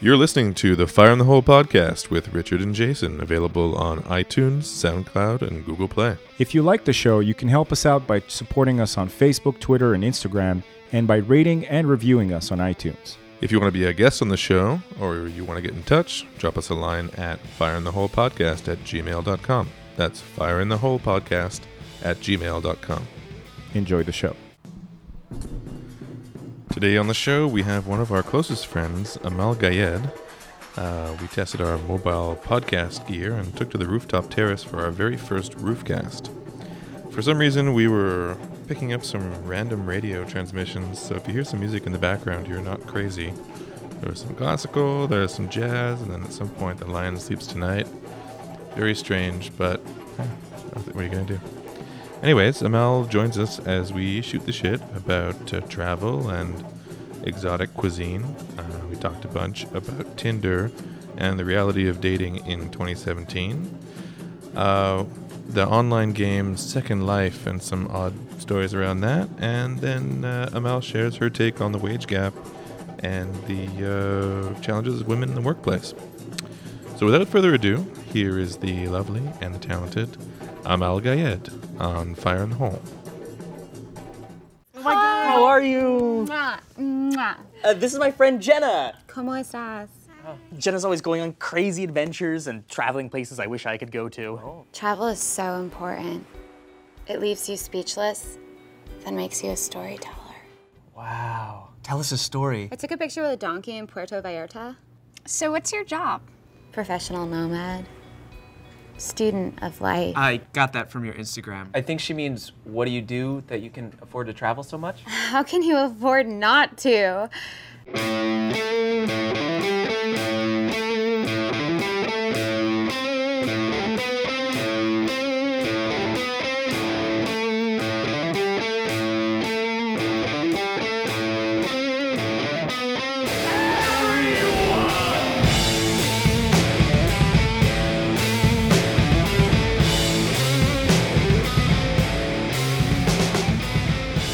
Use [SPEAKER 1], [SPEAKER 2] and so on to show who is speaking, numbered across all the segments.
[SPEAKER 1] You're listening to the Fire in the Hole podcast with Richard and Jason, available on iTunes, SoundCloud, and Google Play.
[SPEAKER 2] If you like the show, you can help us out by supporting us on Facebook, Twitter, and Instagram, and by rating and reviewing us on iTunes.
[SPEAKER 1] If you want to be a guest on the show or you want to get in touch, drop us a line at fireintheholepodcast at gmail.com. That's fireintheholepodcast at gmail.com.
[SPEAKER 2] Enjoy the show.
[SPEAKER 1] Today on the show, we have one of our closest friends, Amal Gayed. Uh, we tested our mobile podcast gear and took to the rooftop terrace for our very first roofcast. For some reason, we were picking up some random radio transmissions, so if you hear some music in the background, you're not crazy. There was some classical, there was some jazz, and then at some point, the lion sleeps tonight. Very strange, but eh, what are you going to do? Anyways, Amal joins us as we shoot the shit about uh, travel and exotic cuisine. Uh, we talked a bunch about Tinder and the reality of dating in 2017, uh, the online game Second Life, and some odd stories around that. And then uh, Amal shares her take on the wage gap and the uh, challenges of women in the workplace. So without further ado, here is the lovely and the talented Amal Gayed on Fire in the Hole.
[SPEAKER 3] How are you?
[SPEAKER 4] Mwah, mwah.
[SPEAKER 3] Uh, this is my friend Jenna.
[SPEAKER 4] ¿Cómo estás?
[SPEAKER 3] Jenna's always going on crazy adventures and traveling places I wish I could go to.
[SPEAKER 5] Travel is so important. It leaves you speechless, then makes you a storyteller.
[SPEAKER 3] Wow. Tell us a story.
[SPEAKER 5] I took a picture with a donkey in Puerto Vallarta.
[SPEAKER 4] So, what's your job?
[SPEAKER 5] Professional nomad, student of light.
[SPEAKER 6] I got that from your Instagram.
[SPEAKER 7] I think she means, what do you do that you can afford to travel so much?
[SPEAKER 5] How can you afford not to?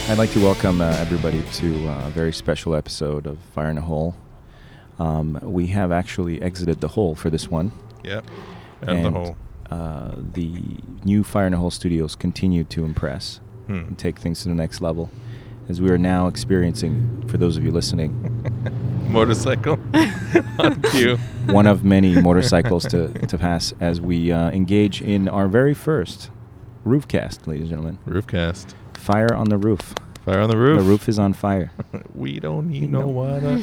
[SPEAKER 2] I'd like to welcome uh, everybody to uh, a very special episode of Fire in a Hole. Um, we have actually exited the hole for this one.
[SPEAKER 1] Yep. And the hole.
[SPEAKER 2] Uh, the new Fire in a Hole studios continue to impress and take things to the next level. As we are now experiencing, for those of you listening,
[SPEAKER 1] Motorcycle. on cue.
[SPEAKER 2] one of many motorcycles to, to pass as we uh, engage in our very first roofcast, ladies and gentlemen.
[SPEAKER 1] Roofcast.
[SPEAKER 2] Fire on the roof.
[SPEAKER 1] Fire on the roof.
[SPEAKER 2] The roof is on fire.
[SPEAKER 1] We don't need no
[SPEAKER 2] No.
[SPEAKER 1] water.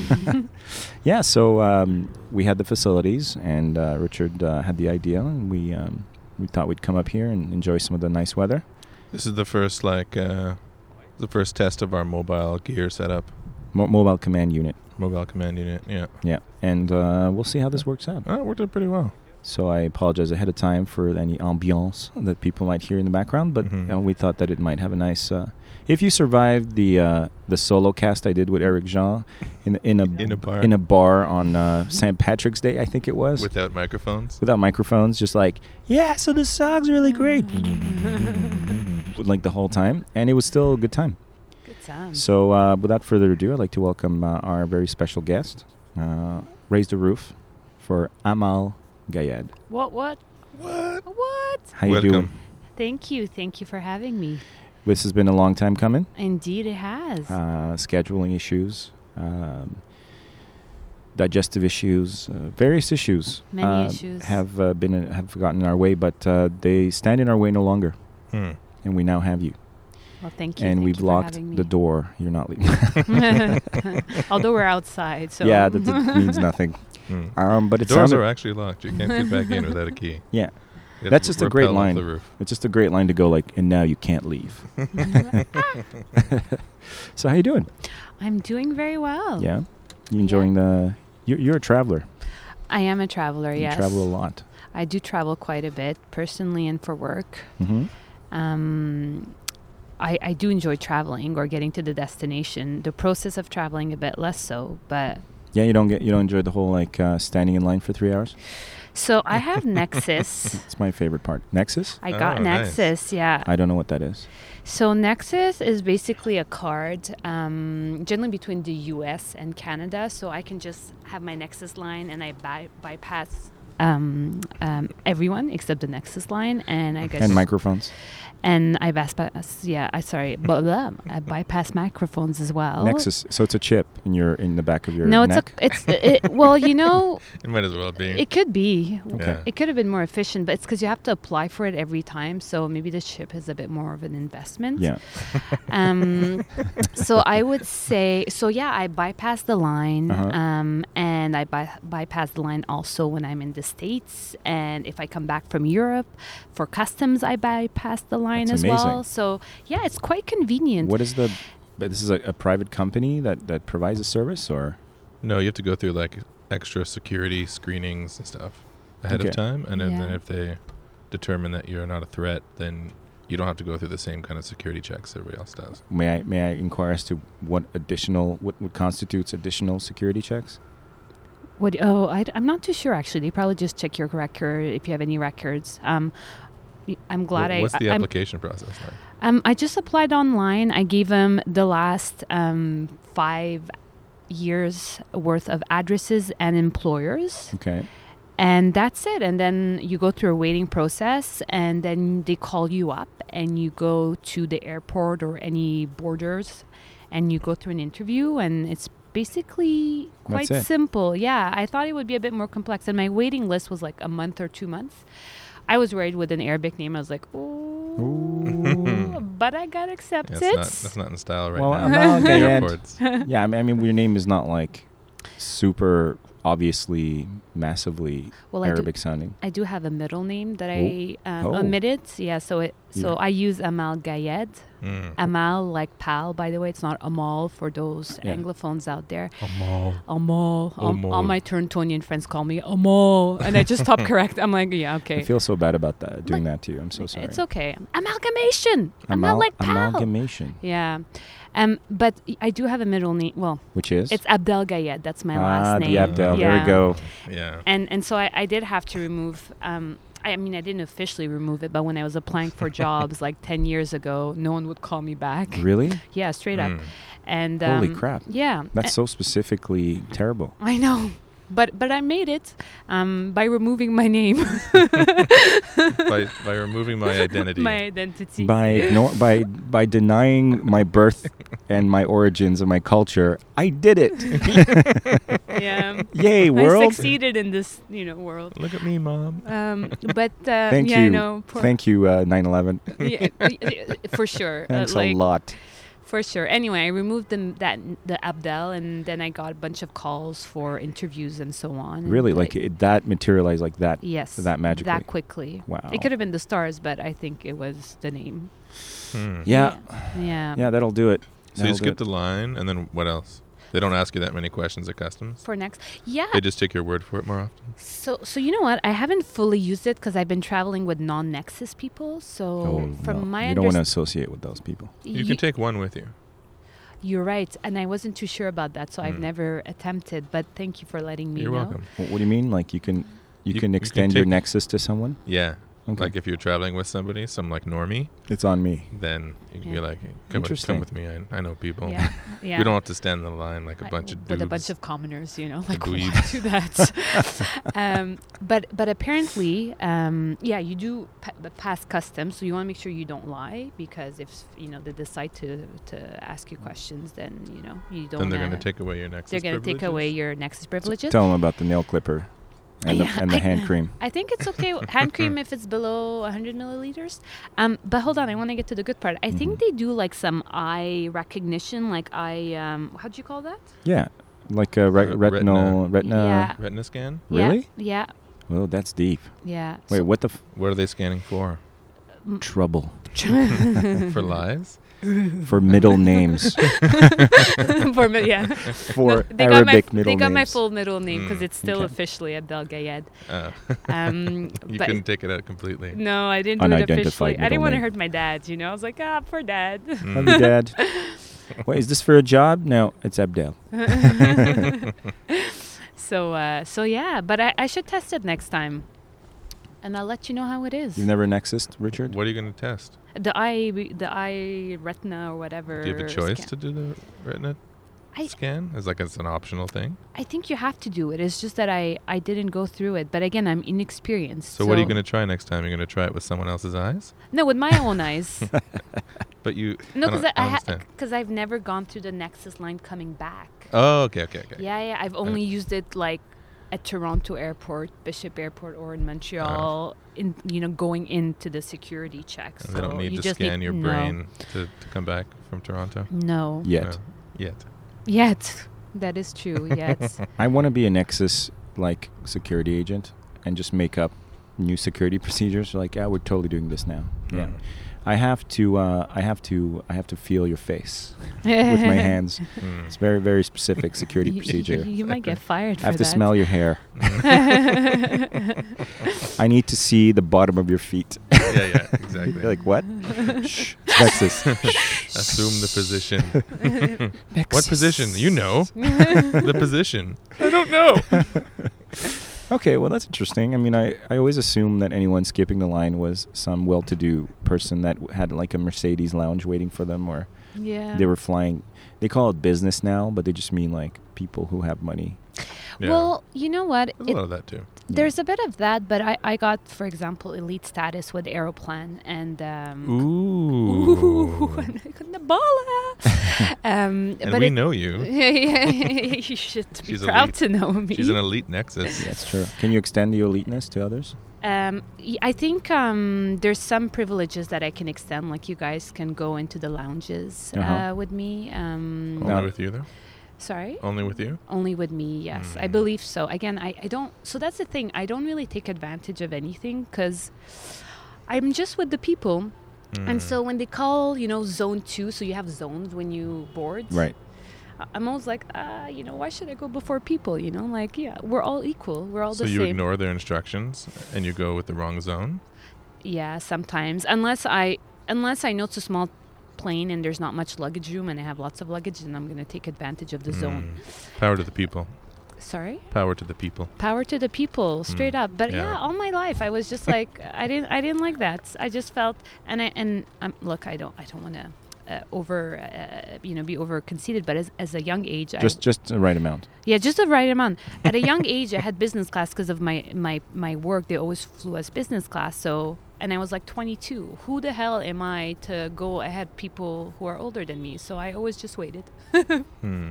[SPEAKER 2] Yeah, so um, we had the facilities, and uh, Richard uh, had the idea, and we um, we thought we'd come up here and enjoy some of the nice weather.
[SPEAKER 1] this is the first like uh, the first test of our mobile gear setup,
[SPEAKER 2] Mo- mobile command unit,
[SPEAKER 1] mobile command unit. Yeah.
[SPEAKER 2] yeah, and uh, we'll see how this works out.
[SPEAKER 1] Oh, it worked out pretty well.
[SPEAKER 2] So I apologize ahead of time for any ambiance that people might hear in the background, but
[SPEAKER 1] Mhm.
[SPEAKER 2] uh, we thought that it might have a nice. Uh, if you survived the uh, the solo cast I did with Eric Jean in in a
[SPEAKER 1] In a bar.
[SPEAKER 2] in a bar on uh, St. Patrick's Day, I think it was.
[SPEAKER 1] Without microphones.
[SPEAKER 2] without microphones, just like, yeah, so this song's really great. like the whole time. And it was still a good time.
[SPEAKER 8] Good time.
[SPEAKER 2] So uh, without further ado, I'd like to welcome uh, our very special guest, uh, Raise the Roof, for Amal Gayed.
[SPEAKER 8] What? What?
[SPEAKER 1] What?
[SPEAKER 8] What?
[SPEAKER 2] How you
[SPEAKER 1] Welcome.
[SPEAKER 2] doing?
[SPEAKER 8] Thank you. Thank you for having me.
[SPEAKER 2] This has been a long time coming.
[SPEAKER 8] Indeed, it has.
[SPEAKER 2] Uh, scheduling issues, um, digestive issues, uh, various issues,
[SPEAKER 8] Many
[SPEAKER 2] uh,
[SPEAKER 8] issues.
[SPEAKER 2] have uh, been have gotten in our way, but uh, they stand in our way no longer,
[SPEAKER 1] Hmm.
[SPEAKER 2] and we now have you.
[SPEAKER 8] well, thank you.
[SPEAKER 2] and
[SPEAKER 8] thank
[SPEAKER 2] we've
[SPEAKER 8] you for
[SPEAKER 2] locked
[SPEAKER 8] having
[SPEAKER 2] the
[SPEAKER 8] me.
[SPEAKER 2] door. You're not leaving.
[SPEAKER 8] Although we're outside, so
[SPEAKER 2] yeah, that, that means nothing.
[SPEAKER 1] Hmm.
[SPEAKER 2] Um, but it
[SPEAKER 1] Doors
[SPEAKER 2] sounded-
[SPEAKER 1] are actually locked. You can't get back in without a key.
[SPEAKER 2] yeah.
[SPEAKER 1] You have
[SPEAKER 2] That's
[SPEAKER 1] to
[SPEAKER 2] just a great
[SPEAKER 1] rappel off
[SPEAKER 2] line.
[SPEAKER 1] The roof.
[SPEAKER 2] It's just a great line to go like, and now you can't leave. so how you doing?
[SPEAKER 8] I'm doing very well.
[SPEAKER 2] Yeah, you enjoying the? You're, you're a traveler.
[SPEAKER 8] I am a traveler.
[SPEAKER 2] You
[SPEAKER 8] yes,
[SPEAKER 2] travel a lot.
[SPEAKER 8] I do travel quite a bit, personally and for work.
[SPEAKER 2] hmm
[SPEAKER 8] Um, I, I do enjoy traveling or getting to the destination. The process of traveling a bit less so, but
[SPEAKER 2] Yeah, you don't get you don't enjoy the whole like uh, standing in line for three hours.
[SPEAKER 8] So I have Nexus.
[SPEAKER 2] It's my favorite part. Nexus?
[SPEAKER 8] I got
[SPEAKER 1] Oh, nice.
[SPEAKER 8] Nexus, yeah.
[SPEAKER 2] I don't know what that is.
[SPEAKER 8] So Nexus is basically a card, um, generally between the U.S. and Canada. So I can just have my Nexus line, and I by- bypass um, um, everyone except the Nexus line, and I guess
[SPEAKER 2] And microphones.
[SPEAKER 8] and I bypass. Yeah, I sorry, blah, blah, I bypass microphones as well.
[SPEAKER 2] Nexus. So it's a chip in your in the back of your
[SPEAKER 8] Oh. No, it's
[SPEAKER 2] neck.
[SPEAKER 8] a it's it, well, you know,
[SPEAKER 1] It might as well be.
[SPEAKER 8] it could be.
[SPEAKER 1] Yeah.
[SPEAKER 8] It could have been more efficient, but it's because you have to apply for it every time. So maybe the chip is a bit more of an investment.
[SPEAKER 2] yeah.
[SPEAKER 8] Um, so I would say, so yeah, I bypass the line,
[SPEAKER 2] Uh-huh.
[SPEAKER 8] um, and I by- bypass the line also when I'm in the states, and if I come back from Europe for customs, I bypass the line
[SPEAKER 2] That's
[SPEAKER 8] as
[SPEAKER 2] amazing.
[SPEAKER 8] well. So yeah, it's quite convenient.
[SPEAKER 2] What is the? But this is a, a private company that that provides a service, or
[SPEAKER 1] no, you have to go through like extra security screenings and stuff ahead
[SPEAKER 2] Okay.
[SPEAKER 1] of time, and then, then
[SPEAKER 8] Yeah.
[SPEAKER 1] if they determine that you're not a threat, then you don't have to go through the same kind of security checks everybody else does.
[SPEAKER 2] may I may I inquire as to what additional what, what constitutes additional security checks?
[SPEAKER 8] What? Oh, I, am not too sure actually. They probably just check your record if you have any records. Um, y- I'm glad
[SPEAKER 1] Wha-
[SPEAKER 8] I.
[SPEAKER 1] What's the
[SPEAKER 8] I- I'm-
[SPEAKER 1] application process like?
[SPEAKER 8] um, I just applied online. I gave them the last um, five years worth of addresses and employers,
[SPEAKER 2] Okay.
[SPEAKER 8] and that's it. And then you go through a waiting process, and then they call you up, and you go to the airport or any borders, and you go through an interview, and it's basically quite
[SPEAKER 2] That's it.
[SPEAKER 8] simple. Yeah, I thought it would be a bit more complex, and my waiting list was like a month or two months. I was worried with an Arabic name. I was like, oh, but I got
[SPEAKER 1] Yeah,
[SPEAKER 8] accepted.
[SPEAKER 1] it's not, that's not in style right
[SPEAKER 2] Well,
[SPEAKER 1] now.
[SPEAKER 2] I'm not gonna add-
[SPEAKER 1] Airports.
[SPEAKER 2] yeah, I mean, I mean, your name is not like super obviously massively
[SPEAKER 8] Well, I do-
[SPEAKER 2] Arabic sounding.
[SPEAKER 8] I do have a middle name that I um,
[SPEAKER 2] Oh.
[SPEAKER 8] omitted. Yeah, so it, so I use Amal Gayed.
[SPEAKER 1] Mm.
[SPEAKER 8] Amal like pal, by the way. It's not Amal for those
[SPEAKER 2] Yeah.
[SPEAKER 8] anglophones out there.
[SPEAKER 1] Amal.
[SPEAKER 8] Amal. Um,
[SPEAKER 1] Amal.
[SPEAKER 8] all my Torontonian friends call me Amal, and I just stop correct. I'm like, yeah, okay.
[SPEAKER 2] I feel so bad about that doing that to you. I'm so sorry.
[SPEAKER 8] It's okay. Amalgamation. Amal,
[SPEAKER 2] Amal-
[SPEAKER 8] like pal.
[SPEAKER 2] amalgamation,
[SPEAKER 8] yeah. Um, but I do have a middle name. Well,
[SPEAKER 2] which is
[SPEAKER 8] It's Abdel Gayed. That's my
[SPEAKER 2] ah,
[SPEAKER 8] last name.
[SPEAKER 2] the Abdel. There
[SPEAKER 8] Yeah.
[SPEAKER 2] we go.
[SPEAKER 1] Yeah.
[SPEAKER 8] And and so I, I did have to remove. Um, I mean, I didn't officially remove it, but when I was applying for jobs like ten years ago, no one would call me back.
[SPEAKER 2] Really?
[SPEAKER 8] Yeah, straight up.
[SPEAKER 1] Mm.
[SPEAKER 8] And um,
[SPEAKER 2] hmm. Holy crap.
[SPEAKER 8] Yeah,
[SPEAKER 2] That's so specifically terrible.
[SPEAKER 8] I know. But but I made it um, by removing my name,
[SPEAKER 1] by, by removing my identity.
[SPEAKER 8] my identity.
[SPEAKER 2] By ignore, by by denying my birth and my origins and my culture, I did it.
[SPEAKER 8] yeah,
[SPEAKER 2] Yay,
[SPEAKER 8] I
[SPEAKER 2] world!
[SPEAKER 8] succeeded in this you know world.
[SPEAKER 1] Look at me, mom.
[SPEAKER 8] Um, but uh,
[SPEAKER 2] Thank
[SPEAKER 8] yeah,
[SPEAKER 2] you.
[SPEAKER 8] I know. poor-
[SPEAKER 2] Thank you, uh, 9/11.
[SPEAKER 8] yeah, y- y- for sure. Uh,
[SPEAKER 2] Thanks
[SPEAKER 8] like,
[SPEAKER 2] a lot.
[SPEAKER 8] For sure. Anyway, I removed the that the Abdel, and then I got a bunch of calls for interviews and so on. and,
[SPEAKER 2] Really, like it, that materialized like that.
[SPEAKER 8] yes,
[SPEAKER 2] that magically.
[SPEAKER 8] that quickly.
[SPEAKER 2] Wow.
[SPEAKER 8] It could have been the stars, but I think it was the name.
[SPEAKER 1] Hmm.
[SPEAKER 2] Yeah,
[SPEAKER 8] Yeah.
[SPEAKER 2] yeah, that'll do it.
[SPEAKER 1] So you
[SPEAKER 2] That'll do
[SPEAKER 1] skip
[SPEAKER 2] it.
[SPEAKER 1] the line, and then what else? They don't ask you that many questions at customs.
[SPEAKER 8] For next, yeah.
[SPEAKER 1] They just take your word for it more often.
[SPEAKER 8] So, so you know what? I haven't fully used it because I've been traveling with non-Nexus people. So,
[SPEAKER 2] Oh,
[SPEAKER 8] from
[SPEAKER 2] no.
[SPEAKER 8] my
[SPEAKER 2] you don't want to
[SPEAKER 8] underst-
[SPEAKER 2] associate with those people.
[SPEAKER 1] You,
[SPEAKER 8] y-
[SPEAKER 1] can take one with you.
[SPEAKER 8] You're right, and I wasn't too sure about that, so I've
[SPEAKER 1] Mm.
[SPEAKER 8] never attempted. But thank you for letting me
[SPEAKER 1] You're
[SPEAKER 8] know.
[SPEAKER 1] welcome.
[SPEAKER 2] Wh- What, do you mean? Like you can you,
[SPEAKER 1] You- you
[SPEAKER 2] can
[SPEAKER 1] can
[SPEAKER 2] extend your
[SPEAKER 1] take-
[SPEAKER 2] nexus to someone?
[SPEAKER 1] Yeah.
[SPEAKER 2] Okay.
[SPEAKER 1] Like if you're traveling with somebody, some like normie,
[SPEAKER 2] It's on me.
[SPEAKER 1] then you can be
[SPEAKER 8] Yeah.
[SPEAKER 1] like, come with,
[SPEAKER 2] Interesting.
[SPEAKER 1] come with me. I, I know people.
[SPEAKER 8] Yeah, yeah.
[SPEAKER 1] We don't have to stand in the line like a
[SPEAKER 8] I-
[SPEAKER 1] bunch of dudes.
[SPEAKER 8] with a bunch of commoners, you know, like why
[SPEAKER 1] dweebs.
[SPEAKER 8] do that? um, but but apparently, um, yeah, you do pa- but pass customs, so you want to make sure you don't lie because if you know they decide to to ask you questions, then you know you don't.
[SPEAKER 1] then they're
[SPEAKER 8] wanna-
[SPEAKER 1] going to take away your next.
[SPEAKER 8] they're gonna take away your nexus privileges.
[SPEAKER 2] Tell them about the nail clipper and
[SPEAKER 8] Yeah,
[SPEAKER 2] the, and the
[SPEAKER 8] I-
[SPEAKER 2] hand cream.
[SPEAKER 8] I think it's okay w- hand cream if it's below 100 milliliters. Um, but hold on, I want to get to the good part. I
[SPEAKER 1] Mm-hmm.
[SPEAKER 8] think they do like some eye recognition, like eye. Um, how do you call that?
[SPEAKER 2] Yeah, like a re-
[SPEAKER 1] Uh,
[SPEAKER 2] retinal retina.
[SPEAKER 8] Yeah.
[SPEAKER 1] retina scan.
[SPEAKER 8] Yeah,
[SPEAKER 2] Really?
[SPEAKER 8] Yeah.
[SPEAKER 2] Well, that's deep.
[SPEAKER 8] Yeah.
[SPEAKER 2] Wait, what the f-
[SPEAKER 1] What are they scanning for?
[SPEAKER 2] trouble
[SPEAKER 1] for lies?
[SPEAKER 2] for middle names
[SPEAKER 8] for mi- yeah.
[SPEAKER 2] for
[SPEAKER 8] they got my,
[SPEAKER 2] Arabic
[SPEAKER 8] f-
[SPEAKER 2] middle
[SPEAKER 8] They got my
[SPEAKER 2] names?
[SPEAKER 8] full middle name because
[SPEAKER 1] Mm,
[SPEAKER 8] it's still
[SPEAKER 2] okay.
[SPEAKER 8] officially Abdel Gayed.
[SPEAKER 1] Uh,
[SPEAKER 8] Um,
[SPEAKER 1] you
[SPEAKER 8] but
[SPEAKER 1] couldn't take it out completely.
[SPEAKER 8] no, I didn't do it
[SPEAKER 2] Unidentified
[SPEAKER 8] officially. I
[SPEAKER 2] middle
[SPEAKER 8] didn't want to
[SPEAKER 2] name.
[SPEAKER 8] hurt my dad. You know, I was like, ah, poor dad.
[SPEAKER 1] Mm.
[SPEAKER 2] Love you, Dad. Wait, is this for a job? No, it's Abdel.
[SPEAKER 8] So uh, so yeah, but I, I should test it next time, and I'll let you know how it is.
[SPEAKER 2] You've never nexused, Richard?
[SPEAKER 1] What are you going to test?
[SPEAKER 8] the eye, the eye retina or whatever.
[SPEAKER 1] Do you have a choice
[SPEAKER 8] scan.
[SPEAKER 1] to do the retina
[SPEAKER 8] I-
[SPEAKER 1] scan? Is like it's an optional thing.
[SPEAKER 8] I think you have to do it. It's just that I I didn't go through it, but again, I'm inexperienced.
[SPEAKER 1] So, what are you going to try next time? You're going to try it with someone else's eyes?
[SPEAKER 8] No, with my own eyes.
[SPEAKER 1] But you
[SPEAKER 8] No,
[SPEAKER 1] I don't-
[SPEAKER 8] because I,
[SPEAKER 1] I
[SPEAKER 8] I
[SPEAKER 1] don't
[SPEAKER 8] ha-
[SPEAKER 1] understand.
[SPEAKER 8] 'cause I've never gone through the Nexus line coming back.
[SPEAKER 1] Oh, okay, okay, okay.
[SPEAKER 8] Yeah, yeah. I've only used it like at Toronto Airport, Bishop Airport, or in Montreal. in you know, going into the security checks.
[SPEAKER 1] Uh-huh. And they don't need
[SPEAKER 8] you
[SPEAKER 1] to
[SPEAKER 8] just
[SPEAKER 1] scan your
[SPEAKER 8] no.
[SPEAKER 1] brain to, to come back from Toronto.
[SPEAKER 8] No.
[SPEAKER 2] Yet.
[SPEAKER 1] No, yet.
[SPEAKER 8] Yet. That is true. Yet.
[SPEAKER 2] I want to be a Nexus like security agent and just make up new security procedures. Like, yeah, we're totally doing this now. Yeah,
[SPEAKER 1] Mm.
[SPEAKER 2] I have to. Uh, I have to. I have to feel your face with my hands.
[SPEAKER 1] Mm.
[SPEAKER 2] It's very, very specific security
[SPEAKER 8] You- you-
[SPEAKER 2] procedure.
[SPEAKER 8] You, might get fired.
[SPEAKER 2] I have
[SPEAKER 8] for
[SPEAKER 2] to
[SPEAKER 8] that.
[SPEAKER 2] smell your hair. I need to see the bottom of your feet.
[SPEAKER 1] yeah, yeah, exactly.
[SPEAKER 2] like what? Shh, it's Nexus.
[SPEAKER 1] Assume the position. what
[SPEAKER 2] Nexus.
[SPEAKER 1] position? You know. the position. I don't know.
[SPEAKER 2] Okay, well that's interesting. I mean, I, I always assumed that anyone skipping the line was some well-to-do person that w- had like a Mercedes lounge waiting for them, or
[SPEAKER 8] Yeah.
[SPEAKER 2] they were flying. They call it business now, but they just mean like people who have money.
[SPEAKER 1] Yeah. Oh,
[SPEAKER 8] Well, you know what?
[SPEAKER 1] There's
[SPEAKER 8] It-
[SPEAKER 1] a lot of that too.
[SPEAKER 8] there's a bit of that, but I, I got, for example, elite status with Aeroplan and um, Ooh,
[SPEAKER 1] Ooh.
[SPEAKER 8] and I couldn't a baller. um,
[SPEAKER 1] and
[SPEAKER 8] but
[SPEAKER 1] we
[SPEAKER 8] it-
[SPEAKER 1] know you.
[SPEAKER 8] yeah, yeah, you should be
[SPEAKER 1] She's
[SPEAKER 8] proud
[SPEAKER 1] elite.
[SPEAKER 8] to know me.
[SPEAKER 1] She's an elite nexus.
[SPEAKER 2] That's true. Can you extend the eliteness to others?
[SPEAKER 8] um, y- I think um, there's some privileges that I can extend. Like you guys can go into the lounges uh
[SPEAKER 2] Uh-huh. Oh.
[SPEAKER 8] with me. Um,
[SPEAKER 1] Only
[SPEAKER 2] No.
[SPEAKER 1] with you, though.
[SPEAKER 8] Sorry.
[SPEAKER 1] Only with you.
[SPEAKER 8] Only with me, yes.
[SPEAKER 1] Hmm.
[SPEAKER 8] I believe so. Again, I, I don't. So that's the thing. I don't really take advantage of anything because I'm just with the people. And
[SPEAKER 1] Hmm.
[SPEAKER 8] so when they call, you know, zone two, so you have zones when you board.
[SPEAKER 2] Right.
[SPEAKER 8] I- I'm always like, ah, you know, why should I go before people? You know, like, yeah, we're all equal. We're all
[SPEAKER 1] So
[SPEAKER 8] the
[SPEAKER 1] you
[SPEAKER 8] same.
[SPEAKER 1] ignore their instructions and you go with the wrong zone.
[SPEAKER 8] Yeah, sometimes unless I unless I know it's a small plane and there's not much luggage room and I have lots of luggage, then I'm gonna take advantage of the
[SPEAKER 1] Hmm.
[SPEAKER 8] zone.
[SPEAKER 1] Power to the people.
[SPEAKER 8] Sorry.
[SPEAKER 1] Power to the people.
[SPEAKER 8] power to the people straight up but
[SPEAKER 1] Hmm. yeah.
[SPEAKER 8] yeah. all my life i was just like i didn't i didn't like that i just felt and i and um, look i don't i don't want to uh, over uh, you know be over conceited but as, as a young age
[SPEAKER 2] Just
[SPEAKER 8] I,
[SPEAKER 2] just the right amount.
[SPEAKER 8] yeah just the right amount at a young age i had business class because of my my my work they always flew us business class so and i was like 22 who the hell am i to go ahead people who are older than me so i always just waited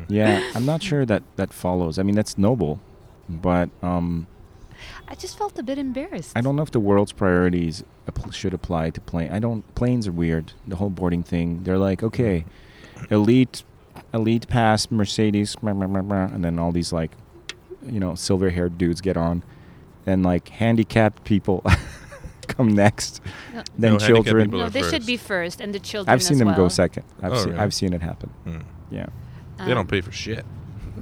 [SPEAKER 2] Yeah, I'm not sure that that follows. I mean, that's noble, but um,
[SPEAKER 8] i just felt a bit embarrassed
[SPEAKER 2] I don't know if the world's priorities app- should apply to plane. I don't. Planes are weird. The whole boarding thing. They're like, okay, elite, elite pass, Mercedes, blah, blah, blah, blah, and then all these like, you know, silver-haired dudes get on, then like handicapped people come next,
[SPEAKER 8] No.
[SPEAKER 2] then
[SPEAKER 1] No, handicapped
[SPEAKER 2] children.
[SPEAKER 1] people
[SPEAKER 8] no
[SPEAKER 1] are
[SPEAKER 8] they should
[SPEAKER 1] first.
[SPEAKER 8] be first and the children
[SPEAKER 2] I've seen
[SPEAKER 8] as
[SPEAKER 2] them go
[SPEAKER 8] well.
[SPEAKER 2] second. I've,
[SPEAKER 1] Oh,
[SPEAKER 2] seen,
[SPEAKER 1] really?
[SPEAKER 2] I've seen it happen.
[SPEAKER 1] Hmm.
[SPEAKER 2] Yeah,
[SPEAKER 1] They don't pay for shit.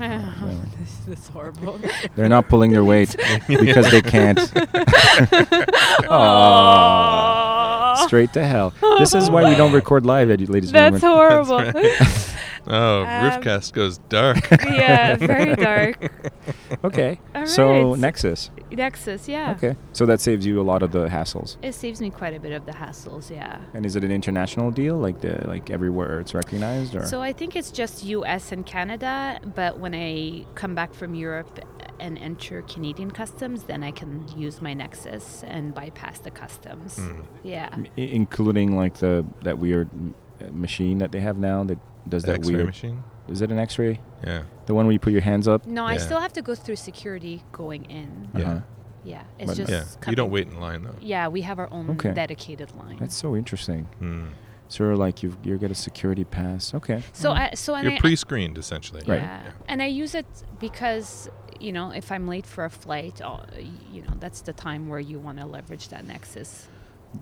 [SPEAKER 8] Oh, this is horrible.
[SPEAKER 2] they're not pulling their weight because they can't. Aw. straight to hell. This is why we don't record live, ed- ladies and
[SPEAKER 8] That's
[SPEAKER 2] gentlemen.
[SPEAKER 8] horrible.
[SPEAKER 1] Oh,
[SPEAKER 8] Um,
[SPEAKER 1] Roofcast goes dark.
[SPEAKER 8] yeah, very dark.
[SPEAKER 2] Okay.
[SPEAKER 8] All
[SPEAKER 2] So
[SPEAKER 8] right.
[SPEAKER 2] Nexus.
[SPEAKER 8] Nexus, yeah.
[SPEAKER 2] Okay. So that saves you a lot of the hassles.
[SPEAKER 8] It saves me quite a bit of the hassles, yeah.
[SPEAKER 2] And is it an international deal? Like the like everywhere it's recognized or
[SPEAKER 8] So I think it's just US and Canada, but when I come back from Europe and enter Canadian customs, then I can use my Nexus and bypass the customs.
[SPEAKER 1] Mm.
[SPEAKER 8] Yeah.
[SPEAKER 2] I- including like the that weird m- uh, machine that they have now that does that
[SPEAKER 1] X-ray
[SPEAKER 2] weird
[SPEAKER 1] machine.
[SPEAKER 2] Is it an x-ray?
[SPEAKER 1] Yeah.
[SPEAKER 2] The one where you put your hands up?
[SPEAKER 8] No, I
[SPEAKER 1] Yeah.
[SPEAKER 8] still have to go through security going in.
[SPEAKER 1] Yeah.
[SPEAKER 2] Uh-huh.
[SPEAKER 8] Yeah. It's
[SPEAKER 2] But-
[SPEAKER 8] just
[SPEAKER 1] Yeah. You
[SPEAKER 8] coming-
[SPEAKER 1] don't wait in line though.
[SPEAKER 8] Yeah, we have our own
[SPEAKER 2] Okay.
[SPEAKER 8] dedicated line.
[SPEAKER 2] That's so interesting.
[SPEAKER 1] Hmm.
[SPEAKER 2] So you're like you you get a security pass. Okay.
[SPEAKER 8] so I so and
[SPEAKER 1] mm. You're
[SPEAKER 8] I,
[SPEAKER 1] pre-screened essentially.
[SPEAKER 2] Right.
[SPEAKER 8] Yeah. And I use it because, you know, if I'm late for a flight, uh, you know, that's the time where you want to leverage that nexus.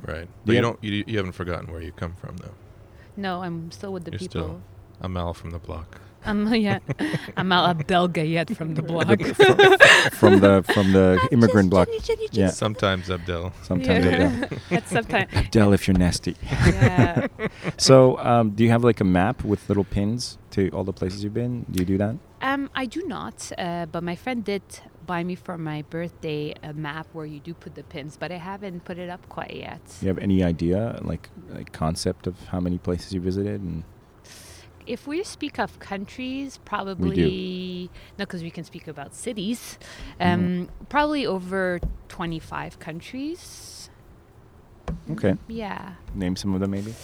[SPEAKER 1] Right. But you
[SPEAKER 2] Yeah.
[SPEAKER 1] don't. You, you haven't forgotten where you come from though.
[SPEAKER 8] No, I'm still with the
[SPEAKER 1] You're
[SPEAKER 8] people.
[SPEAKER 1] still a mile from the block.
[SPEAKER 8] I'm yeah, Amal Abdel Gayet from the block.
[SPEAKER 2] from the from the immigrant block. Yeah.
[SPEAKER 1] Sometimes Abdel.
[SPEAKER 2] Sometimes
[SPEAKER 8] Yeah.
[SPEAKER 2] Adele.
[SPEAKER 8] That's sometimes.
[SPEAKER 2] Adele, if you're nasty.
[SPEAKER 8] Yeah.
[SPEAKER 2] So, um, do you have like a map with little pins to all the places you've been? Do you do that?
[SPEAKER 8] Um, I do not, uh, but my friend did buy me for my birthday a map where you do put the pins, but I haven't put it up quite yet.
[SPEAKER 2] Do you have any idea, like, like concept of how many places you visited? And
[SPEAKER 8] If we speak of countries, probably no, because we can speak about cities. Um, Probably over twenty-five countries.
[SPEAKER 2] okay,
[SPEAKER 8] Yeah.
[SPEAKER 2] name some of them maybe.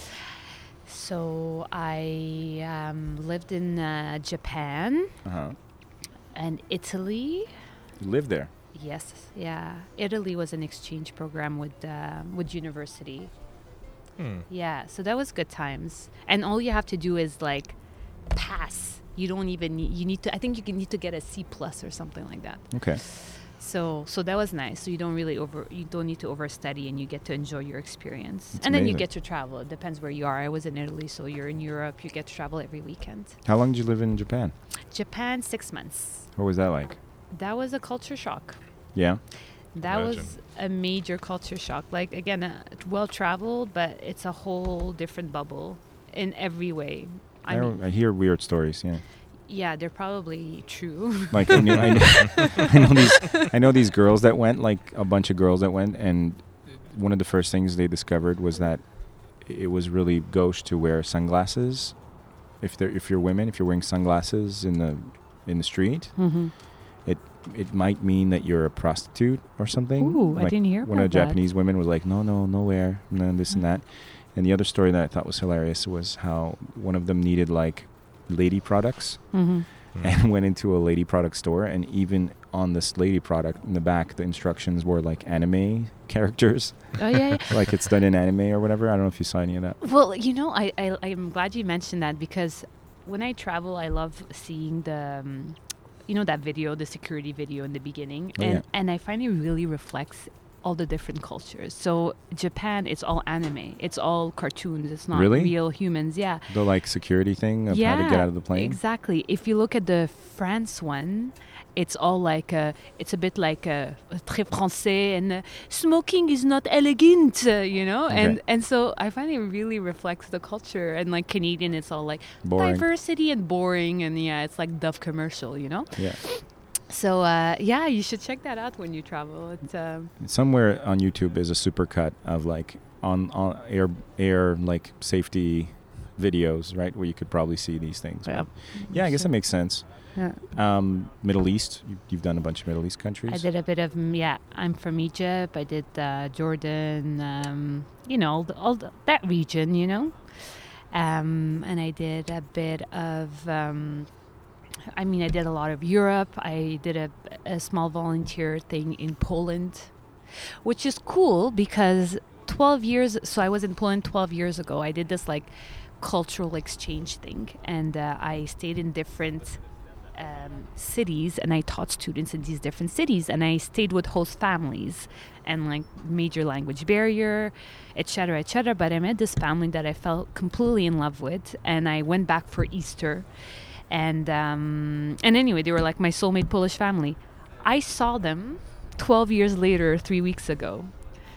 [SPEAKER 8] So I um, lived in uh, Japan
[SPEAKER 2] Uh huh.
[SPEAKER 8] and Italy.
[SPEAKER 2] You live there.
[SPEAKER 8] Yes, yeah. Italy was an exchange program with uh, with university.
[SPEAKER 1] Hmm.
[SPEAKER 8] Yeah, so that was good times. And all you have to do is like pass. You don't even need, you need to. I think you can need to get a C plus or something like that.
[SPEAKER 2] Okay.
[SPEAKER 8] So so that was nice. So you don't really over you don't need to overstudy and you get to enjoy your experience.
[SPEAKER 2] That's
[SPEAKER 8] and then you
[SPEAKER 2] amazing.
[SPEAKER 8] get to travel. It depends where you are. I was in Italy, so you're in Europe. You get to travel every weekend.
[SPEAKER 2] How long did you live in Japan?
[SPEAKER 8] Japan six months.
[SPEAKER 2] What was that like?
[SPEAKER 8] That was a culture shock.
[SPEAKER 2] Yeah.
[SPEAKER 8] That
[SPEAKER 1] Imagine.
[SPEAKER 8] was a major culture shock. Like again, uh, well traveled, but it's a whole different bubble in every way.
[SPEAKER 2] I,
[SPEAKER 8] I mean,
[SPEAKER 2] don't- I hear weird stories. Yeah.
[SPEAKER 8] yeah, they're probably true.
[SPEAKER 2] Like I, knew, I, knew, I know these I know these girls that went, like a bunch of girls that went, and one of the first things they discovered was that it was really gauche to wear sunglasses. If they're if you're women, if you're wearing sunglasses in the in the street,
[SPEAKER 8] Mm-hmm.
[SPEAKER 2] it it might mean that you're a prostitute or something.
[SPEAKER 8] Ooh, I
[SPEAKER 2] Like,
[SPEAKER 8] didn't hear
[SPEAKER 2] One
[SPEAKER 8] about
[SPEAKER 2] of the
[SPEAKER 8] that.
[SPEAKER 2] Japanese women was like, "No, no, nowhere, no this and that." And the other story that I thought was hilarious was how one of them needed like lady products
[SPEAKER 8] Mm-hmm.
[SPEAKER 2] and went into a lady product store and even on this lady product in the back the instructions were like anime characters
[SPEAKER 8] Oh yeah, yeah.
[SPEAKER 2] like it's done in anime or whatever i don't know if you saw any of that
[SPEAKER 8] Well, you know, I, I I'm glad you mentioned that because when I travel, I love seeing the. Um, you know that video, the security video in the beginning,
[SPEAKER 2] Oh,
[SPEAKER 8] and
[SPEAKER 2] yeah.
[SPEAKER 8] and I find it really reflects all the different cultures. So Japan, it's all anime, it's all cartoons, it's not
[SPEAKER 2] Really?
[SPEAKER 8] real humans. Yeah,
[SPEAKER 2] the like security thing of how to get out of the plane
[SPEAKER 8] Exactly. If you look at the France one, it's all like uh it's a bit like a très français and uh, smoking is not elegant, uh, you know. And
[SPEAKER 2] Okay.
[SPEAKER 8] and so I find it really reflects the culture. And like Canadian, it's all like
[SPEAKER 2] Boring.
[SPEAKER 8] diversity and boring, and yeah, it's like Dove commercial, you know.
[SPEAKER 2] yeah
[SPEAKER 8] So uh, yeah, you should check that out when you travel. It's um,
[SPEAKER 2] somewhere on youtube is a supercut of like on, on air air like safety videos right where you could probably see these things
[SPEAKER 8] Yeah.
[SPEAKER 2] yeah i guess that makes sense
[SPEAKER 8] yeah.
[SPEAKER 2] um, middle east you, you've done a bunch of middle east countries
[SPEAKER 8] I did a bit of mm, yeah. I'm from Egypt. I did uh, Jordan. Um, you know, all, the, all the, that region. You know, um, and I did a bit of. Um, I mean, I did a lot of Europe. I did a, a small volunteer thing in Poland, which is cool because 12 years. So I was in Poland 12 years ago. I did this like cultural exchange thing, and uh, I stayed in different um, cities and I taught students in these different cities and I stayed with host families and like major language barrier, etc., cetera, etc. But I met this family that I felt completely in love with and I went back for Easter, and um, and anyway they were like my soulmate Polish family. I saw them 12 years later, three weeks ago.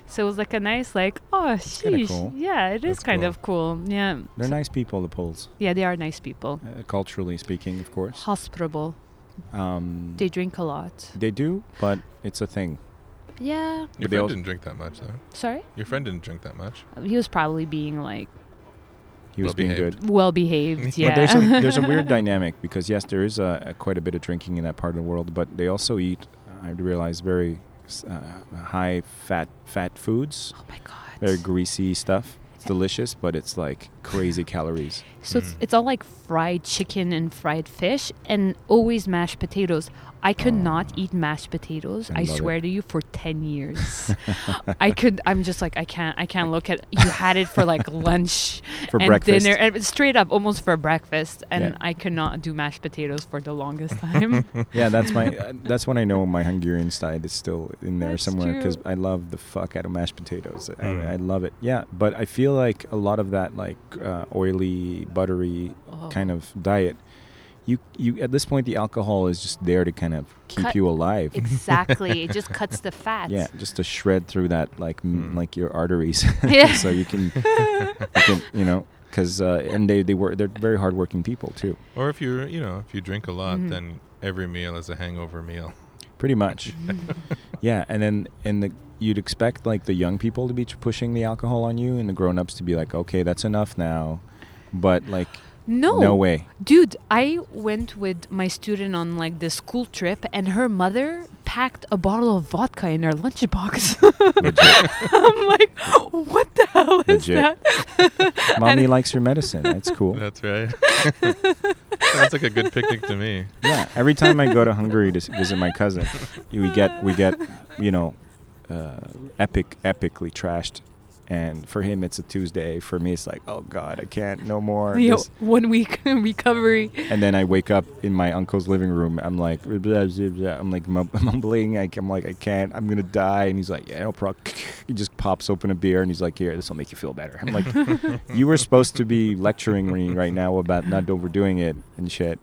[SPEAKER 8] So it was like a nice like oh sheesh
[SPEAKER 2] cool.
[SPEAKER 8] yeah it is
[SPEAKER 1] That's
[SPEAKER 8] kind
[SPEAKER 1] cool.
[SPEAKER 8] of cool yeah
[SPEAKER 2] they're nice people the poles
[SPEAKER 8] yeah they are nice people
[SPEAKER 2] uh, culturally speaking of course
[SPEAKER 8] hospitable
[SPEAKER 2] um,
[SPEAKER 8] they drink a lot
[SPEAKER 2] They do, but it's a thing.
[SPEAKER 8] yeah
[SPEAKER 1] Your
[SPEAKER 2] But they
[SPEAKER 1] friend
[SPEAKER 2] als-
[SPEAKER 1] didn't drink that much, though.
[SPEAKER 8] sorry
[SPEAKER 1] Your friend didn't drink that much.
[SPEAKER 8] he was probably being like
[SPEAKER 2] He was being
[SPEAKER 1] Well-behaved.
[SPEAKER 2] good.
[SPEAKER 8] well behaved. Yeah.
[SPEAKER 2] But there's a, there's a weird dynamic because yes, there is a, a quite a bit of drinking in that part of the world, but they also eat. I realize very s- uh, high fat fat foods,
[SPEAKER 8] oh my god.
[SPEAKER 2] very greasy stuff. It's delicious, but it's like crazy calories.
[SPEAKER 8] so it's, it's all like fried chicken and fried fish and always mashed potatoes. I could not eat mashed potatoes.
[SPEAKER 2] I
[SPEAKER 8] I,
[SPEAKER 2] Oh. love it.
[SPEAKER 8] swear to you for 10 years. I could I'm just like I can't I can't look at you had it for like lunch
[SPEAKER 2] For
[SPEAKER 8] and
[SPEAKER 2] breakfast.
[SPEAKER 8] dinner and straight up almost for breakfast and
[SPEAKER 2] Yeah.
[SPEAKER 8] I could not do mashed potatoes for the longest time.
[SPEAKER 2] yeah, that's my. uh, That's when I know my Hungarian side is still in there
[SPEAKER 8] That's
[SPEAKER 2] somewhere because
[SPEAKER 8] true.
[SPEAKER 2] I love the fuck out of mashed potatoes.
[SPEAKER 1] Mm.
[SPEAKER 2] I, I love it. Yeah, but I feel like a lot of that like uh, oily, buttery
[SPEAKER 8] Oh.
[SPEAKER 2] kind of diet you you at this point the alcohol is just there to kind of keep
[SPEAKER 8] Cut-
[SPEAKER 2] you alive.
[SPEAKER 8] Exactly. it just cuts the fat.
[SPEAKER 2] Yeah, just to shred through that like m
[SPEAKER 1] Mm.
[SPEAKER 2] like your arteries,
[SPEAKER 8] Yeah.
[SPEAKER 2] so you can, you can you know because uh, and they they were they're very hardworking people too,
[SPEAKER 1] Or if you you know if you drink a
[SPEAKER 8] Mm-hmm.
[SPEAKER 1] lot, then every meal is a hangover meal.
[SPEAKER 2] pretty much. yeah, and then and the you'd expect like the young people to be t- pushing the alcohol on you and the grown ups to be like, okay, that's enough now, but like
[SPEAKER 8] No.
[SPEAKER 2] no way.
[SPEAKER 8] Dude, I went with my student on like the school trip and her mother packed a bottle of vodka in her lunchbox.
[SPEAKER 2] Legit,
[SPEAKER 8] I'm like, what the hell is
[SPEAKER 2] legit.
[SPEAKER 8] that?
[SPEAKER 2] Mommy likes her medicine. That's cool.
[SPEAKER 1] That's right. Sounds like a good picnic to me.
[SPEAKER 2] Yeah, every time I go to Hungary to s- visit my cousin, we get we get you know uh, epic epically trashed, and for him it's a Tuesday. For me it's like oh god I can't no more.
[SPEAKER 8] You know,
[SPEAKER 2] This-
[SPEAKER 8] one week recovery.
[SPEAKER 2] And then I wake up in my uncle's living room. I'm like blah, blah, blah, blah. I'm like mum- mumbling. I, I'm like I can't. I'm gonna die. And he's like yeah no problem. He just pops open a beer and he's like here this will make you feel better. I'm like you were supposed to be lecturing me right now about not overdoing it and shit.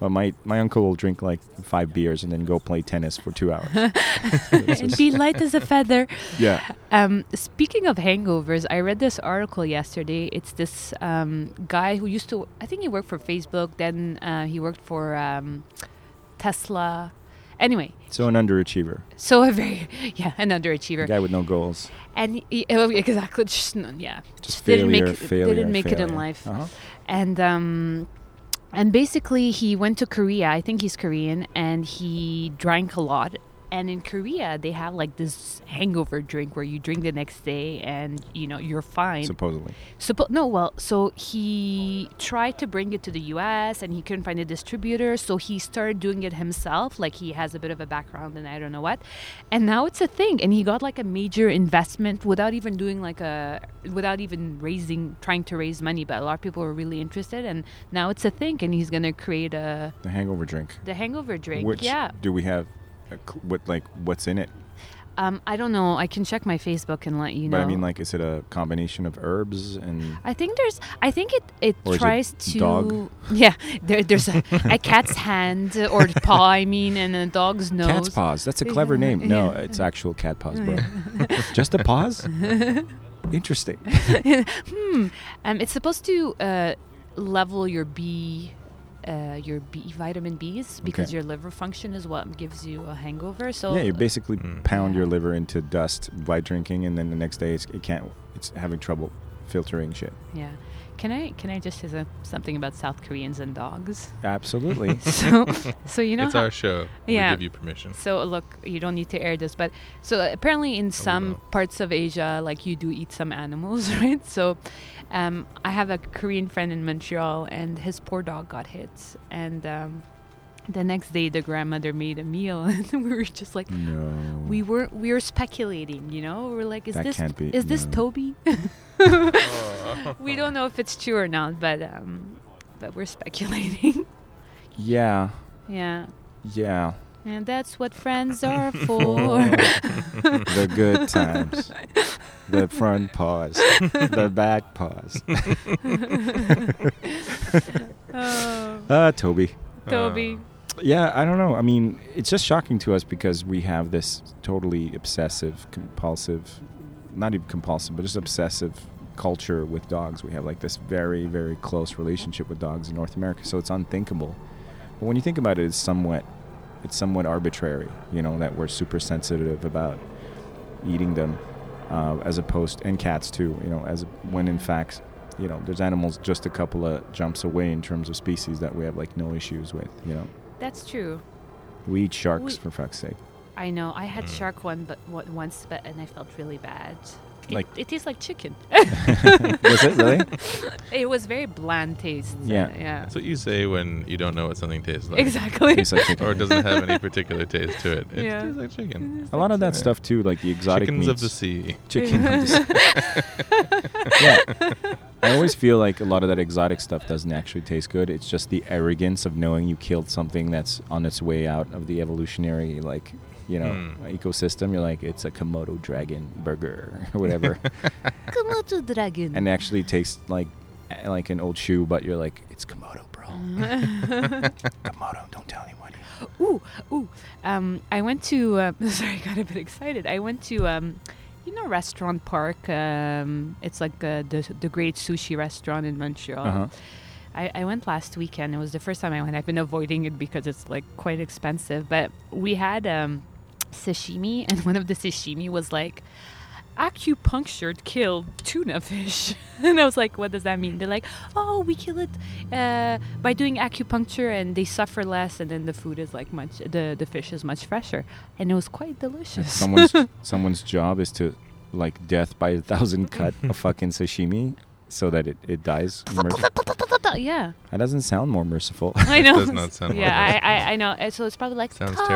[SPEAKER 2] But my, my uncle will drink like five beers and then go play tennis for two hours. It's
[SPEAKER 8] and
[SPEAKER 2] just-
[SPEAKER 8] be light as a feather.
[SPEAKER 2] yeah.
[SPEAKER 8] Um, speaking of hangovers, I read this article yesterday. It's this um, guy who used to, I think he worked for Facebook, then uh, he worked for um, Tesla. Anyway,
[SPEAKER 2] So an underachiever,
[SPEAKER 8] so a very, yeah, an underachiever.
[SPEAKER 2] a guy with no goals,
[SPEAKER 8] And he, oh, yeah, exactly, just, n- yeah,
[SPEAKER 2] just
[SPEAKER 8] didn't
[SPEAKER 2] failure,
[SPEAKER 8] make, it-
[SPEAKER 2] failure,
[SPEAKER 8] didn't make it in
[SPEAKER 2] failure.
[SPEAKER 8] life.
[SPEAKER 2] Uh-huh.
[SPEAKER 8] And, um, and basically, he went to Korea. I think he's Korean, and he drank a lot. And in Korea, they have like this hangover drink where you drink the next day, and you know you're fine.
[SPEAKER 2] Supposedly,
[SPEAKER 8] Suppo- no, well, so he tried to bring it to the US and he couldn't find a distributor, so he started doing it himself. Like he has a bit of a background and I don't know what. And now it's a thing. And he got like a major investment without even doing like a, without even raising, trying to raise money. But a lot of people were really interested. And now it's a thing. And he's going to create a,
[SPEAKER 2] the hangover drink.
[SPEAKER 8] the hangover drink.
[SPEAKER 2] Which
[SPEAKER 8] yeah.
[SPEAKER 2] do we have? A cl- what like what's in it?
[SPEAKER 8] Um, I don't know. I can check my Facebook and let you know.
[SPEAKER 2] But I mean, like, is it a combination of herbs and?
[SPEAKER 8] I think there's. I think it it
[SPEAKER 2] Or is it
[SPEAKER 8] tries to.
[SPEAKER 2] dog?
[SPEAKER 8] Yeah, there, there's a, a cat's hand or paw. I mean, and a dog's nose.
[SPEAKER 2] Cat's paws. That's a clever
[SPEAKER 8] Yeah,
[SPEAKER 2] name. No,
[SPEAKER 8] yeah.
[SPEAKER 2] it's actual cat paws, bro. Just a paws? Interesting.
[SPEAKER 8] Um, it's supposed to uh, level your B. Uh, your B vitamin B's because
[SPEAKER 2] Okay.
[SPEAKER 8] your liver function is what gives you a hangover. So
[SPEAKER 2] Yeah, you basically
[SPEAKER 1] Mm.
[SPEAKER 2] pound
[SPEAKER 8] Yeah.
[SPEAKER 2] your liver into dust by drinking, and then the next day it's, it can't. It's having trouble filtering shit.
[SPEAKER 8] yeah. Can I can I just say some- something about South Koreans and dogs?
[SPEAKER 2] Absolutely.
[SPEAKER 8] So so you know
[SPEAKER 1] it's
[SPEAKER 8] how-
[SPEAKER 1] our show.
[SPEAKER 8] Yeah.
[SPEAKER 1] We give you permission.
[SPEAKER 8] So look, you don't need to air this, but so apparently
[SPEAKER 2] Oh,
[SPEAKER 8] in some
[SPEAKER 1] will.
[SPEAKER 8] parts of Asia, like you do eat some animals, right? So um, I have a Korean friend in Montreal, and his poor dog got hit, and um, the next day the grandmother made a meal, and we were just like.
[SPEAKER 2] no.
[SPEAKER 8] We were we were speculating, you know. We are like, is
[SPEAKER 2] That
[SPEAKER 8] this
[SPEAKER 2] can't be-
[SPEAKER 8] is this
[SPEAKER 2] no.
[SPEAKER 8] Toby?
[SPEAKER 1] Uh,
[SPEAKER 8] we don't know if it's true or not, but um, but we're speculating.
[SPEAKER 2] yeah.
[SPEAKER 8] yeah,
[SPEAKER 2] Yeah.
[SPEAKER 8] and that's what friends are for.
[SPEAKER 2] the good times. The front paws. The back paws.
[SPEAKER 8] oh.
[SPEAKER 2] Ah, Toby.
[SPEAKER 8] Toby.
[SPEAKER 1] uh,
[SPEAKER 2] Yeah, I don't know. I mean, it's just shocking to us because we have this totally obsessive, compulsive, not even compulsive, but just obsessive culture with dogs. We have like this very, very close relationship with dogs in North America, so it's unthinkable. But when you think about it, it's somewhat, it's somewhat arbitrary. You know that we're super sensitive about eating them, uh, as opposed and cats too. You know, as when in fact, you know, there's animals just a couple of jumps away in terms of species that we have like no issues with. You know.
[SPEAKER 8] That's true.
[SPEAKER 2] We eat sharks
[SPEAKER 8] We-
[SPEAKER 2] for fuck's sake.
[SPEAKER 8] I know. I had
[SPEAKER 2] Mm.
[SPEAKER 8] shark one, but wa- once, but and I felt really bad. It,
[SPEAKER 2] Like-
[SPEAKER 8] it tastes like chicken.
[SPEAKER 2] Was it really?
[SPEAKER 8] it was very bland taste.
[SPEAKER 2] Yeah.
[SPEAKER 8] Yeah.
[SPEAKER 1] That's what you say when you don't know what something tastes like.
[SPEAKER 8] Exactly.
[SPEAKER 2] Tastes like
[SPEAKER 1] Or it
[SPEAKER 2] chicken.
[SPEAKER 1] doesn't have any particular taste to it. It
[SPEAKER 8] Yeah.
[SPEAKER 1] tastes like chicken.
[SPEAKER 2] A lot of that stuff too, like the exotic
[SPEAKER 1] Chickens
[SPEAKER 2] meats.
[SPEAKER 1] of the sea.
[SPEAKER 2] Chicken of the sea. yeah. I always feel like a lot of that exotic stuff doesn't actually taste good. It's just the arrogance of knowing you killed something that's on its way out of the evolutionary, like, you know,
[SPEAKER 1] Mm.
[SPEAKER 2] ecosystem. You're like, it's a Komodo dragon burger or whatever.
[SPEAKER 8] Komodo dragon.
[SPEAKER 2] and it actually tastes like like an old shoe, but you're like, it's Komodo, bro. Kamado, don't tell anybody.
[SPEAKER 8] Ooh, ooh. Um, I went to. Uh, sorry, I got a bit excited. I went to. Um, you know, Restaurant Park. Um, it's like uh, the the great sushi restaurant in Montreal.
[SPEAKER 2] Uh-huh.
[SPEAKER 8] I, I went last weekend. It was the first time I went. I've been avoiding it because it's like quite expensive. But we had um, sashimi, and one of the sashimi was like acupunctured killed tuna fish and i was like what does that mean they're like oh we kill it uh, by doing acupuncture and they suffer less and then the food is like much the, the fish is much fresher and it was quite delicious
[SPEAKER 2] Someone's someone's job is to like death by a thousand cut a fucking sashimi so that it, it dies. Merc-
[SPEAKER 8] yeah
[SPEAKER 2] that doesn't sound more merciful.
[SPEAKER 8] i know
[SPEAKER 1] does not sound
[SPEAKER 8] yeah
[SPEAKER 1] like
[SPEAKER 8] I, I i know And so it's probably like
[SPEAKER 1] Sounds
[SPEAKER 8] "Ah."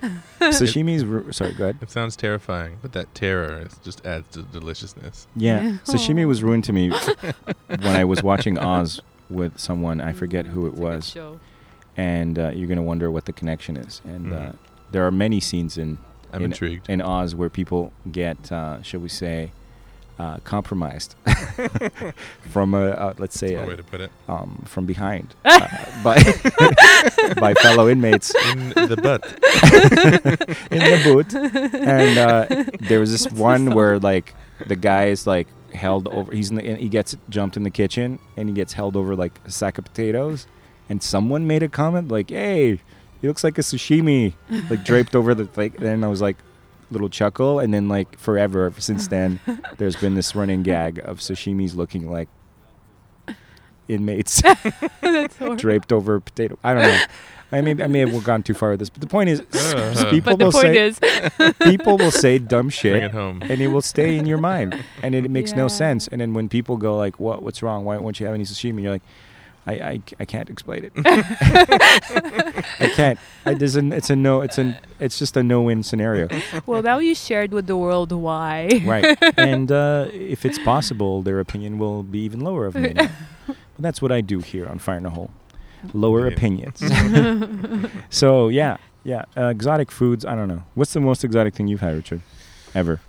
[SPEAKER 1] terrifying.
[SPEAKER 2] Sashimi is ru- sorry. Go ahead.
[SPEAKER 1] It sounds terrifying, but that terror is, just adds to the deliciousness.
[SPEAKER 2] Yeah, sashimi
[SPEAKER 8] Oh.
[SPEAKER 2] was ruined to me when I was watching Oz with someone. I forget who it
[SPEAKER 8] It's a good
[SPEAKER 2] was,
[SPEAKER 8] show.
[SPEAKER 2] and uh, you're gonna wonder what the connection is. And uh,
[SPEAKER 1] Mhm.
[SPEAKER 2] there are many scenes in
[SPEAKER 1] I'm
[SPEAKER 2] in,
[SPEAKER 1] intrigued.
[SPEAKER 2] in Oz where people get, uh, shall we say, uh, compromised from a uh, let's say
[SPEAKER 1] That's one
[SPEAKER 2] a,
[SPEAKER 1] way to put it.
[SPEAKER 2] um, from behind uh, by by fellow inmates
[SPEAKER 1] In the butt.
[SPEAKER 2] in the boot. And uh, there was this one where like the guy is like held over. He's in the, he gets jumped in the kitchen and he gets held over like a sack of potatoes. And someone made a comment like, "Hey, he looks like a sashimi," like draped over the thing. And I was like, little chuckle. And then like forever since then, there's been this running gag of sashimis looking like inmates draped over potato. I don't know. I may I may have gone too far with this, but the point is,
[SPEAKER 1] Uh,
[SPEAKER 2] people
[SPEAKER 8] but the
[SPEAKER 2] will
[SPEAKER 8] point
[SPEAKER 2] say
[SPEAKER 8] is
[SPEAKER 2] people will say dumb
[SPEAKER 1] Bring it
[SPEAKER 2] shit
[SPEAKER 1] home.
[SPEAKER 2] and it will stay in your mind and it, makes no
[SPEAKER 8] Yeah.
[SPEAKER 2] sense and then when people go like what what's wrong why won't you have any sashimi you're like I, I, I can't explain it. I can't. I, there's an, it's a no. It's an. It's just a no-win scenario,
[SPEAKER 8] well now you shared with the world why
[SPEAKER 2] right? And uh, if it's possible, their opinion will be even lower of me. now. But that's what I do here on Fire in a Hole, lower
[SPEAKER 1] Yeah.
[SPEAKER 2] opinions. so yeah, yeah. Uh, exotic foods. I don't know. What's the most exotic thing you've had, Richard, ever?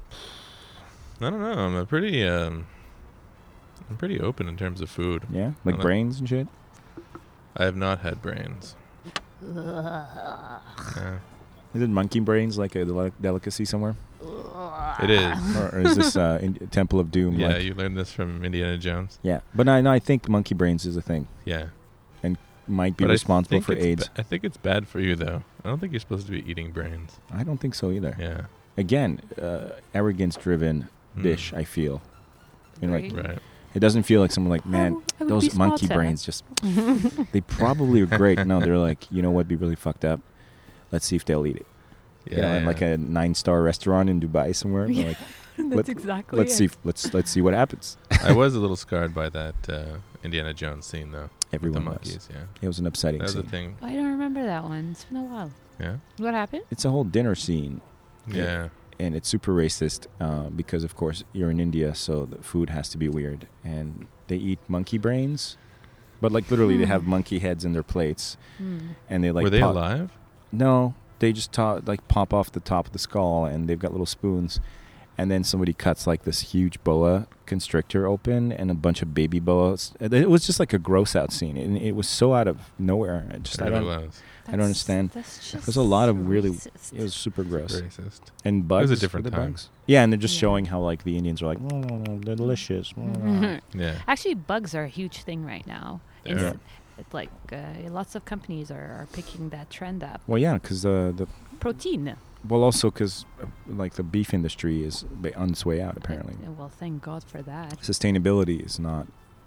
[SPEAKER 1] I don't know. I'm a pretty um, I'm pretty open in terms of food.
[SPEAKER 2] Yeah, like
[SPEAKER 1] Well, that-
[SPEAKER 2] brains and shit.
[SPEAKER 1] I have not had brains. Yeah.
[SPEAKER 2] Is it monkey brains like a deli- delicacy somewhere,
[SPEAKER 1] it is.
[SPEAKER 2] or, or is this uh, in- Temple of Doom?
[SPEAKER 1] Yeah,
[SPEAKER 2] like,
[SPEAKER 1] you learned this from Indiana Jones.
[SPEAKER 2] yeah. But I, no, I think monkey brains is a thing.
[SPEAKER 1] Yeah.
[SPEAKER 2] Might be
[SPEAKER 1] But I
[SPEAKER 2] responsible
[SPEAKER 1] think
[SPEAKER 2] for
[SPEAKER 1] it's
[SPEAKER 2] AIDS.
[SPEAKER 1] ba- I think it's bad for you though. I don't think you're supposed to be eating brains.
[SPEAKER 2] I don't think so either.
[SPEAKER 1] Yeah.
[SPEAKER 2] Again, uh, arrogance-driven
[SPEAKER 1] Mm.
[SPEAKER 2] dish. I feel. You know, like
[SPEAKER 8] Right.
[SPEAKER 1] Right.
[SPEAKER 2] it doesn't feel like someone like man.
[SPEAKER 8] I would be
[SPEAKER 2] Those monkey
[SPEAKER 8] smarter."
[SPEAKER 2] brains just. they probably are great. No, they're like you know what? Be really fucked up. Let's see if they'll eat it.
[SPEAKER 1] Yeah.
[SPEAKER 2] you know, in
[SPEAKER 1] yeah.
[SPEAKER 2] like a nine-star restaurant in Dubai somewhere. they're Like,
[SPEAKER 8] That's
[SPEAKER 2] Let-
[SPEAKER 8] exactly
[SPEAKER 2] let's
[SPEAKER 8] it.
[SPEAKER 2] see. If, let's let's see what happens.
[SPEAKER 1] I was a little scarred by that uh, Indiana Jones scene though. with the
[SPEAKER 2] Everyone was.
[SPEAKER 1] monkeys. Yeah.
[SPEAKER 2] It was an upsetting
[SPEAKER 1] That was the
[SPEAKER 2] scene.
[SPEAKER 1] thing.
[SPEAKER 8] I don't remember that one. It's been a while.
[SPEAKER 1] Yeah.
[SPEAKER 8] What happened?
[SPEAKER 2] It's a whole dinner scene, Yeah.
[SPEAKER 1] Yeah.
[SPEAKER 2] and it's super racist uh, because, of course, you're in India, so the food has to be weird. And they eat monkey brains, but like literally, they have monkey heads in their plates,
[SPEAKER 8] Hmm.
[SPEAKER 2] and they like
[SPEAKER 1] Were they
[SPEAKER 2] pop-
[SPEAKER 1] alive?
[SPEAKER 2] No, they just ta- like pop off the top of the skull, and they've got little spoons. And then somebody cuts like this huge boa constrictor open, and a bunch of baby boas. It was just like a gross out scene, and it was so out of nowhere. I just
[SPEAKER 1] It
[SPEAKER 2] I
[SPEAKER 1] really
[SPEAKER 2] don't.
[SPEAKER 1] was.
[SPEAKER 2] I don't understand.
[SPEAKER 8] That's just
[SPEAKER 2] There's a lot of
[SPEAKER 8] so
[SPEAKER 2] really.
[SPEAKER 8] racist.
[SPEAKER 2] It was super gross.
[SPEAKER 1] Racist.
[SPEAKER 2] And bugs.
[SPEAKER 1] a
[SPEAKER 2] were
[SPEAKER 1] different
[SPEAKER 2] the
[SPEAKER 1] time.
[SPEAKER 2] bugs? Yeah, and they're just
[SPEAKER 8] Yeah.
[SPEAKER 2] showing how like the Indians are like, mm, they're delicious. mm."
[SPEAKER 1] Yeah.
[SPEAKER 8] Actually, bugs are a huge thing right now.
[SPEAKER 1] They
[SPEAKER 8] It's,
[SPEAKER 1] are.
[SPEAKER 8] it's like uh, lots of companies are, are picking that trend up.
[SPEAKER 2] well, yeah, because uh, the
[SPEAKER 8] Protein.
[SPEAKER 2] well also because uh, like the beef industry is ba- on its way out apparently.
[SPEAKER 8] Uh, well, thank God for that.
[SPEAKER 2] Sustainability is not.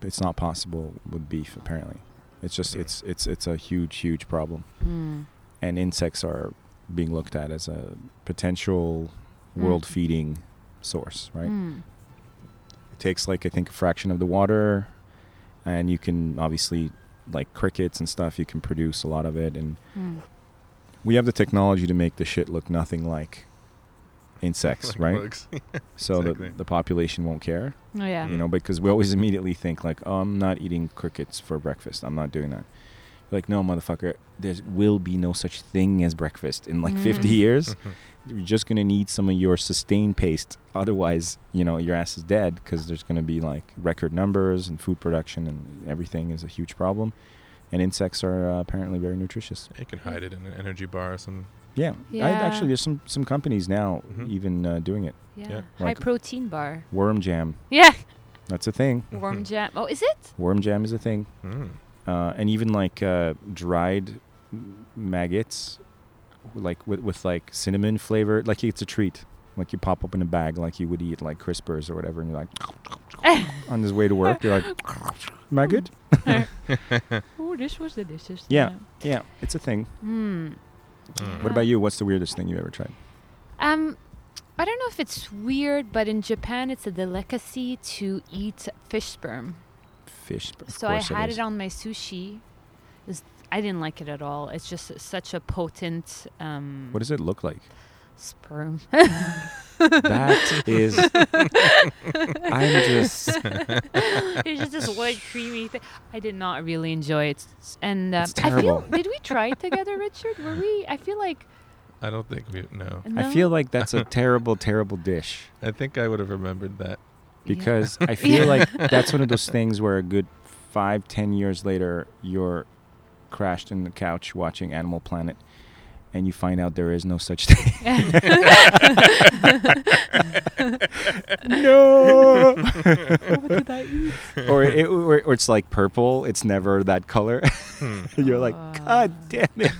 [SPEAKER 2] It's not possible with beef apparently. It's just it's it's it's a huge huge problem,
[SPEAKER 8] Mm.
[SPEAKER 2] and insects are being looked at as a potential
[SPEAKER 8] Mm.
[SPEAKER 2] world feeding source, right?
[SPEAKER 8] Mm.
[SPEAKER 2] It takes like I think a fraction of the water, and you can obviously like crickets and stuff. You can produce a lot of it, and
[SPEAKER 8] Mm.
[SPEAKER 2] we have the technology to make the shit look nothing like insects,
[SPEAKER 1] Like
[SPEAKER 2] right?
[SPEAKER 1] bugs.
[SPEAKER 2] So
[SPEAKER 1] exactly.
[SPEAKER 2] the, the population won't care,
[SPEAKER 8] Oh, yeah.
[SPEAKER 2] you know, because we always immediately think like, "Oh, I'm not eating crickets for breakfast. I'm not doing that." Like, no, motherfucker, there will be no such thing as breakfast in like 50
[SPEAKER 8] Mm.
[SPEAKER 2] years. You're just gonna need some of your sustain paste. Otherwise, you know, your ass is dead because there's gonna be like record numbers and food production and everything is a huge problem. and insects are uh, apparently very nutritious.
[SPEAKER 1] You can hide it in an energy bar or something.
[SPEAKER 2] Yeah, I,
[SPEAKER 8] Yeah.
[SPEAKER 2] actually, there's some some companies now
[SPEAKER 1] Mhm.
[SPEAKER 2] even uh, doing it.
[SPEAKER 8] Yeah.
[SPEAKER 1] Yeah.
[SPEAKER 8] High
[SPEAKER 2] Like-
[SPEAKER 8] protein bar.
[SPEAKER 2] Worm jam,
[SPEAKER 8] Yeah.
[SPEAKER 2] that's a thing.
[SPEAKER 1] Hmm.
[SPEAKER 8] Worm jam. Oh, is it?
[SPEAKER 2] Worm jam is a thing,
[SPEAKER 1] Mm.
[SPEAKER 2] uh, and even like uh, dried m- maggots, like with with like cinnamon flavor. Like it's a treat. Like you pop open a bag, like you would eat like crispers or whatever, and you're like on his way to work, you're like
[SPEAKER 8] Hmm.
[SPEAKER 2] maggot.
[SPEAKER 8] Oh, this was delicious.
[SPEAKER 2] Yeah. Yeah, it's a thing.
[SPEAKER 8] Hmm.
[SPEAKER 1] Mm.
[SPEAKER 2] What about you? What's the weirdest thing you've ever tried?
[SPEAKER 8] Um, I don't know if it's weird, but in Japan, it's a delicacy to eat fish sperm.
[SPEAKER 2] Fish. but of
[SPEAKER 8] so I
[SPEAKER 2] course
[SPEAKER 8] had
[SPEAKER 2] is.
[SPEAKER 8] it on my sushi. It was- I didn't like it at all. It's just such a potent um,
[SPEAKER 2] What does it look like?
[SPEAKER 8] sperm.
[SPEAKER 2] That is. I'm just.
[SPEAKER 8] it's just this white creamy thing. I did not really enjoy it, S- and um,
[SPEAKER 2] It's
[SPEAKER 8] I feel.
[SPEAKER 2] terrible.
[SPEAKER 8] Did we try it together, Richard? Were we? I feel like.
[SPEAKER 1] I don't think we no.
[SPEAKER 8] no?
[SPEAKER 2] I feel like that's a terrible, terrible dish
[SPEAKER 1] I think I would have remembered that.
[SPEAKER 8] Yeah.
[SPEAKER 2] because I feel
[SPEAKER 8] Yeah.
[SPEAKER 2] like that's one of those things where a good five, ten years later, you're crashed in the couch watching Animal Planet, and you find out there is no such thing. no.
[SPEAKER 8] what did I eat?
[SPEAKER 2] or it, or, or it's like purple. It's never that color. You're like,
[SPEAKER 8] Oh.
[SPEAKER 2] God damn it!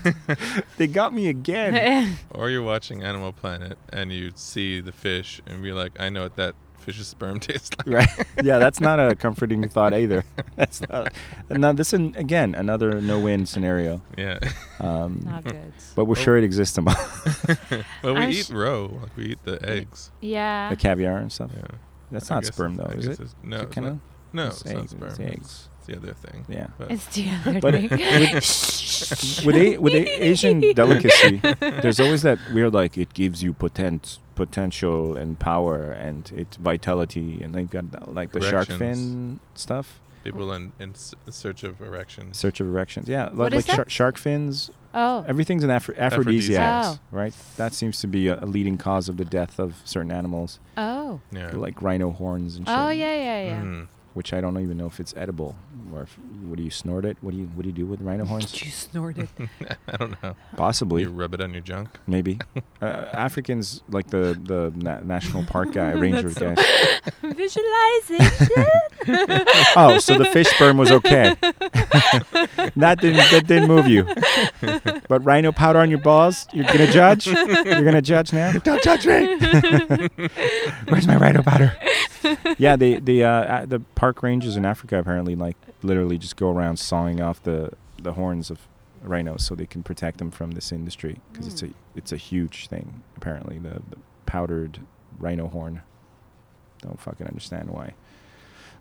[SPEAKER 2] they got me again.
[SPEAKER 1] Or you're watching Animal Planet and you see the fish and be like, I know what that fish's sperm tastes like.
[SPEAKER 2] right? Yeah, that's not a comforting thought either. That's not. Now this is again another no-win scenario.
[SPEAKER 1] Yeah.
[SPEAKER 2] Um,
[SPEAKER 8] Not good.
[SPEAKER 2] but
[SPEAKER 1] Oh.
[SPEAKER 2] we're sure it exists among
[SPEAKER 1] well, we
[SPEAKER 8] I
[SPEAKER 1] eat
[SPEAKER 8] sh-
[SPEAKER 1] roe. Like we eat the eggs.
[SPEAKER 8] Yeah.
[SPEAKER 2] the caviar and stuff.
[SPEAKER 1] Yeah.
[SPEAKER 2] That's
[SPEAKER 1] I
[SPEAKER 2] not
[SPEAKER 1] guess-
[SPEAKER 2] sperm though,
[SPEAKER 1] I
[SPEAKER 2] is
[SPEAKER 1] guess
[SPEAKER 2] it?
[SPEAKER 1] it's- No,
[SPEAKER 2] Is it
[SPEAKER 1] it's
[SPEAKER 2] kinda-
[SPEAKER 1] not- no,
[SPEAKER 2] it's
[SPEAKER 1] it's, not
[SPEAKER 2] eggs,
[SPEAKER 1] sperm.
[SPEAKER 2] it's
[SPEAKER 1] It's,
[SPEAKER 2] eggs.
[SPEAKER 1] the other thing.
[SPEAKER 2] Yeah.
[SPEAKER 1] But
[SPEAKER 8] It's the other
[SPEAKER 2] But-
[SPEAKER 8] thing.
[SPEAKER 2] with a, with a Asian delicacy, there's always that weird like it gives you potent potential and power and it's vitality and they've got that, like the shark fin
[SPEAKER 1] Erections.
[SPEAKER 2] stuff,
[SPEAKER 1] people in, in s- search of erections.
[SPEAKER 2] search of erections. Yeah, like,
[SPEAKER 8] What
[SPEAKER 2] like
[SPEAKER 8] is that?
[SPEAKER 2] shar- shark fins.
[SPEAKER 8] oh.
[SPEAKER 2] Everything's an Afro- aphrodisiac,
[SPEAKER 8] Aphrodisiacs.
[SPEAKER 2] right? That seems to be a, a leading cause of the death of certain animals,
[SPEAKER 8] Oh.
[SPEAKER 1] Yeah.
[SPEAKER 2] like rhino horns and shit.
[SPEAKER 8] Oh yeah yeah yeah.
[SPEAKER 2] Hmm.
[SPEAKER 1] Mm.
[SPEAKER 2] Which I don't even know if it's edible or if, what do you snort it? What do you what do you do with rhino horns?
[SPEAKER 8] You snorted.
[SPEAKER 1] I don't know.
[SPEAKER 2] Possibly.
[SPEAKER 1] You rub it on your junk.
[SPEAKER 2] Maybe uh, Africans like the the na- national park guy, ranger guy.
[SPEAKER 8] Visualization.
[SPEAKER 2] Oh, so the fish sperm was okay. that didn't that didn't move you. But rhino powder on your balls, you're gonna judge. You're gonna judge now. Don't judge me. Where's my rhino powder? Yeah, they the uh, uh, the park rangers in Africa apparently like literally just go around sawing off the the horns of rhinos so they can protect them from this industry because it's a it's a huge thing apparently the, the powdered rhino horn. Don't fucking understand why.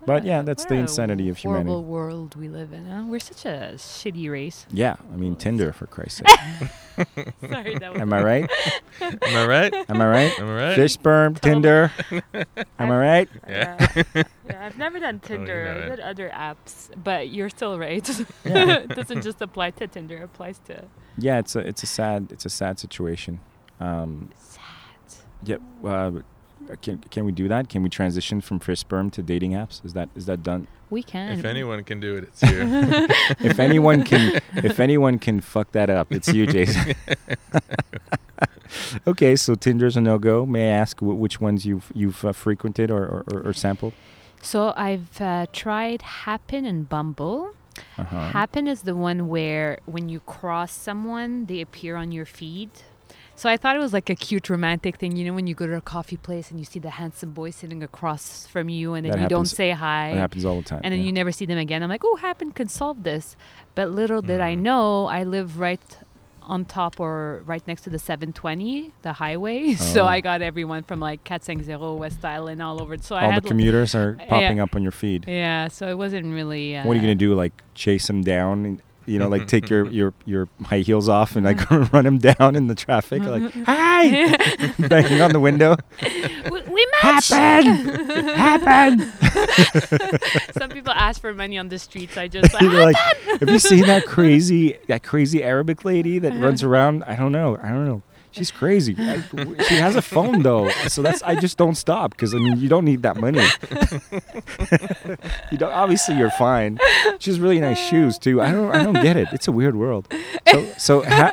[SPEAKER 2] But yeah, that's
[SPEAKER 8] What
[SPEAKER 2] the
[SPEAKER 8] a
[SPEAKER 2] insanity of humanity.
[SPEAKER 8] Horrible world we live in. Huh? We're such a shitty race.
[SPEAKER 2] Yeah, I mean Tinder for Christ's sake.
[SPEAKER 8] Sorry, that was.
[SPEAKER 2] Am I right?
[SPEAKER 1] Am I right?
[SPEAKER 2] Am I right?
[SPEAKER 1] Am I right?
[SPEAKER 2] Fish sperm, Tinder. Am I right?
[SPEAKER 1] Yeah.
[SPEAKER 8] yeah, I've never done
[SPEAKER 1] you
[SPEAKER 8] Tinder.
[SPEAKER 1] know
[SPEAKER 8] I've
[SPEAKER 1] it.
[SPEAKER 8] done other apps, but you're still right.
[SPEAKER 2] Yeah.
[SPEAKER 8] it doesn't just apply to Tinder. It applies to.
[SPEAKER 2] Yeah, it's a it's a sad it's a sad situation. Um,
[SPEAKER 8] Sad.
[SPEAKER 2] yep. Uh, can can we do that? Can we transition from fish sperm to dating apps? Is that is that done?
[SPEAKER 8] We can.
[SPEAKER 1] If anyone can do it, it's you.
[SPEAKER 2] If anyone can if anyone can fuck that up, it's you, Jason. okay, so Tinder's a no go. May I ask wh- which ones you've you've uh, frequented or, or, or, or sampled?
[SPEAKER 8] So I've uh, tried Happen and Bumble.
[SPEAKER 2] Uh-huh.
[SPEAKER 8] Happen is the one where when you cross someone, they appear on your feed. So I thought it was like a cute romantic thing, you know, when you go to a coffee place and you see the handsome boy sitting across from you, and then
[SPEAKER 2] That
[SPEAKER 8] you don't
[SPEAKER 2] happens-
[SPEAKER 8] say hi,
[SPEAKER 2] That happens all the time.
[SPEAKER 8] and then
[SPEAKER 2] yeah.
[SPEAKER 8] you never see them again. I'm like, oh, Happen can solve this, but little did
[SPEAKER 2] Mm.
[SPEAKER 8] I know, I live right on top or right next to the 720, the highway.
[SPEAKER 2] Oh.
[SPEAKER 8] So I got everyone from like 450 West Island all over. So I
[SPEAKER 2] all
[SPEAKER 8] had
[SPEAKER 2] the commuters are
[SPEAKER 8] yeah.
[SPEAKER 2] popping up on your feed.
[SPEAKER 8] yeah, so it wasn't really. Uh,
[SPEAKER 2] What are you gonna do? Like chase them down? And, you know, like take your your your high heels off and like run them down in the traffic? Like hi, banging on the window.
[SPEAKER 8] We, we matched.
[SPEAKER 2] Happen, happen.
[SPEAKER 8] Some people ask for money on the streets. I just ah. like,
[SPEAKER 2] You're like,
[SPEAKER 8] Uh-huh.
[SPEAKER 2] have you seen that crazy that crazy Arabic lady that runs around? I don't know. I don't know. She's crazy. I- she has a phone though, so that's I just don't stop because I mean you don't need that money. you don't obviously you're fine. She has really nice shoes too. I don't I don't get it. It's a weird world. So so ha-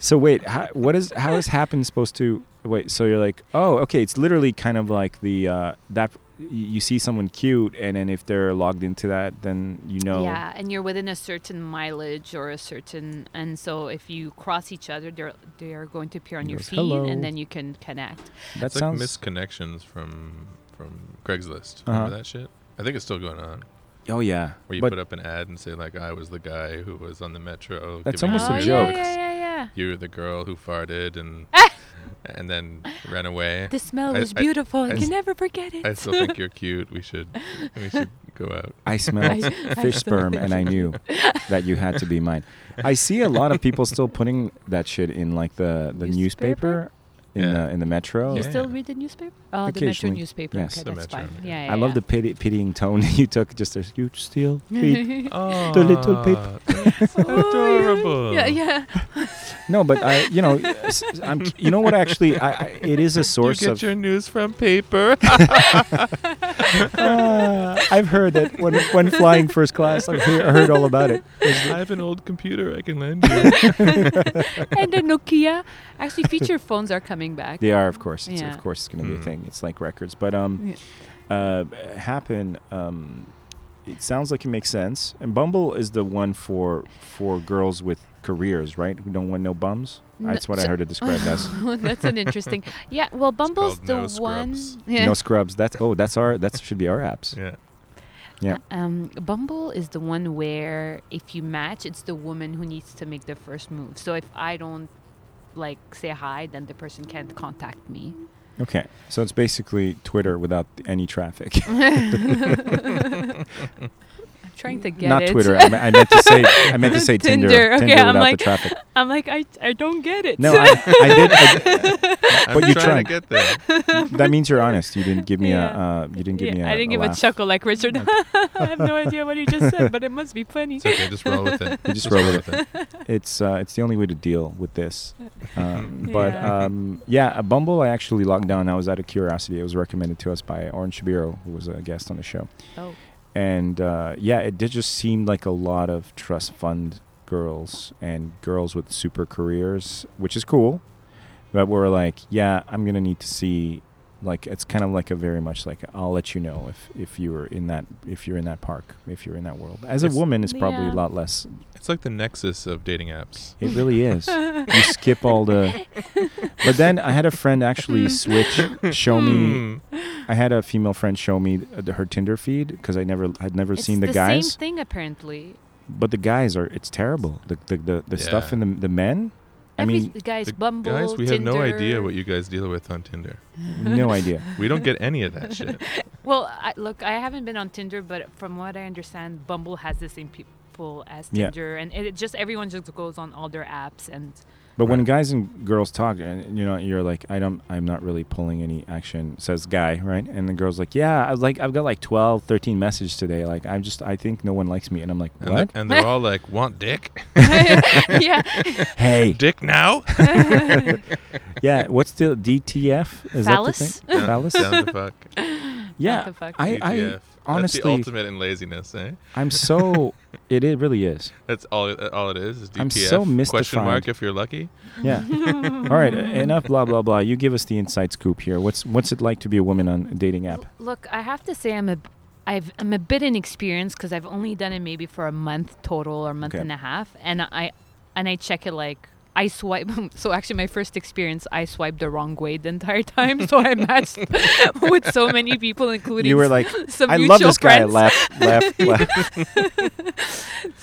[SPEAKER 2] so wait, how, what is how is happen supposed to wait? So you're like oh okay, it's literally kind of like the uh, that y- you see someone cute and then if they're logged into that then you know
[SPEAKER 8] Yeah, and you're within a certain mileage or a certain, and so if you cross each other, they're they are going to appear on your
[SPEAKER 2] goes,
[SPEAKER 8] feed,
[SPEAKER 2] "Hello."
[SPEAKER 8] and then you can connect.
[SPEAKER 2] that
[SPEAKER 1] It's like
[SPEAKER 2] sounds
[SPEAKER 1] misconnections from from Craigslist.
[SPEAKER 2] Uh-huh.
[SPEAKER 1] Remember that shit? I think it's still going on.
[SPEAKER 2] oh yeah
[SPEAKER 1] Where you
[SPEAKER 2] but
[SPEAKER 1] put up an ad and say like, "I was the guy who was on the metro."
[SPEAKER 2] That's
[SPEAKER 1] giving
[SPEAKER 2] almost a
[SPEAKER 1] away
[SPEAKER 2] joke.
[SPEAKER 8] Oh, Yeah,
[SPEAKER 1] books.
[SPEAKER 8] yeah, yeah, yeah.
[SPEAKER 1] You were the girl who farted and and then ran away.
[SPEAKER 8] The smell
[SPEAKER 1] I-
[SPEAKER 8] was
[SPEAKER 1] I-
[SPEAKER 8] beautiful.
[SPEAKER 1] I
[SPEAKER 8] I,
[SPEAKER 1] s-
[SPEAKER 8] can never forget it.
[SPEAKER 1] I still think you're cute. We should we should go out.
[SPEAKER 2] I smelled
[SPEAKER 8] I- I
[SPEAKER 2] fish
[SPEAKER 8] still
[SPEAKER 2] sperm and I knew that you had to be mine. I see a lot of people still putting that shit in like the, the newspaper,
[SPEAKER 8] Newspaper?
[SPEAKER 2] in
[SPEAKER 1] Yeah.
[SPEAKER 2] the in the metro.
[SPEAKER 8] you
[SPEAKER 1] Yeah.
[SPEAKER 8] still read the newspaper? Oh, the Metro
[SPEAKER 2] Occasionally,
[SPEAKER 8] newspaper.
[SPEAKER 2] yes.
[SPEAKER 8] Okay,
[SPEAKER 1] The
[SPEAKER 8] that's
[SPEAKER 1] Metro,
[SPEAKER 8] fine.
[SPEAKER 1] yeah.
[SPEAKER 8] Yeah,
[SPEAKER 2] I love the pity, pitying tone you took. Just there's you still feed.
[SPEAKER 1] Oh,
[SPEAKER 2] The little paper.
[SPEAKER 1] adorable.
[SPEAKER 8] Oh, Yeah, yeah.
[SPEAKER 2] no, but I, you know, s- I'm, you know what? Actually, I, I, it is a
[SPEAKER 1] You
[SPEAKER 2] source
[SPEAKER 1] get
[SPEAKER 2] of.
[SPEAKER 1] your news from paper.
[SPEAKER 2] Ah, I've heard that when when flying first class, I've heard, I heard all about it.
[SPEAKER 1] I have an old computer I can lend you.
[SPEAKER 8] and the Nokia. Actually, feature phones are coming back.
[SPEAKER 2] They are, of course. It's,
[SPEAKER 8] Yeah.
[SPEAKER 2] Of course, it's going to be
[SPEAKER 1] Mm.
[SPEAKER 2] a thing. It's like records, but um, uh, happen. Um, it sounds like it makes sense. And Bumble is the one for for girls with careers, right? Who don't want no bums.
[SPEAKER 8] No,
[SPEAKER 2] That's what I
[SPEAKER 8] so-
[SPEAKER 2] heard it described as.
[SPEAKER 8] Oh, That's an interesting. Yeah, well, Bumble's
[SPEAKER 1] called No
[SPEAKER 8] the one.
[SPEAKER 1] Scrubs.
[SPEAKER 8] Yeah.
[SPEAKER 2] No scrubs. That's oh, that's our that should be our apps.
[SPEAKER 1] yeah.
[SPEAKER 2] Yeah.
[SPEAKER 8] Um, Bumble is the one where if you match, it's the woman who needs to make the first move. So if I don't like say hi, then the person can't contact me.
[SPEAKER 2] Okay, so it's basically Twitter without any traffic.
[SPEAKER 8] I'm trying to get
[SPEAKER 2] Not
[SPEAKER 8] it.
[SPEAKER 2] Twitter. I, me- I meant to say I meant to say Tinder.
[SPEAKER 8] Tinder, okay, I'm
[SPEAKER 2] without
[SPEAKER 8] like-
[SPEAKER 2] the traffic.
[SPEAKER 8] I'm like I, I don't get it.
[SPEAKER 2] No, I, I did. I did-
[SPEAKER 1] I'm
[SPEAKER 2] you
[SPEAKER 1] trying
[SPEAKER 2] tried.
[SPEAKER 1] to get there.
[SPEAKER 2] that means you're honest. You didn't give me
[SPEAKER 8] Yeah.
[SPEAKER 2] a. Uh, you didn't give me a.
[SPEAKER 8] I didn't give
[SPEAKER 2] laugh.
[SPEAKER 8] a chuckle like Richard. I have no idea what you just said, but it must be funny.
[SPEAKER 1] It's okay. Just roll with it.
[SPEAKER 2] You just roll with it's uh, it's the only way to deal with this. Um, but
[SPEAKER 8] Yeah.
[SPEAKER 2] um, yeah, a Bumble I actually logged down. I was out of curiosity. It was recommended to us by Orange Shabiro, who was a guest on the show.
[SPEAKER 8] Oh.
[SPEAKER 2] And uh, yeah, it did just seem like a lot of trust fund girls and girls with super careers, which is cool. But we're like, yeah, I'm gonna need to see. Like it's kind of like a very much like I'll let you know if if you're in that if you're in that park if you're in that world. As a
[SPEAKER 1] It's-
[SPEAKER 2] woman, it's probably
[SPEAKER 8] Yeah.
[SPEAKER 2] a lot less
[SPEAKER 1] It's like the nexus of dating apps.
[SPEAKER 2] it really is. you skip all the. But then I had a friend
[SPEAKER 8] Mm.
[SPEAKER 2] actually switch, show me.
[SPEAKER 1] Mm.
[SPEAKER 2] I had a female friend show me th- her Tinder feed because I never had never
[SPEAKER 8] It's
[SPEAKER 2] seen the,
[SPEAKER 8] the
[SPEAKER 2] guys.
[SPEAKER 8] same thing apparently.
[SPEAKER 2] But the guys are it's terrible. The the the, the stuff
[SPEAKER 1] Yeah.
[SPEAKER 2] in the the men. I
[SPEAKER 8] Every
[SPEAKER 2] mean,
[SPEAKER 8] guys,
[SPEAKER 1] The
[SPEAKER 8] Bumble,
[SPEAKER 1] guys, we have no idea
[SPEAKER 8] Tinder.
[SPEAKER 1] what you guys deal with on Tinder.
[SPEAKER 2] no idea.
[SPEAKER 1] We don't get any of that shit.
[SPEAKER 8] Well, I, look, I haven't been on Tinder, but from what I understand, Bumble has the same people as
[SPEAKER 2] Yeah.
[SPEAKER 8] Tinder, and it just everyone just goes on all their apps, and
[SPEAKER 2] But when guys and girls talk, and you know, you're like, I don't, I'm not really pulling any action. Says guy, right? And the girl's like, Yeah, I was like, I've got like 12, 13 messages today. Like, I'm just, I think no one likes me. And I'm like,
[SPEAKER 1] And, they're,
[SPEAKER 2] What?
[SPEAKER 1] and they're all like, "Want dick?
[SPEAKER 8] yeah,
[SPEAKER 2] hey,
[SPEAKER 1] Dick now?"
[SPEAKER 2] Yeah, what's the DTF? Is
[SPEAKER 8] Phallus?
[SPEAKER 2] that the thing? Phallus?
[SPEAKER 1] Down the fuck.
[SPEAKER 2] Yeah.
[SPEAKER 8] the fuck?
[SPEAKER 2] I, I
[SPEAKER 1] DTF. That's the
[SPEAKER 2] honestly,
[SPEAKER 1] ultimate in laziness. Eh?
[SPEAKER 2] I'm so. It, it really is.
[SPEAKER 1] That's all. uh, All it is. is DTF.
[SPEAKER 2] I'm so
[SPEAKER 1] Question mark
[SPEAKER 2] mystified.
[SPEAKER 1] if you're lucky.
[SPEAKER 2] Yeah. All right. Enough blah blah blah. You give us the inside scoop here. What's what's it like to be a woman on a dating app?
[SPEAKER 8] Look, I have to say I'm a I've, I'm a bit inexperienced because I've only done it maybe for a month total or a month
[SPEAKER 2] Okay.
[SPEAKER 8] and a half, and I and I check it like I swipe. So actually, my first experience, I swiped the wrong way the entire time, so I matched with so many people, including
[SPEAKER 2] You were like,
[SPEAKER 8] some
[SPEAKER 2] I love
[SPEAKER 8] mutual
[SPEAKER 2] this guy.
[SPEAKER 8] friends.
[SPEAKER 2] Laugh, laugh, laugh.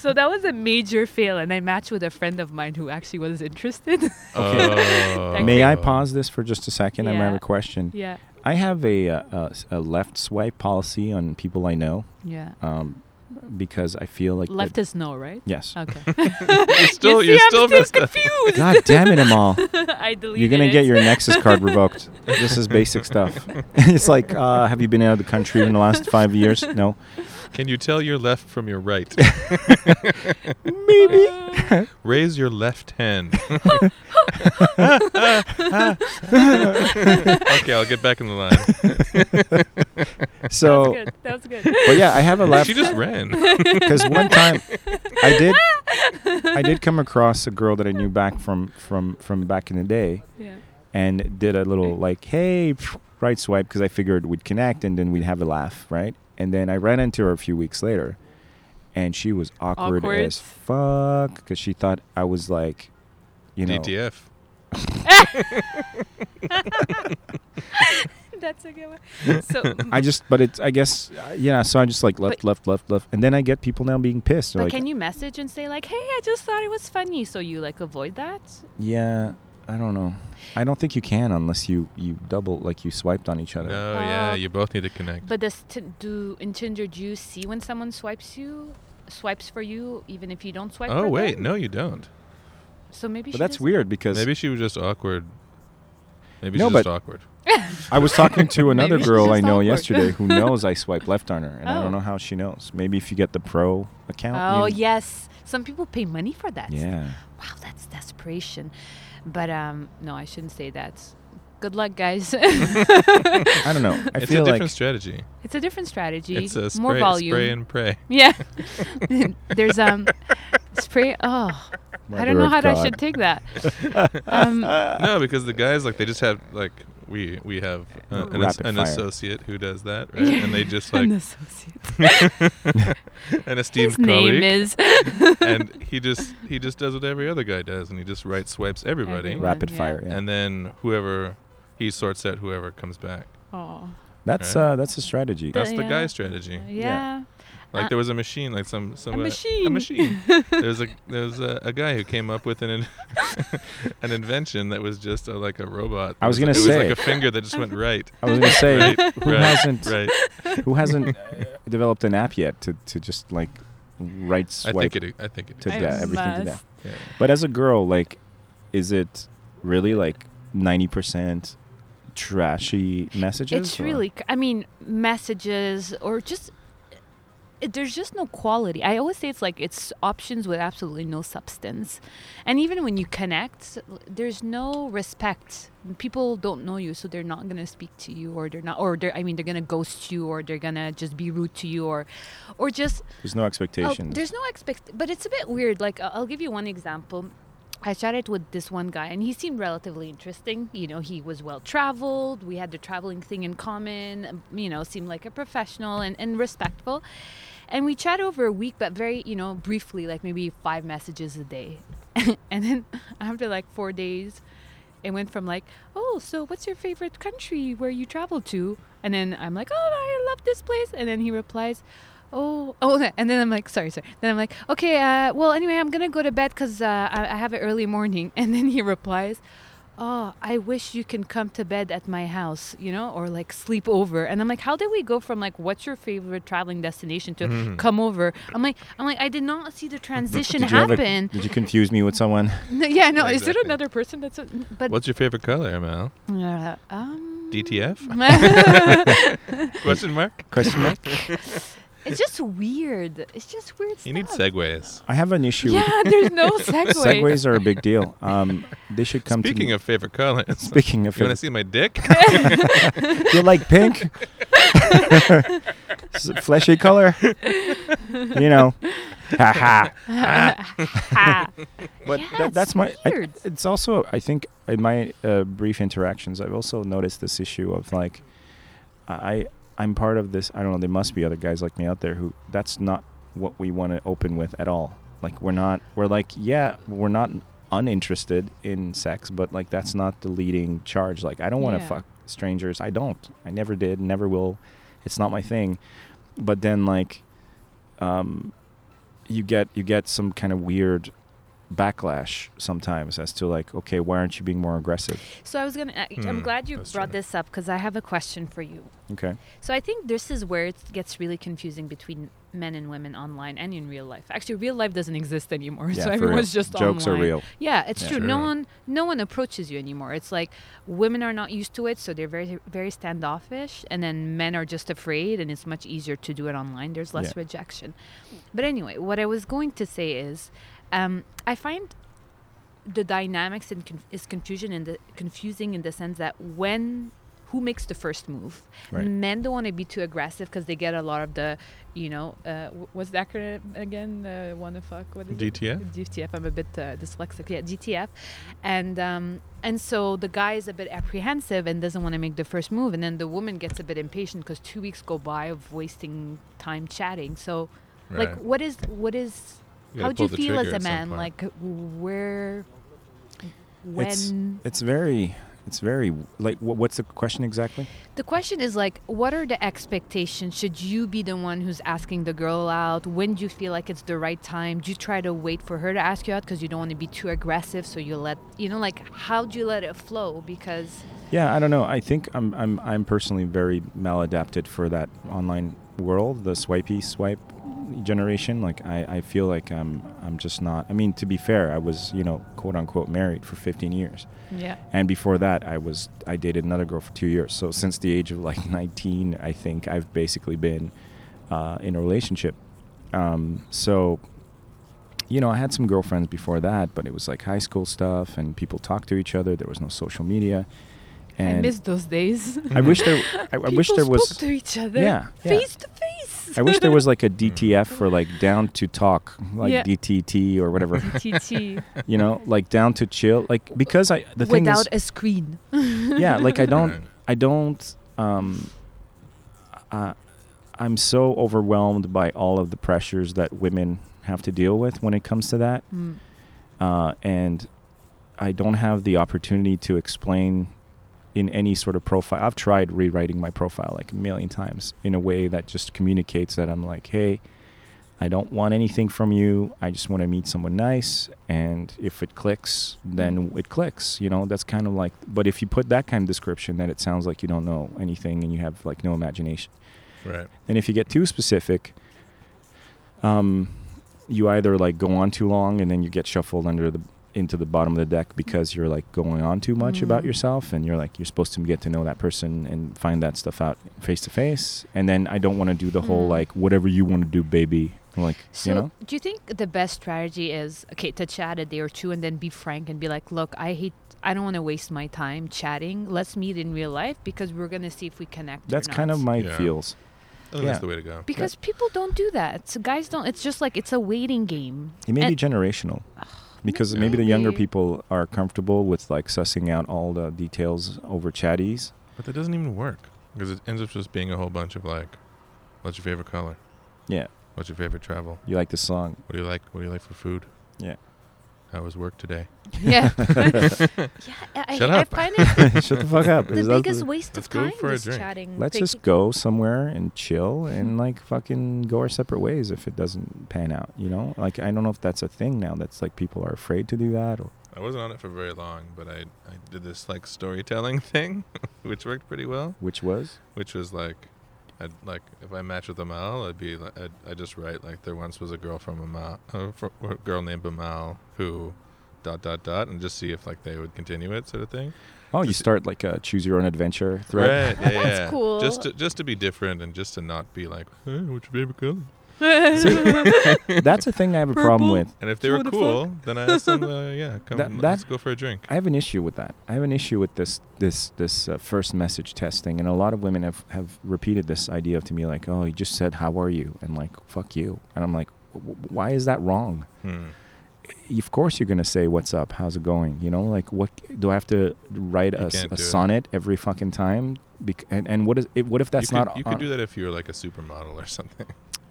[SPEAKER 8] So that was a major fail, and I matched with a friend of mine who actually was interested.
[SPEAKER 1] Okay.
[SPEAKER 2] May I pause this for just a second? I have
[SPEAKER 8] Yeah.
[SPEAKER 2] a question.
[SPEAKER 8] yeah,
[SPEAKER 2] I have a, uh, a s- a left swipe policy on people I know
[SPEAKER 8] yeah.
[SPEAKER 2] um, because I feel like that-
[SPEAKER 8] Left is no, right?
[SPEAKER 2] Yes.
[SPEAKER 8] Okay.
[SPEAKER 1] You're still,
[SPEAKER 8] see,
[SPEAKER 1] you're
[SPEAKER 8] I'm
[SPEAKER 1] still
[SPEAKER 8] still
[SPEAKER 1] messed up.
[SPEAKER 2] God damn it, Amal.
[SPEAKER 8] I deleted.
[SPEAKER 2] You're gonna
[SPEAKER 8] it.
[SPEAKER 2] get your Nexus card revoked. this is basic stuff. it's like, uh, have you been out of the country in the last five years? No.
[SPEAKER 1] Can you tell your left from your right?
[SPEAKER 2] Maybe.
[SPEAKER 1] Raise your left hand. okay, I'll get back in the line.
[SPEAKER 2] So,
[SPEAKER 8] Good. That was good.
[SPEAKER 2] but yeah, I have a left
[SPEAKER 1] She just ran.
[SPEAKER 2] because one time I did I did come across a girl that I knew back from from from back in the day
[SPEAKER 8] yeah.
[SPEAKER 2] and did a little like hey right swipe because I figured we'd connect and then we'd have a laugh right and then I ran into her a few weeks later and she was awkward,
[SPEAKER 8] Awkward.
[SPEAKER 2] as fuck because she thought I was like you know
[SPEAKER 1] DTF.
[SPEAKER 8] That's a good one. So,
[SPEAKER 2] I just but it's I guess uh, yeah so I just like left
[SPEAKER 8] But-
[SPEAKER 2] left left left and then I get people now being pissed They're
[SPEAKER 8] but
[SPEAKER 2] like
[SPEAKER 8] can you message and say like, "Hey, I just thought it was funny," so you like avoid that?
[SPEAKER 2] yeah I don't know I don't think you can unless you you double like you swiped on each
[SPEAKER 1] No,
[SPEAKER 2] other
[SPEAKER 1] Oh,
[SPEAKER 8] Uh,
[SPEAKER 1] yeah, you both need to connect.
[SPEAKER 8] But does t- do in Tinder do you see when someone swipes you, swipes for you, even if you don't swipe?
[SPEAKER 1] Oh
[SPEAKER 8] for
[SPEAKER 1] wait,
[SPEAKER 8] them?
[SPEAKER 1] no, you don't.
[SPEAKER 8] So maybe.
[SPEAKER 2] But
[SPEAKER 8] she
[SPEAKER 2] that's
[SPEAKER 8] doesn't-
[SPEAKER 2] weird because
[SPEAKER 1] Maybe she was just awkward. Maybe
[SPEAKER 2] No,
[SPEAKER 1] she's just
[SPEAKER 2] but-
[SPEAKER 1] awkward.
[SPEAKER 2] I was talking to another
[SPEAKER 8] Maybe she's
[SPEAKER 2] girl I
[SPEAKER 8] just
[SPEAKER 2] know
[SPEAKER 8] awkward.
[SPEAKER 2] yesterday who knows I swipe left on her, and I
[SPEAKER 8] Oh.
[SPEAKER 2] don't know how she knows. Maybe if you get the pro account.
[SPEAKER 8] Oh
[SPEAKER 2] you-
[SPEAKER 8] yes, some people pay money for that.
[SPEAKER 2] Yeah.
[SPEAKER 8] Wow, that's desperation. But um, no, I shouldn't say that. Good luck, guys.
[SPEAKER 2] I don't know. I
[SPEAKER 1] it's a
[SPEAKER 2] feel
[SPEAKER 1] different
[SPEAKER 2] like
[SPEAKER 1] strategy.
[SPEAKER 8] it's a different strategy.
[SPEAKER 1] It's a spray,
[SPEAKER 8] More volume.
[SPEAKER 1] spray and pray.
[SPEAKER 8] Yeah. There's um spray. Oh, I
[SPEAKER 2] Mother
[SPEAKER 8] don't know
[SPEAKER 2] of
[SPEAKER 8] how I should
[SPEAKER 2] God.
[SPEAKER 8] take that. Um,
[SPEAKER 1] no, because the guys like they just have like we we have uh, an, as-
[SPEAKER 2] Rapid
[SPEAKER 1] an
[SPEAKER 2] fire.
[SPEAKER 1] associate who does that, right? And they just like
[SPEAKER 8] an associate.
[SPEAKER 1] an esteemed
[SPEAKER 8] His name
[SPEAKER 1] colleague,
[SPEAKER 8] is
[SPEAKER 1] and he just he just does what every other guy does, and he just right swipes everybody,
[SPEAKER 8] Everyone.
[SPEAKER 2] rapid
[SPEAKER 8] Yeah.
[SPEAKER 2] fire. Yeah.
[SPEAKER 1] and then whoever he sorts out whoever comes back.
[SPEAKER 8] oh
[SPEAKER 2] that's
[SPEAKER 1] right.
[SPEAKER 2] uh, that's a strategy.
[SPEAKER 1] That's the
[SPEAKER 8] yeah.
[SPEAKER 1] guy strategy.
[SPEAKER 8] yeah.
[SPEAKER 1] Like
[SPEAKER 8] Uh,
[SPEAKER 1] there was a machine, like some some uh, A
[SPEAKER 8] machine.
[SPEAKER 1] machine. there's a there's a, a guy who came up with an in, an invention that was just a, like a robot.
[SPEAKER 2] I was
[SPEAKER 1] It
[SPEAKER 2] gonna
[SPEAKER 1] was
[SPEAKER 2] say.
[SPEAKER 1] like a finger that just went right,
[SPEAKER 2] I was gonna say
[SPEAKER 1] right,
[SPEAKER 2] who
[SPEAKER 1] right,
[SPEAKER 2] hasn't
[SPEAKER 1] right.
[SPEAKER 2] who hasn't uh, developed an app yet to, to just like right swipe
[SPEAKER 1] I think it. I think it.
[SPEAKER 2] to
[SPEAKER 8] I
[SPEAKER 2] yeah, everything to
[SPEAKER 8] must.
[SPEAKER 2] death.
[SPEAKER 1] Yeah.
[SPEAKER 2] But as a girl, like, is it really like ninety percent trashy messages?
[SPEAKER 8] It's
[SPEAKER 2] or-
[SPEAKER 8] really. c- I mean, messages or just. it- There's just no quality. I always say it's like it's options with absolutely no substance, and even when you connect, l- there's no respect. People don't know you, so they're not gonna speak to you, or they're not, or they're. I mean, they're gonna ghost you, or they're gonna just be rude to you, or, or just
[SPEAKER 2] there's no expectations.
[SPEAKER 8] Oh, there's no expect, but it's a bit weird. Like I- I'll give you one example. I chatted with this one guy, and he seemed relatively interesting. You know, he was well traveled. We had the traveling thing in common. um, You know, seemed like a professional and, and respectful. And we chat over a week, but very, you know, briefly, like maybe five messages a day. and then after like four days, it went from like, oh, so what's your favorite country where you travel to? And then I'm like, oh, I love this place. And then he replies, oh, oh, and then I'm like, sorry, sorry. Then I'm like, okay, uh, well, anyway, I'm gonna go to bed because uh, I, I have an early morning. And then he replies, oh, I wish you can come to bed at my house, you know, or like sleep over. And I'm like, how did we go from like, what's your favorite traveling destination to come over? I'm like, I'm like, I did not see the
[SPEAKER 2] Mm-hmm.
[SPEAKER 8] transition
[SPEAKER 2] Did you have a-
[SPEAKER 8] happen.
[SPEAKER 2] did you confuse me with someone?
[SPEAKER 8] No, yeah, no, is it
[SPEAKER 1] Exactly.
[SPEAKER 8] another person? That's a, but
[SPEAKER 1] What's your favorite color, Mal?
[SPEAKER 8] uh, um,
[SPEAKER 1] DTF?
[SPEAKER 8] it's
[SPEAKER 1] Question mark.
[SPEAKER 2] Question mark.
[SPEAKER 8] just weird. It's just weird.
[SPEAKER 1] You need
[SPEAKER 8] stuff.
[SPEAKER 1] segues.
[SPEAKER 2] I have an issue.
[SPEAKER 8] Yeah, there's no segue.
[SPEAKER 2] with Segways are a big deal. Um, they should come.
[SPEAKER 1] Speaking
[SPEAKER 2] to
[SPEAKER 1] of favorite colors,
[SPEAKER 2] speaking of,
[SPEAKER 1] you want to
[SPEAKER 2] it,
[SPEAKER 1] see my dick?
[SPEAKER 2] you like pink, S- fleshy color. you know, haha.
[SPEAKER 8] Ah,
[SPEAKER 2] But
[SPEAKER 8] Yeah,
[SPEAKER 2] tha-
[SPEAKER 8] it's
[SPEAKER 2] that's my. I-
[SPEAKER 8] weird.
[SPEAKER 2] it's also, I think, in my uh, brief interactions, I've also noticed this issue of like, I, I'm part of this. I don't know. There must be other guys like me out there who that's not what we want to open with at all. Like we're not. We're like, yeah, we're not uninterested in sex, but like that's not the leading charge. Like I don't want to
[SPEAKER 8] Yeah.
[SPEAKER 2] fuck strangers. I don't. I never did. Never will. It's not my thing. But then like, um, you get you get some kind of weird backlash sometimes as to like okay why aren't you being more aggressive
[SPEAKER 8] so I was gonna. I, I'm
[SPEAKER 1] Hmm,
[SPEAKER 8] glad you
[SPEAKER 1] that's
[SPEAKER 8] brought
[SPEAKER 1] true.
[SPEAKER 8] this up because I have a question for you.
[SPEAKER 2] okay
[SPEAKER 8] So I think this is where it gets really confusing between men and women online and in real life. Actually, real life doesn't exist anymore,
[SPEAKER 2] Yeah,
[SPEAKER 8] so
[SPEAKER 2] for real.
[SPEAKER 8] everyone's just
[SPEAKER 2] Jokes are
[SPEAKER 8] online.
[SPEAKER 2] real.
[SPEAKER 8] Yeah, it's
[SPEAKER 2] Yeah.
[SPEAKER 8] true. No
[SPEAKER 1] Sure.
[SPEAKER 8] one, no one approaches you anymore. It's like women are not used to it, so they're very, very standoffish, and then men are just afraid, and it's much easier to do it online. There's less
[SPEAKER 2] Yeah.
[SPEAKER 8] rejection. But anyway, what I was going to say is, um, I find the dynamics and conf- is confusion in the confusing in the sense that when who makes the first move
[SPEAKER 2] Right.
[SPEAKER 8] men don't want to be too aggressive because they get a lot of the you know uh, wh- what's that again uh, want to fuck what is it?
[SPEAKER 1] DTF?
[SPEAKER 8] DTF I'm a bit uh, dyslexic yeah DTF and um, and so the guy is a bit apprehensive and doesn't want to make the first move and then the woman gets a bit impatient because two weeks go by of wasting time chatting so like
[SPEAKER 1] Right.
[SPEAKER 8] what is what is
[SPEAKER 1] You gotta
[SPEAKER 8] how do
[SPEAKER 1] pull
[SPEAKER 8] you
[SPEAKER 1] the
[SPEAKER 8] feel as
[SPEAKER 1] trigger
[SPEAKER 8] a
[SPEAKER 1] at some
[SPEAKER 8] man
[SPEAKER 1] point.
[SPEAKER 8] like where when
[SPEAKER 2] It's- It's very, it's very like wh- what's the question exactly?
[SPEAKER 8] the question is like what are the expectations should you be the one who's asking the girl out when do you feel like it's the right time do you try to wait for her to ask you out because you don't want to be too aggressive so you let you know like how do you let it flow because
[SPEAKER 2] Yeah, I don't know. I think I'm I'm I'm personally very maladapted for that online world, the swipey swipe generation. Like I, I feel like I'm I'm just not I mean, to be fair, I was, you know, quote unquote married for fifteen years.
[SPEAKER 8] yeah
[SPEAKER 2] And before that I was I dated another girl for two years. So since the age of like nineteen, I think I've basically been uh, in a relationship. Um, so you know, I had some girlfriends before that, but it was like high school stuff and people talked to each other. There was no social media.
[SPEAKER 8] i miss those days
[SPEAKER 2] I wish there. I, I wish there was.
[SPEAKER 8] spoke to each other
[SPEAKER 2] Yeah, yeah.
[SPEAKER 8] face to face
[SPEAKER 2] I wish there was like a DTF for like down to talk, like
[SPEAKER 8] Yeah.
[SPEAKER 2] DTT or whatever.
[SPEAKER 8] TT
[SPEAKER 2] you know, like down to chill, like because I the thing
[SPEAKER 8] without
[SPEAKER 2] is,
[SPEAKER 8] a screen
[SPEAKER 2] yeah, like I
[SPEAKER 1] Right.
[SPEAKER 2] don't, I don't. Um, uh, I'm so overwhelmed by all of the pressures that women have to deal with when it comes to that.
[SPEAKER 8] Mm.
[SPEAKER 2] uh, and I don't have the opportunity to explain in any sort of profile. I've tried rewriting my profile like a million times in a way that just communicates that I'm like, hey, I don't want anything from you. I just want to meet someone nice, and if it clicks, then it clicks. You know, that's kind of like. But if you put that kind of description, then it sounds like you don't know anything and you have like no imagination.
[SPEAKER 1] Right.
[SPEAKER 2] And if you get too specific, um, you either like go on too long and then you get shuffled under the into the bottom of the deck because you're like going on too much about
[SPEAKER 8] Mm.
[SPEAKER 2] yourself and you're like you're supposed to get to know that person and find that stuff out face to face. And then I don't want to do the whole
[SPEAKER 8] Mm.
[SPEAKER 2] like whatever you want to do, baby. Like
[SPEAKER 8] So,
[SPEAKER 2] you know,
[SPEAKER 8] do you think the best strategy is okay to chat a day or two and then be frank and be like, "Look, I hate, I don't want to waste my time chatting. Let's meet in real life because we're gonna see if we connect." or
[SPEAKER 2] that's kind
[SPEAKER 8] not."
[SPEAKER 2] of my
[SPEAKER 1] Yeah.
[SPEAKER 2] feels.
[SPEAKER 1] I think
[SPEAKER 2] Yeah.
[SPEAKER 1] Oh, that's the way to go.
[SPEAKER 8] because people don't do that. So guys don't. It's just like it's a waiting game.
[SPEAKER 2] It may be
[SPEAKER 8] And-
[SPEAKER 2] generational because maybe the younger
[SPEAKER 8] maybe.
[SPEAKER 2] people are comfortable with like sussing out all the details over chatties.
[SPEAKER 1] But that doesn't even work because it ends up just being a whole bunch of like, what's your favorite color?
[SPEAKER 2] Yeah,
[SPEAKER 1] What's your favorite travel?
[SPEAKER 2] you like the song.
[SPEAKER 1] What do you like? What do you like for food?
[SPEAKER 2] Yeah.
[SPEAKER 1] How was work today?
[SPEAKER 8] Yeah. yeah. I,
[SPEAKER 1] Shut
[SPEAKER 8] I
[SPEAKER 1] up.
[SPEAKER 8] find it
[SPEAKER 2] Shut the fuck up.
[SPEAKER 8] the
[SPEAKER 2] Is that
[SPEAKER 8] biggest
[SPEAKER 2] the-
[SPEAKER 8] waste
[SPEAKER 1] Let's
[SPEAKER 8] of
[SPEAKER 1] go
[SPEAKER 8] time.
[SPEAKER 1] for a
[SPEAKER 8] this
[SPEAKER 1] drink.
[SPEAKER 8] chatting.
[SPEAKER 2] Let's
[SPEAKER 8] Taking-
[SPEAKER 2] just go somewhere and chill and like fucking go our separate ways if it doesn't pan out, you know? Like I don't know if that's a thing now that's like people are afraid to do that or
[SPEAKER 1] I wasn't on it for very long, but I, I did this like storytelling thing, which worked pretty well.
[SPEAKER 2] which was.
[SPEAKER 1] Which was like, I'd like if I match with Amal, I'd be like, I'd, I just write like there once was a girl from Amal, uh, fro- a girl named Amal who, dot dot dot, and just see if like they would continue it sort of thing.
[SPEAKER 2] Oh, you
[SPEAKER 1] Just-
[SPEAKER 2] start like a choose your own adventure thread.
[SPEAKER 1] Right, yeah,
[SPEAKER 8] That's
[SPEAKER 1] yeah.
[SPEAKER 8] cool.
[SPEAKER 1] Just to, just to be different and just to not be like, hey, what's your favorite color?
[SPEAKER 2] That's a thing I have a problem with.
[SPEAKER 1] And if they were cool, then I asked them, uh, yeah, come,
[SPEAKER 2] That-
[SPEAKER 1] let's
[SPEAKER 2] that-
[SPEAKER 1] go for a drink.
[SPEAKER 2] I have an issue with that. I have an issue with this this this uh, first message testing, and a lot of women have have repeated this idea to me, like, "Oh, you just said how are you," and like, "Fuck you," and I'm like, w- w- "Why is that wrong?"
[SPEAKER 1] Hmm.
[SPEAKER 2] of course you're gonna say what's up how's it going you know like what do i have to write a, s-
[SPEAKER 1] can't
[SPEAKER 2] a
[SPEAKER 1] do it.
[SPEAKER 2] sonnet every fucking time Bec- and, and what is it what if that's
[SPEAKER 1] you could,
[SPEAKER 2] not
[SPEAKER 1] You could
[SPEAKER 2] on-
[SPEAKER 1] do that if you were like a supermodel or something.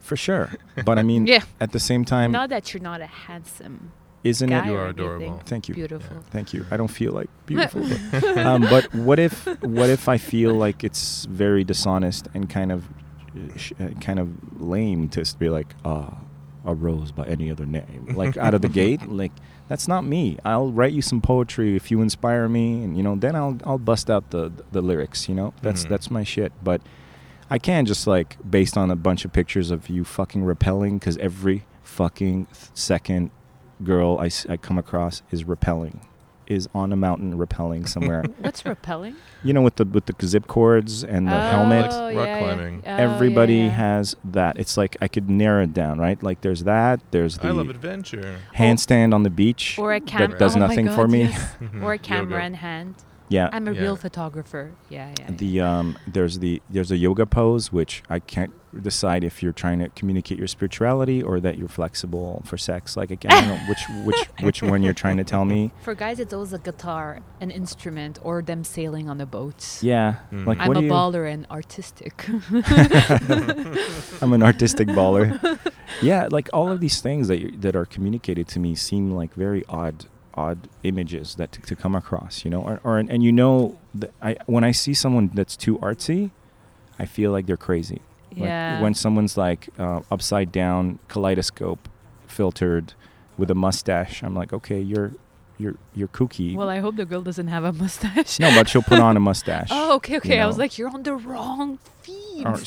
[SPEAKER 2] for sure but i mean
[SPEAKER 8] Yeah.
[SPEAKER 2] at the same time
[SPEAKER 8] Not that you're not a handsome
[SPEAKER 2] isn't
[SPEAKER 8] guy.
[SPEAKER 1] You
[SPEAKER 8] or
[SPEAKER 1] are
[SPEAKER 8] anything.
[SPEAKER 1] adorable.
[SPEAKER 2] Thank you.
[SPEAKER 8] Beautiful.
[SPEAKER 2] it thank you i don't feel like beautiful but, um, but what if what if i feel like it's very dishonest and kind of uh, sh- uh, kind of lame to s- be like ah a rose by any other name like out of the gate like that's not me i'll write you some poetry if you inspire me and you know then i'll i'll bust out the the lyrics you know that's
[SPEAKER 1] Mhm.
[SPEAKER 2] that's my shit but I can't just like based on a bunch of pictures of you fucking repelling because every fucking th- second girl I, s- I come across is repelling, is on a mountain repelling somewhere.
[SPEAKER 8] What's repelling?
[SPEAKER 2] you know, with the with the zip cords and the helmet.
[SPEAKER 8] Oh,
[SPEAKER 1] rock
[SPEAKER 8] yeah, yeah.
[SPEAKER 1] climbing.
[SPEAKER 8] Oh, yeah,
[SPEAKER 2] Everybody
[SPEAKER 8] yeah.
[SPEAKER 2] has that. It's like I could narrow it down, right? Like there's that. There's
[SPEAKER 1] I love
[SPEAKER 2] the
[SPEAKER 1] adventure.
[SPEAKER 2] handstand on the beach
[SPEAKER 8] or a camera
[SPEAKER 2] that does
[SPEAKER 8] oh my
[SPEAKER 2] nothing
[SPEAKER 8] God,
[SPEAKER 2] for me.
[SPEAKER 8] yes. or a
[SPEAKER 1] Mm-hmm.
[SPEAKER 8] camera
[SPEAKER 1] Yoga.
[SPEAKER 8] in hand.
[SPEAKER 2] Yeah.
[SPEAKER 8] I'm a
[SPEAKER 1] Yeah.
[SPEAKER 8] real photographer. Yeah, yeah. yeah.
[SPEAKER 2] the um there's the there's a yoga pose which i can't decide if you're trying to communicate your spirituality or that you're flexible for sex like again i don't know which which which one you're trying to tell me
[SPEAKER 8] For guys, it's always a guitar, an instrument, or them sailing on a boat.
[SPEAKER 2] yeah
[SPEAKER 1] Mm.
[SPEAKER 2] like
[SPEAKER 8] I'm
[SPEAKER 2] what
[SPEAKER 8] a
[SPEAKER 2] do you
[SPEAKER 8] baller and artistic.
[SPEAKER 2] i'm an artistic baller yeah like all of these things that you, that are communicated to me seem like very odd odd images that to, to come across you know or, or and you know that i when i see someone that's too artsy i feel like they're crazy Like,
[SPEAKER 8] yeah.
[SPEAKER 2] when someone's like uh, upside down kaleidoscope filtered with a mustache, I'm like, okay, you're you're you're kooky.
[SPEAKER 8] well, I hope the girl doesn't have a mustache.
[SPEAKER 2] no, but she'll put on a mustache.
[SPEAKER 8] Oh, okay, okay. I was
[SPEAKER 2] know.
[SPEAKER 8] like, you're on the wrong feed.
[SPEAKER 2] Or-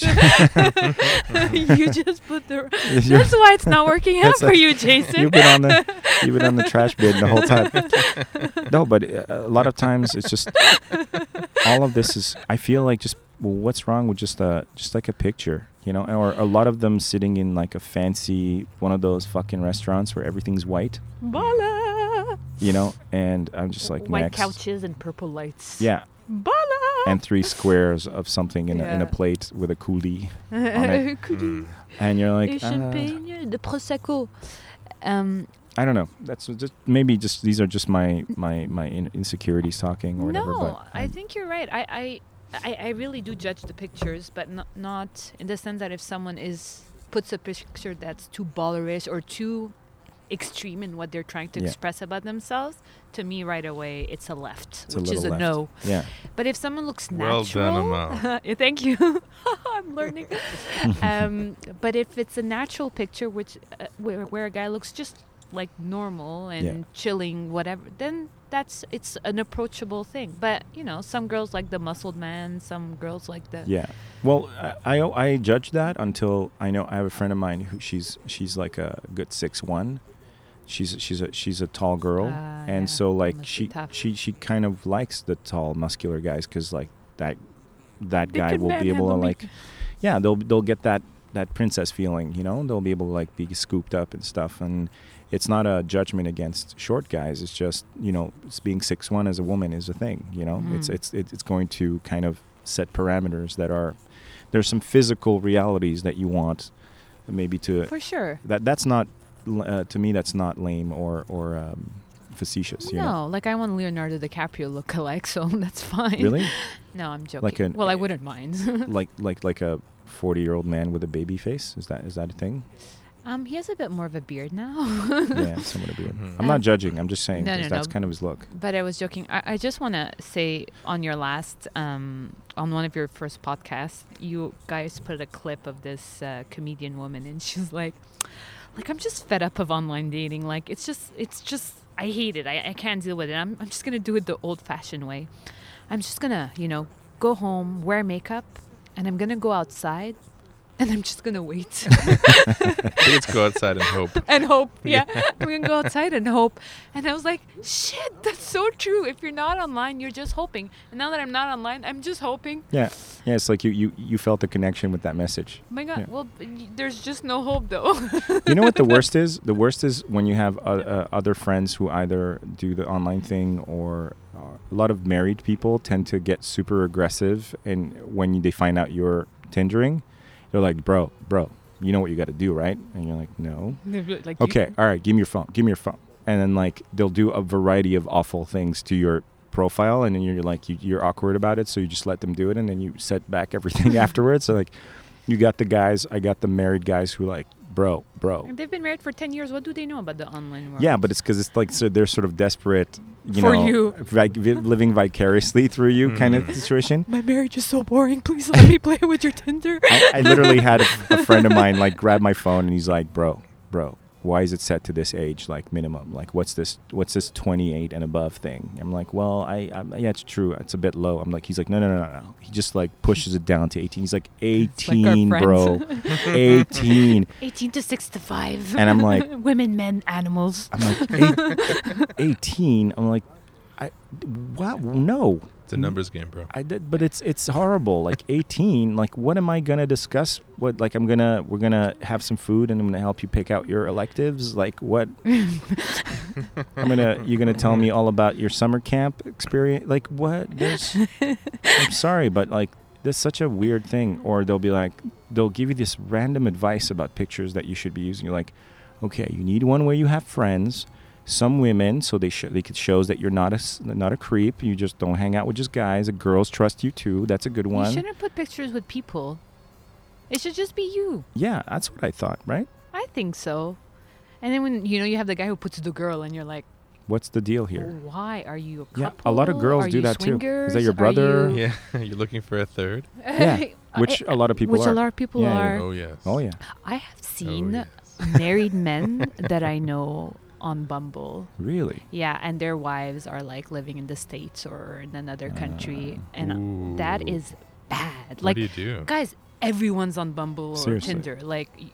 [SPEAKER 8] you just put the.
[SPEAKER 2] You're-
[SPEAKER 8] That's why it's not working out
[SPEAKER 2] That's
[SPEAKER 8] for
[SPEAKER 2] a-
[SPEAKER 8] you, Jason.
[SPEAKER 2] You've been on the you've been on the trash bin the whole time. No, but uh, a lot of times it's just all of this is. I feel like just well, what's wrong with just a just like a picture, you know, or a lot of them sitting in like a fancy one of those fucking restaurants where everything's white,
[SPEAKER 8] Bala.
[SPEAKER 2] you know, and I'm just like
[SPEAKER 8] White
[SPEAKER 2] next.
[SPEAKER 8] couches and purple lights.
[SPEAKER 2] Yeah,
[SPEAKER 8] Bala.
[SPEAKER 2] and three squares of something in, a, in a
[SPEAKER 8] Yeah.
[SPEAKER 2] plate with a coolie, it.
[SPEAKER 1] Mm.
[SPEAKER 8] Could
[SPEAKER 2] and you're
[SPEAKER 8] you
[SPEAKER 2] like, uh,
[SPEAKER 8] champagne, de prosecco. Um,
[SPEAKER 2] "Ah, I don't know. That's just maybe just these are just my my my in- insecurities talking or whatever.
[SPEAKER 8] no,
[SPEAKER 2] but,
[SPEAKER 8] I
[SPEAKER 2] um,
[SPEAKER 8] think you're right. I, I, I, I really do judge the pictures, but not, not in the sense that if someone is puts a picture that's too ballerish or too extreme in what they're trying to
[SPEAKER 2] Yeah.
[SPEAKER 8] express about themselves, to me right away it's a left,
[SPEAKER 2] it's a
[SPEAKER 8] which is a
[SPEAKER 2] little left.
[SPEAKER 8] no.
[SPEAKER 2] Yeah,
[SPEAKER 8] But if someone looks
[SPEAKER 1] Well
[SPEAKER 8] natural,
[SPEAKER 1] done, Amal.
[SPEAKER 8] Yeah, thank you. I'm learning. um, but if it's a natural picture, which uh, where, where a guy looks just like normal and chilling, whatever, then that's it's an approachable thing. But you know, some girls like the muscled man, some girls like the
[SPEAKER 2] yeah. Well, I, I I judge that until I know I have a friend of mine who she's she's like a good six one. She's she's a she's a tall girl,
[SPEAKER 8] Ah,
[SPEAKER 2] and
[SPEAKER 8] yeah,
[SPEAKER 2] so
[SPEAKER 8] that
[SPEAKER 2] like
[SPEAKER 8] must be
[SPEAKER 2] she
[SPEAKER 8] tough.
[SPEAKER 2] she she kind of likes the tall muscular guys because like that that
[SPEAKER 8] They
[SPEAKER 2] guy
[SPEAKER 8] could
[SPEAKER 2] will be able to
[SPEAKER 8] manhandle me.
[SPEAKER 2] like yeah they'll they'll get that that princess feeling you know they'll be able to like be scooped up and stuff and it's not a judgment against short guys it's just you know it's being six one as a woman is a thing you know it's
[SPEAKER 8] Mm.
[SPEAKER 2] it's it's it's going to kind of set parameters that are there's some physical realities that you want maybe to
[SPEAKER 8] for sure.
[SPEAKER 2] that that's not l- uh, to me that's not lame or or um, facetious you know
[SPEAKER 8] No, like I want a Leonardo DiCaprio look alike, so that's fine.
[SPEAKER 2] really
[SPEAKER 8] No, I'm joking.
[SPEAKER 2] Like an-
[SPEAKER 8] well, I wouldn't mind.
[SPEAKER 2] like like like a 40 year old man with a baby face is that is that a thing
[SPEAKER 8] um, he has a bit more of a beard now.
[SPEAKER 2] yeah somewhat of a beard. i'm
[SPEAKER 1] Mhm.
[SPEAKER 2] not
[SPEAKER 8] Um,
[SPEAKER 2] judging i'm just saying
[SPEAKER 8] no,
[SPEAKER 2] 'cause
[SPEAKER 8] no,
[SPEAKER 2] that's
[SPEAKER 8] no.
[SPEAKER 2] kind of his look
[SPEAKER 8] But I was joking. I, I just want to say on your last, um, on one of your first podcasts, you guys put a clip of this uh, comedian woman, and she's like, like I'm just fed up of online dating. Like it's just, it's just, I hate it. I, I can't deal with it. I'm, I'm just gonna do it the old-fashioned way. I'm just gonna, you know, go home, wear makeup, and I'm gonna go outside, and I'm just gonna wait
[SPEAKER 1] Let's go outside and hope.
[SPEAKER 8] and hope. Yeah, I'm gonna go outside and hope. And I was like, shit, that's so true. If you're not online, you're just hoping. And now that I'm not online, I'm just hoping.
[SPEAKER 2] yeah yeah it's like you you you felt a connection with that message
[SPEAKER 8] Oh my God,
[SPEAKER 2] Yeah.
[SPEAKER 8] well, b- y- there's just no hope though.
[SPEAKER 2] you know what the worst is? The worst is when you have uh, uh, other friends who either do the online thing or uh, a lot of married people tend to get super aggressive. And when they find out you're Tindering, they're like, bro, bro, you know what you got to do, right? And you're like, no.
[SPEAKER 8] like you-
[SPEAKER 2] Okay, all right, give me your phone, give me your phone. And then, like, they'll do a variety of awful things to your profile. And then you're like, you, you're awkward about it. So you just let them do it. And then you set back everything afterwards. So, like, you got the guys, I got the married guys who, like, bro, bro,
[SPEAKER 8] They've been married for 10 years. What do they know about the online world?
[SPEAKER 2] yeah, but it's because it's like so they're sort of desperate, you
[SPEAKER 8] For
[SPEAKER 2] know,
[SPEAKER 8] you.
[SPEAKER 2] vi- vi- living vicariously through you kind of situation.
[SPEAKER 8] My marriage is so boring. Please let me play with your Tinder.
[SPEAKER 2] I, I literally had a, a friend of mine like grab my phone and he's like, "Bro, bro, why is it set to this age like minimum? Like what's this what's this 28 and above thing? I'm like, well, I, I yeah, it's true. It's a bit low. I'm like, he's like, no, no, no, no, no. He just like pushes it down to 18. He's like, 18,
[SPEAKER 8] friends.
[SPEAKER 2] bro, 18.
[SPEAKER 8] 18 to 65.
[SPEAKER 2] And I'm like-
[SPEAKER 8] women, men, animals.
[SPEAKER 2] I'm like, eight, 18. I'm like, I, what? No,
[SPEAKER 1] It's
[SPEAKER 8] Mm.
[SPEAKER 1] a numbers game, bro.
[SPEAKER 2] I did, but it's it's horrible. Like 18, like what am I gonna discuss? What like I'm gonna we're gonna have some food and I'm gonna help you pick out your electives. Like what? I'm gonna you're gonna tell me all about your summer camp experience. Like what? There's, I'm sorry, but like that's such a weird thing. Or they'll be like they'll give you this random advice about pictures that you should be using. You're like, okay, you need one where you have friends some women so they show they could shows that you're not a s- not a creep you just don't hang out with just guys the girls trust you too that's a good
[SPEAKER 8] You
[SPEAKER 2] one
[SPEAKER 8] shouldn't put pictures with people. It should just be you.
[SPEAKER 2] yeah that's what i thought right
[SPEAKER 8] I think so. And then when you know you have the guy who puts the girl, and you're like,
[SPEAKER 2] what's the deal here
[SPEAKER 8] why are you a
[SPEAKER 2] Yeah,
[SPEAKER 8] couple?
[SPEAKER 2] a lot of girls
[SPEAKER 8] Are
[SPEAKER 2] do
[SPEAKER 8] you
[SPEAKER 2] that too. Is that
[SPEAKER 8] swingers?
[SPEAKER 2] your
[SPEAKER 8] Are
[SPEAKER 2] brother?
[SPEAKER 8] you-"
[SPEAKER 1] Yeah, you're looking for a third.
[SPEAKER 2] Yeah, which a lot of people
[SPEAKER 8] Which
[SPEAKER 2] are.
[SPEAKER 8] a lot of people
[SPEAKER 2] Yeah, yeah.
[SPEAKER 8] are.
[SPEAKER 1] Oh yes.
[SPEAKER 2] oh yeah
[SPEAKER 8] I have
[SPEAKER 1] Oh,
[SPEAKER 8] seen
[SPEAKER 1] yes.
[SPEAKER 8] married men that I know on Bumble.
[SPEAKER 2] really
[SPEAKER 8] Yeah, and their wives are like living in the states or in another country, and that
[SPEAKER 1] Ah. Ooh.
[SPEAKER 8] is bad.
[SPEAKER 1] what
[SPEAKER 8] Like,
[SPEAKER 1] do you do?
[SPEAKER 8] guys, everyone's on Bumble
[SPEAKER 2] Seriously.
[SPEAKER 8] or Tinder. Like, y-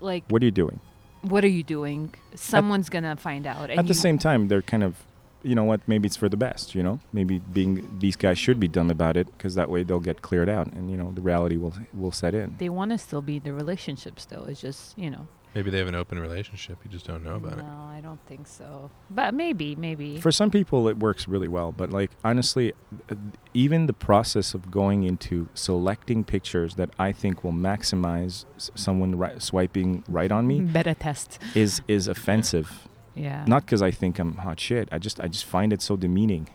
[SPEAKER 8] like
[SPEAKER 2] what are you doing
[SPEAKER 8] what are you doing? Someone's gonna find out. And
[SPEAKER 2] at the
[SPEAKER 8] you-
[SPEAKER 2] same time they're kind of you know what maybe it's for the best you know maybe being these guys should be dumb about it because that way they'll get cleared out and you know the reality will will set in
[SPEAKER 8] they want to still be in the relationships, though. It's just you know.
[SPEAKER 1] Maybe they have an open relationship. You just don't know about
[SPEAKER 8] no, I don't think so. But maybe, maybe.
[SPEAKER 2] For some people, it works really well, but like honestly, uh, even the process of going into selecting pictures that I think will maximize s- someone ri- swiping right on me
[SPEAKER 8] Better test.
[SPEAKER 2] is is offensive.
[SPEAKER 8] Yeah.
[SPEAKER 2] Not because I think I'm hot shit. I just I just find it so demeaning.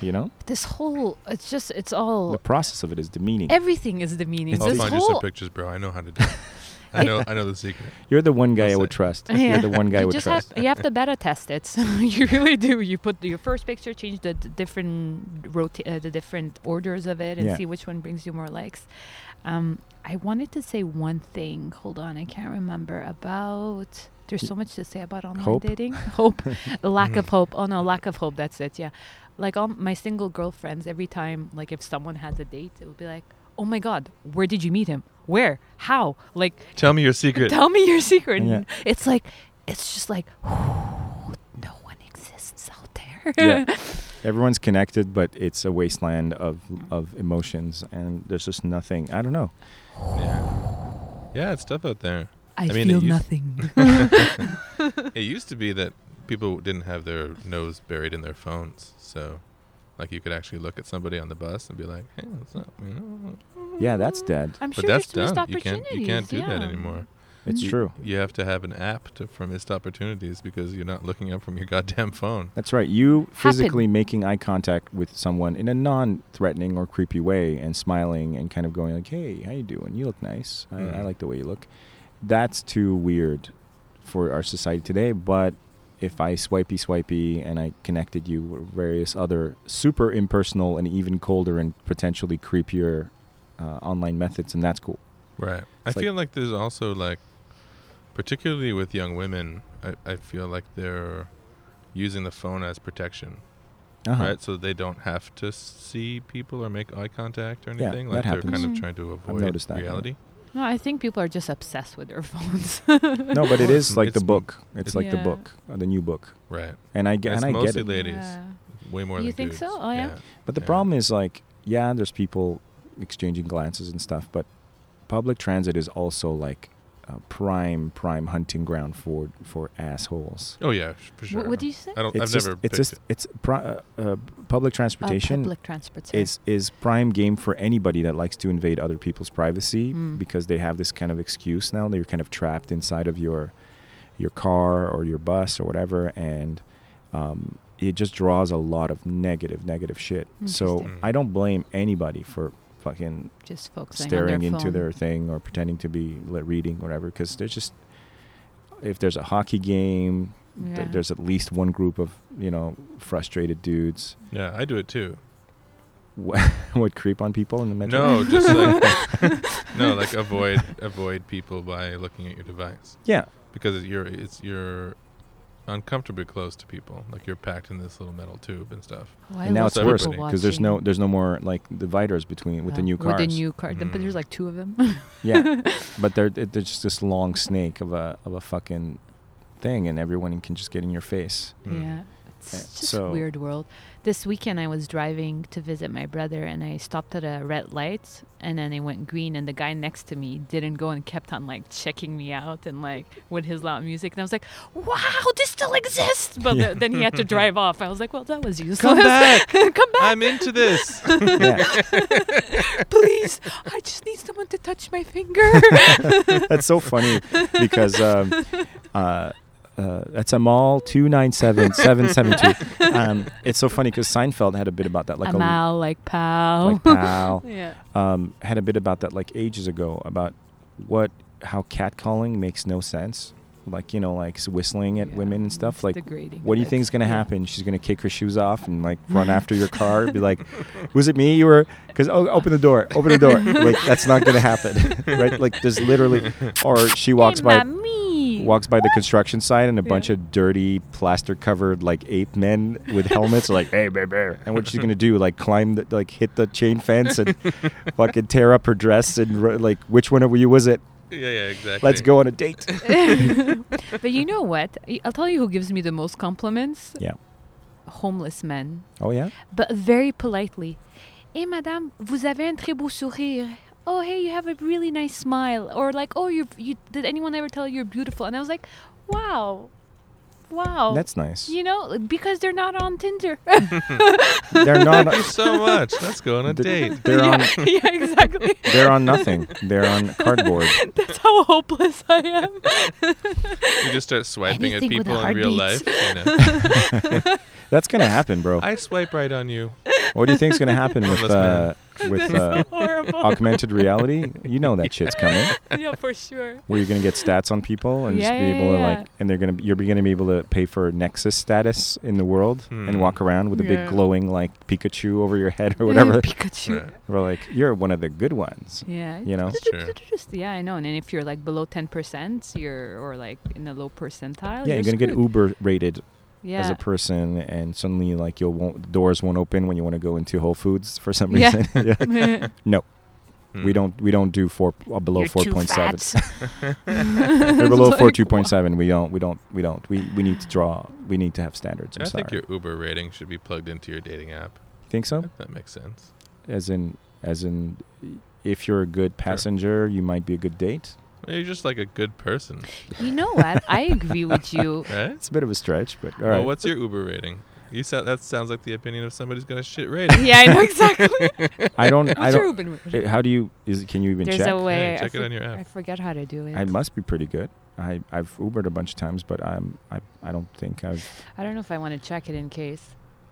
[SPEAKER 2] You know,
[SPEAKER 8] this whole. It's just. It's all.
[SPEAKER 2] the process of it is demeaning.
[SPEAKER 8] Everything is demeaning.
[SPEAKER 1] it. I'll
[SPEAKER 8] this
[SPEAKER 1] find you
[SPEAKER 8] whole.
[SPEAKER 1] some pictures, bro. I know how to do. It. I know. I know the secret.
[SPEAKER 2] You're the one guy I
[SPEAKER 1] I'll
[SPEAKER 2] would
[SPEAKER 1] say.
[SPEAKER 2] trust.
[SPEAKER 8] Yeah.
[SPEAKER 2] You're the one guy I
[SPEAKER 8] you
[SPEAKER 2] would
[SPEAKER 8] just
[SPEAKER 2] trust.
[SPEAKER 8] have you have to beta test it. So you really do. You put your first picture, change the, d different rota- uh, the different orders of it, and
[SPEAKER 2] Yeah.
[SPEAKER 8] see which one brings you more likes. Um, I wanted to say one thing. Hold on, I can't remember about. There's so much to say about online
[SPEAKER 2] Hope?
[SPEAKER 8] dating. Hope, lack of hope. Oh no, lack of hope. That's it. Yeah, like all my single girlfriends. Every time, like if someone has a date, it would be like, "Oh my God, where did you meet him? Where? How? Like
[SPEAKER 1] Tell me your secret.
[SPEAKER 8] Tell me your secret.
[SPEAKER 2] Yeah.
[SPEAKER 8] It's like, it's just like, no one exists out there.
[SPEAKER 2] yeah. Everyone's connected, but it's a wasteland of of emotions, and there's just nothing. I don't know.
[SPEAKER 1] Yeah. yeah, it's tough out there.
[SPEAKER 8] I,
[SPEAKER 1] mean, it
[SPEAKER 8] feel
[SPEAKER 1] used-
[SPEAKER 8] nothing.
[SPEAKER 1] It used to be that people didn't have their nose buried in their phones, so like you could actually look at somebody on the bus and be like, "Hey, what's up?" You know?
[SPEAKER 2] Yeah, that's dead.
[SPEAKER 8] I'm
[SPEAKER 1] But
[SPEAKER 8] sure
[SPEAKER 1] that's
[SPEAKER 8] there's missed
[SPEAKER 1] done. You can't.
[SPEAKER 8] opportunities.
[SPEAKER 1] You can't do that
[SPEAKER 8] yeah.
[SPEAKER 1] anymore.
[SPEAKER 2] It's
[SPEAKER 1] You-
[SPEAKER 2] true.
[SPEAKER 1] You have to have an app to, for missed opportunities because you're not looking up from your goddamn phone.
[SPEAKER 2] That's right. You physically making eye contact with someone in a non-threatening or creepy way, and smiling and kind of going like, "Hey, how you doing? You look nice. I, I
[SPEAKER 1] Mm.
[SPEAKER 2] like the way you look." That's too weird for our society today. But if I swipey swipey and I connected you with various other super impersonal and even colder and potentially creepier uh, online methods, and that's cool.
[SPEAKER 1] Right.
[SPEAKER 2] It's
[SPEAKER 1] I
[SPEAKER 2] like-
[SPEAKER 1] feel like there's also like, particularly with young women, I, I feel like they're using the phone as protection,
[SPEAKER 2] Uh-huh.
[SPEAKER 1] right? So they don't have to see people or make eye contact or
[SPEAKER 2] Yeah,
[SPEAKER 1] anything.
[SPEAKER 2] that
[SPEAKER 1] like they're kind
[SPEAKER 8] happens.
[SPEAKER 1] of trying to avoid
[SPEAKER 2] noticed that, yeah.
[SPEAKER 1] reality.
[SPEAKER 8] No, I think people are just obsessed with their phones.
[SPEAKER 2] No, but it is
[SPEAKER 1] It's-
[SPEAKER 2] like the
[SPEAKER 1] it's-
[SPEAKER 2] book. It's like the
[SPEAKER 8] Yeah.
[SPEAKER 2] book, uh, the new book.
[SPEAKER 1] Right.
[SPEAKER 2] And I get,
[SPEAKER 1] That's
[SPEAKER 2] and I get
[SPEAKER 1] mostly
[SPEAKER 2] it.
[SPEAKER 1] ladies.
[SPEAKER 8] Yeah.
[SPEAKER 1] Way more
[SPEAKER 8] You
[SPEAKER 1] than
[SPEAKER 8] think
[SPEAKER 1] dudes.
[SPEAKER 8] so? Oh, yeah?
[SPEAKER 2] But the
[SPEAKER 1] Yeah.
[SPEAKER 2] problem is like, yeah, there's people exchanging glances and stuff, but public transit is also like a prime prime hunting ground for for assholes.
[SPEAKER 1] Oh yeah, sh- for
[SPEAKER 8] Wh-
[SPEAKER 1] sure.
[SPEAKER 8] What do you say?
[SPEAKER 1] I don't.
[SPEAKER 2] It's
[SPEAKER 1] I've
[SPEAKER 2] just
[SPEAKER 1] never.
[SPEAKER 2] it's
[SPEAKER 1] picked
[SPEAKER 2] just
[SPEAKER 1] it.
[SPEAKER 2] it's pri- uh, uh, public transportation
[SPEAKER 8] Uh, public transport. sorry.
[SPEAKER 2] is is prime game for anybody that likes to invade other people's privacy
[SPEAKER 8] Mm.
[SPEAKER 2] because they have this kind of excuse now. They're kind of trapped inside of your your car or your bus or whatever, and um, it just draws a lot of negative negative shit. So
[SPEAKER 1] Interesting.
[SPEAKER 2] I don't blame anybody for fucking
[SPEAKER 8] just focusing on
[SPEAKER 2] staring
[SPEAKER 8] their
[SPEAKER 2] into
[SPEAKER 8] phone.
[SPEAKER 2] their thing or pretending to be li- reading or whatever because there's just if there's a hockey game th-
[SPEAKER 8] Yeah.
[SPEAKER 2] there's at least one group of you know frustrated dudes
[SPEAKER 1] Yeah, I do it too.
[SPEAKER 2] what, what creep on people in the metro
[SPEAKER 1] No, just like no, like avoid avoid people by looking at your device.
[SPEAKER 2] Yeah,
[SPEAKER 1] because you're it's you're uncomfortably close to people. Like you're packed in this little metal tube and stuff.
[SPEAKER 9] Why
[SPEAKER 2] And now
[SPEAKER 1] love
[SPEAKER 2] it's
[SPEAKER 1] that
[SPEAKER 2] worse
[SPEAKER 1] everybody.
[SPEAKER 2] because there's no there's no more like dividers between with the new cars.
[SPEAKER 8] With the new car, but
[SPEAKER 1] Mm.
[SPEAKER 8] there's like two of them.
[SPEAKER 2] yeah, but they're it- there's just this long snake of a of a fucking thing, and everyone can just get in your face.
[SPEAKER 1] Mm.
[SPEAKER 8] Yeah. It's
[SPEAKER 2] Yeah,
[SPEAKER 8] just
[SPEAKER 2] Hmm. Eh, so-
[SPEAKER 8] a weird world. This weekend I was driving to visit my brother and I stopped at a red light and then it went green and the guy next to me didn't go and kept on like checking me out and like with his loud music and I was like, "Wow, this still exists." But
[SPEAKER 2] Yeah.
[SPEAKER 8] the- then he had to drive off. I was like, "Well, that was useless."
[SPEAKER 1] Come back!
[SPEAKER 8] Come back,
[SPEAKER 1] I'm into this.
[SPEAKER 2] yeah,
[SPEAKER 8] please. I just need someone to touch my finger.
[SPEAKER 2] that's so funny because um, uh, uh, that's a mall two nine seven seven seven two. Um, it's so funny because Seinfeld had a bit about that, like
[SPEAKER 8] Amal, like
[SPEAKER 2] a
[SPEAKER 8] pal.
[SPEAKER 2] like pal.
[SPEAKER 8] yeah.
[SPEAKER 2] um, had a bit about that like ages ago about what how catcalling makes no sense like you know like s- whistling at
[SPEAKER 8] Yeah,
[SPEAKER 2] women and stuff
[SPEAKER 8] it's
[SPEAKER 2] like
[SPEAKER 8] degrading.
[SPEAKER 2] what do you think's
[SPEAKER 8] That's-
[SPEAKER 2] gonna
[SPEAKER 8] yeah.
[SPEAKER 2] happen she's gonna kick her shoes off and like run after your car be like was it me you were because oh open the door open the door like that's not gonna happen right like there's literally or she walks
[SPEAKER 8] Hey,
[SPEAKER 2] by
[SPEAKER 8] mommy.
[SPEAKER 2] walks by the construction site and a
[SPEAKER 8] Yeah.
[SPEAKER 2] bunch of dirty plaster covered like ape men with helmets are like hey baby and what she's gonna do like climb the, like hit the chain fence and fucking tear up her dress and ru- like which one of you was it
[SPEAKER 1] yeah, yeah, exactly.
[SPEAKER 2] let's go on a date
[SPEAKER 8] but you know what? I- I'll tell you who gives me the most compliments.
[SPEAKER 2] yeah
[SPEAKER 8] Homeless men,
[SPEAKER 2] oh yeah
[SPEAKER 8] but very politely. Hey, madame, vous avez un très beau sourire. Oh, hey, you have a really nice smile. Or like, oh, you you did anyone ever tell you you're beautiful? And I was like, wow, wow.
[SPEAKER 2] that's nice
[SPEAKER 8] Oh. you know because they're not on Tinder.
[SPEAKER 2] they're not
[SPEAKER 1] Thank you so much. Let's go on a date.
[SPEAKER 2] they're on
[SPEAKER 8] yeah, exactly.
[SPEAKER 2] they're on nothing they're on cardboard
[SPEAKER 8] That's how hopeless I am.
[SPEAKER 1] You just start swiping at
[SPEAKER 8] Anything with
[SPEAKER 1] people in real life.
[SPEAKER 8] heartbeats.
[SPEAKER 1] You know.
[SPEAKER 2] that's gonna happen bro
[SPEAKER 1] I swipe right on you.
[SPEAKER 2] what do you think's gonna happen with uh
[SPEAKER 1] Homeless
[SPEAKER 2] with uh
[SPEAKER 8] Horrible.
[SPEAKER 2] augmented reality you know that shit's coming
[SPEAKER 8] yeah, for sure.
[SPEAKER 2] where you're gonna get stats on people and just
[SPEAKER 8] Yeah,
[SPEAKER 2] be
[SPEAKER 8] yeah,
[SPEAKER 2] able to
[SPEAKER 8] yeah.
[SPEAKER 2] like, and they're gonna you're gonna be able to pay for Nexus status in the world
[SPEAKER 1] Hmm.
[SPEAKER 2] and walk around with a big
[SPEAKER 8] Yeah.
[SPEAKER 2] glowing like Pikachu over your head or whatever.
[SPEAKER 8] Pikachu.
[SPEAKER 2] We're like, you're one of the good ones,
[SPEAKER 8] Yeah.
[SPEAKER 2] you know.
[SPEAKER 1] That's true.
[SPEAKER 8] Just- yeah, I know. And then if you're like below ten percent, you're or like in the low percentile.
[SPEAKER 2] Yeah, you're gonna get
[SPEAKER 8] screwed.
[SPEAKER 2] Uber rated
[SPEAKER 8] yeah.
[SPEAKER 2] as a person, and suddenly like you won't doors won't open when you want to go into Whole Foods for some
[SPEAKER 8] Yeah.
[SPEAKER 2] reason. Yeah. No,
[SPEAKER 1] Hmm.
[SPEAKER 2] we don't we don't do four uh, below
[SPEAKER 8] You're
[SPEAKER 2] four
[SPEAKER 8] too
[SPEAKER 2] point seven.
[SPEAKER 8] fat.
[SPEAKER 2] Or below
[SPEAKER 8] Like,
[SPEAKER 2] four two point seven. We don't we don't we don't we we need to draw. We need to have standards. I'm
[SPEAKER 1] I
[SPEAKER 2] sorry.
[SPEAKER 1] think your Uber rating should be plugged into your dating app.
[SPEAKER 2] think so?
[SPEAKER 1] That makes sense.
[SPEAKER 2] as in as in if you're a good passenger you might be a good date
[SPEAKER 1] You're just like a good person,
[SPEAKER 8] You know what? I agree with you.
[SPEAKER 1] right?
[SPEAKER 2] it's a bit of a stretch but all
[SPEAKER 1] Well,
[SPEAKER 2] right
[SPEAKER 1] what's your Uber rating? You sound that sounds like the opinion of somebody who's got a shit rating.
[SPEAKER 8] Yeah, I know exactly.
[SPEAKER 2] i don't i
[SPEAKER 8] What's your
[SPEAKER 2] don't
[SPEAKER 8] Uber?
[SPEAKER 2] eh, how do you is can you even
[SPEAKER 8] There's
[SPEAKER 2] check
[SPEAKER 8] a way.
[SPEAKER 1] Yeah,
[SPEAKER 8] I,
[SPEAKER 1] check it on your app.
[SPEAKER 8] I forget how to do it.
[SPEAKER 2] i must be pretty good i i've ubered a bunch of times but i'm i, I don't think i've
[SPEAKER 8] I don't know if I want to check it in case.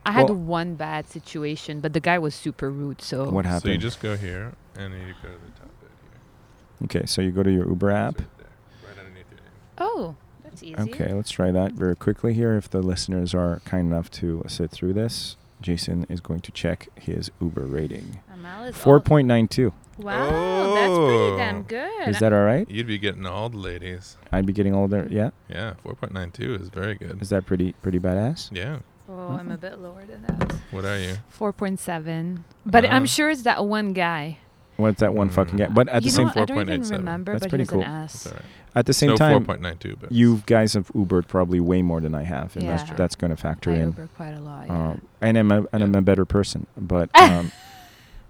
[SPEAKER 8] I had
[SPEAKER 2] Well-
[SPEAKER 8] one bad situation, but the guy was super rude. So
[SPEAKER 2] what happened
[SPEAKER 1] So you just go here and you go to the top bit here.
[SPEAKER 2] okay so you go to your uber
[SPEAKER 1] It's
[SPEAKER 2] app
[SPEAKER 1] right there, right underneath your name.
[SPEAKER 8] Oh, that's easy.
[SPEAKER 2] okay let's try that very quickly here if the listeners are kind enough to sit through this jason is going to check his uber rating
[SPEAKER 8] Amal is all-
[SPEAKER 2] 4.92
[SPEAKER 8] Wow, that's pretty damn
[SPEAKER 1] Oh.
[SPEAKER 8] good.
[SPEAKER 2] is that all right
[SPEAKER 1] You'd be getting all the ladies.
[SPEAKER 2] i'd be getting older yeah
[SPEAKER 1] Yeah, 4.92 is very good.
[SPEAKER 2] is that pretty pretty badass
[SPEAKER 1] Yeah.
[SPEAKER 8] oh, I'm a bit lower than that.
[SPEAKER 1] What are you?
[SPEAKER 8] 4.7. But
[SPEAKER 1] Oh.
[SPEAKER 8] I'm sure it's that one guy.
[SPEAKER 2] What's that one fucking
[SPEAKER 1] Mm.
[SPEAKER 2] guy? But at
[SPEAKER 8] you
[SPEAKER 2] the
[SPEAKER 8] know,
[SPEAKER 2] same
[SPEAKER 8] what? I don't even
[SPEAKER 1] 4.87.
[SPEAKER 8] remember,
[SPEAKER 2] That's
[SPEAKER 8] but
[SPEAKER 2] pretty
[SPEAKER 8] he's
[SPEAKER 2] cool.
[SPEAKER 8] an ass.
[SPEAKER 1] It's all right.
[SPEAKER 2] at the same
[SPEAKER 1] no,
[SPEAKER 2] time,
[SPEAKER 1] 4.92, but
[SPEAKER 2] you guys have Ubered probably way more than I have, and that's
[SPEAKER 8] Yeah.
[SPEAKER 2] that's going to factor
[SPEAKER 8] I
[SPEAKER 2] in.
[SPEAKER 8] Uber quite a lot. Yeah.
[SPEAKER 2] Uh, and I'm a, and I'm a better person, but um,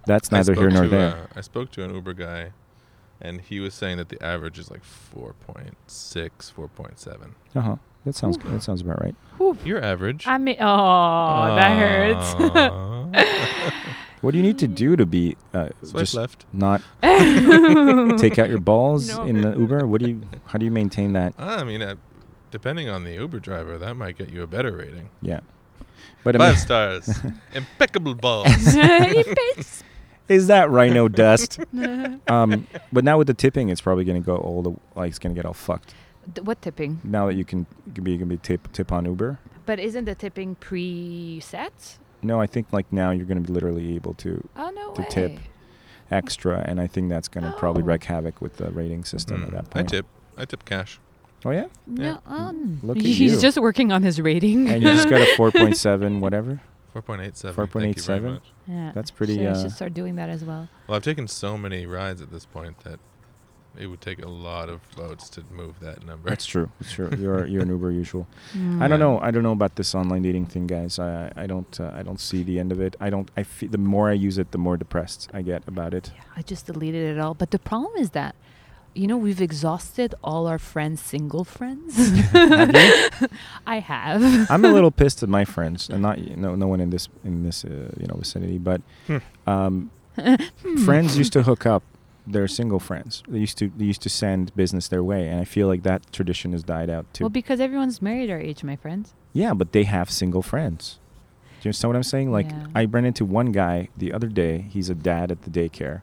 [SPEAKER 2] that's
[SPEAKER 1] I
[SPEAKER 2] neither here
[SPEAKER 1] spoke
[SPEAKER 2] nor
[SPEAKER 1] to,
[SPEAKER 2] there.
[SPEAKER 1] uh, I spoke to an Uber guy, and he was saying that the average is like 4.6, 4.7.
[SPEAKER 2] Uh, huh. That sounds that sounds about right.
[SPEAKER 1] Your average.
[SPEAKER 8] I mean, oh, that hurts.
[SPEAKER 1] hurts.
[SPEAKER 2] What do you need to do to be uh,
[SPEAKER 1] Swipe
[SPEAKER 2] just
[SPEAKER 1] left.
[SPEAKER 2] not take out your balls
[SPEAKER 8] No.
[SPEAKER 2] in the Uber? What do you how do you maintain that?
[SPEAKER 1] I mean, uh, depending on the Uber driver, that might get you a better rating.
[SPEAKER 2] Yeah, but um, I
[SPEAKER 1] Five
[SPEAKER 2] mean,
[SPEAKER 1] stars. Impeccable balls.
[SPEAKER 2] is that rhino dust? um, but now with the tipping, it's probably going to go all the like it's going to get all fucked.
[SPEAKER 8] D- what tipping?
[SPEAKER 2] Now that you can you can be you can be tip tip on Uber.
[SPEAKER 8] But isn't the tipping preset?
[SPEAKER 2] No, I think like now you're going to be literally able to
[SPEAKER 8] Oh, no
[SPEAKER 2] To
[SPEAKER 8] way.
[SPEAKER 2] tip. extra, and I think that's going to probably
[SPEAKER 8] Oh.
[SPEAKER 2] wreak havoc with the rating system at
[SPEAKER 1] Mm.
[SPEAKER 2] that
[SPEAKER 1] I
[SPEAKER 2] point.
[SPEAKER 1] tip. I tip cash.
[SPEAKER 2] Oh yeah,
[SPEAKER 1] Yeah.
[SPEAKER 8] No, um,
[SPEAKER 2] Look at
[SPEAKER 8] he's
[SPEAKER 2] you.
[SPEAKER 8] just working on his rating.
[SPEAKER 2] and you just got a four point seven, whatever.
[SPEAKER 1] 4.87. 4.87.
[SPEAKER 2] 4.87.
[SPEAKER 8] yeah.
[SPEAKER 2] That's pretty,
[SPEAKER 8] Should I
[SPEAKER 2] uh,
[SPEAKER 8] should start doing that as well.
[SPEAKER 1] Well, I've taken so many rides at this point that it would take a lot of votes to move that number.
[SPEAKER 2] That's true. It's true. You're you're an Uber usual. I don't know. I don't know about this online dating thing, guys. I I don't uh, I don't see the end of it. I don't. I feel the more I use it, the more depressed I get about it.
[SPEAKER 8] I just deleted it all. But the problem is that, you know, we've exhausted all our friends, single friends.
[SPEAKER 2] Have you?
[SPEAKER 8] I have.
[SPEAKER 2] I'm a little pissed at my friends, and not no no one in this in this uh, you know vicinity, but
[SPEAKER 1] Hmm.
[SPEAKER 2] um,
[SPEAKER 8] Hmm.
[SPEAKER 2] friends used to hook up. Their single friends. They used to they used to send business their way, and I feel like that tradition has died out too.
[SPEAKER 8] Well, because everyone's married our age, my friends.
[SPEAKER 2] Yeah, but they have single friends. Do you understand what I'm saying? Like,
[SPEAKER 8] Yeah.
[SPEAKER 2] I ran into one guy the other day. He's a dad at the daycare,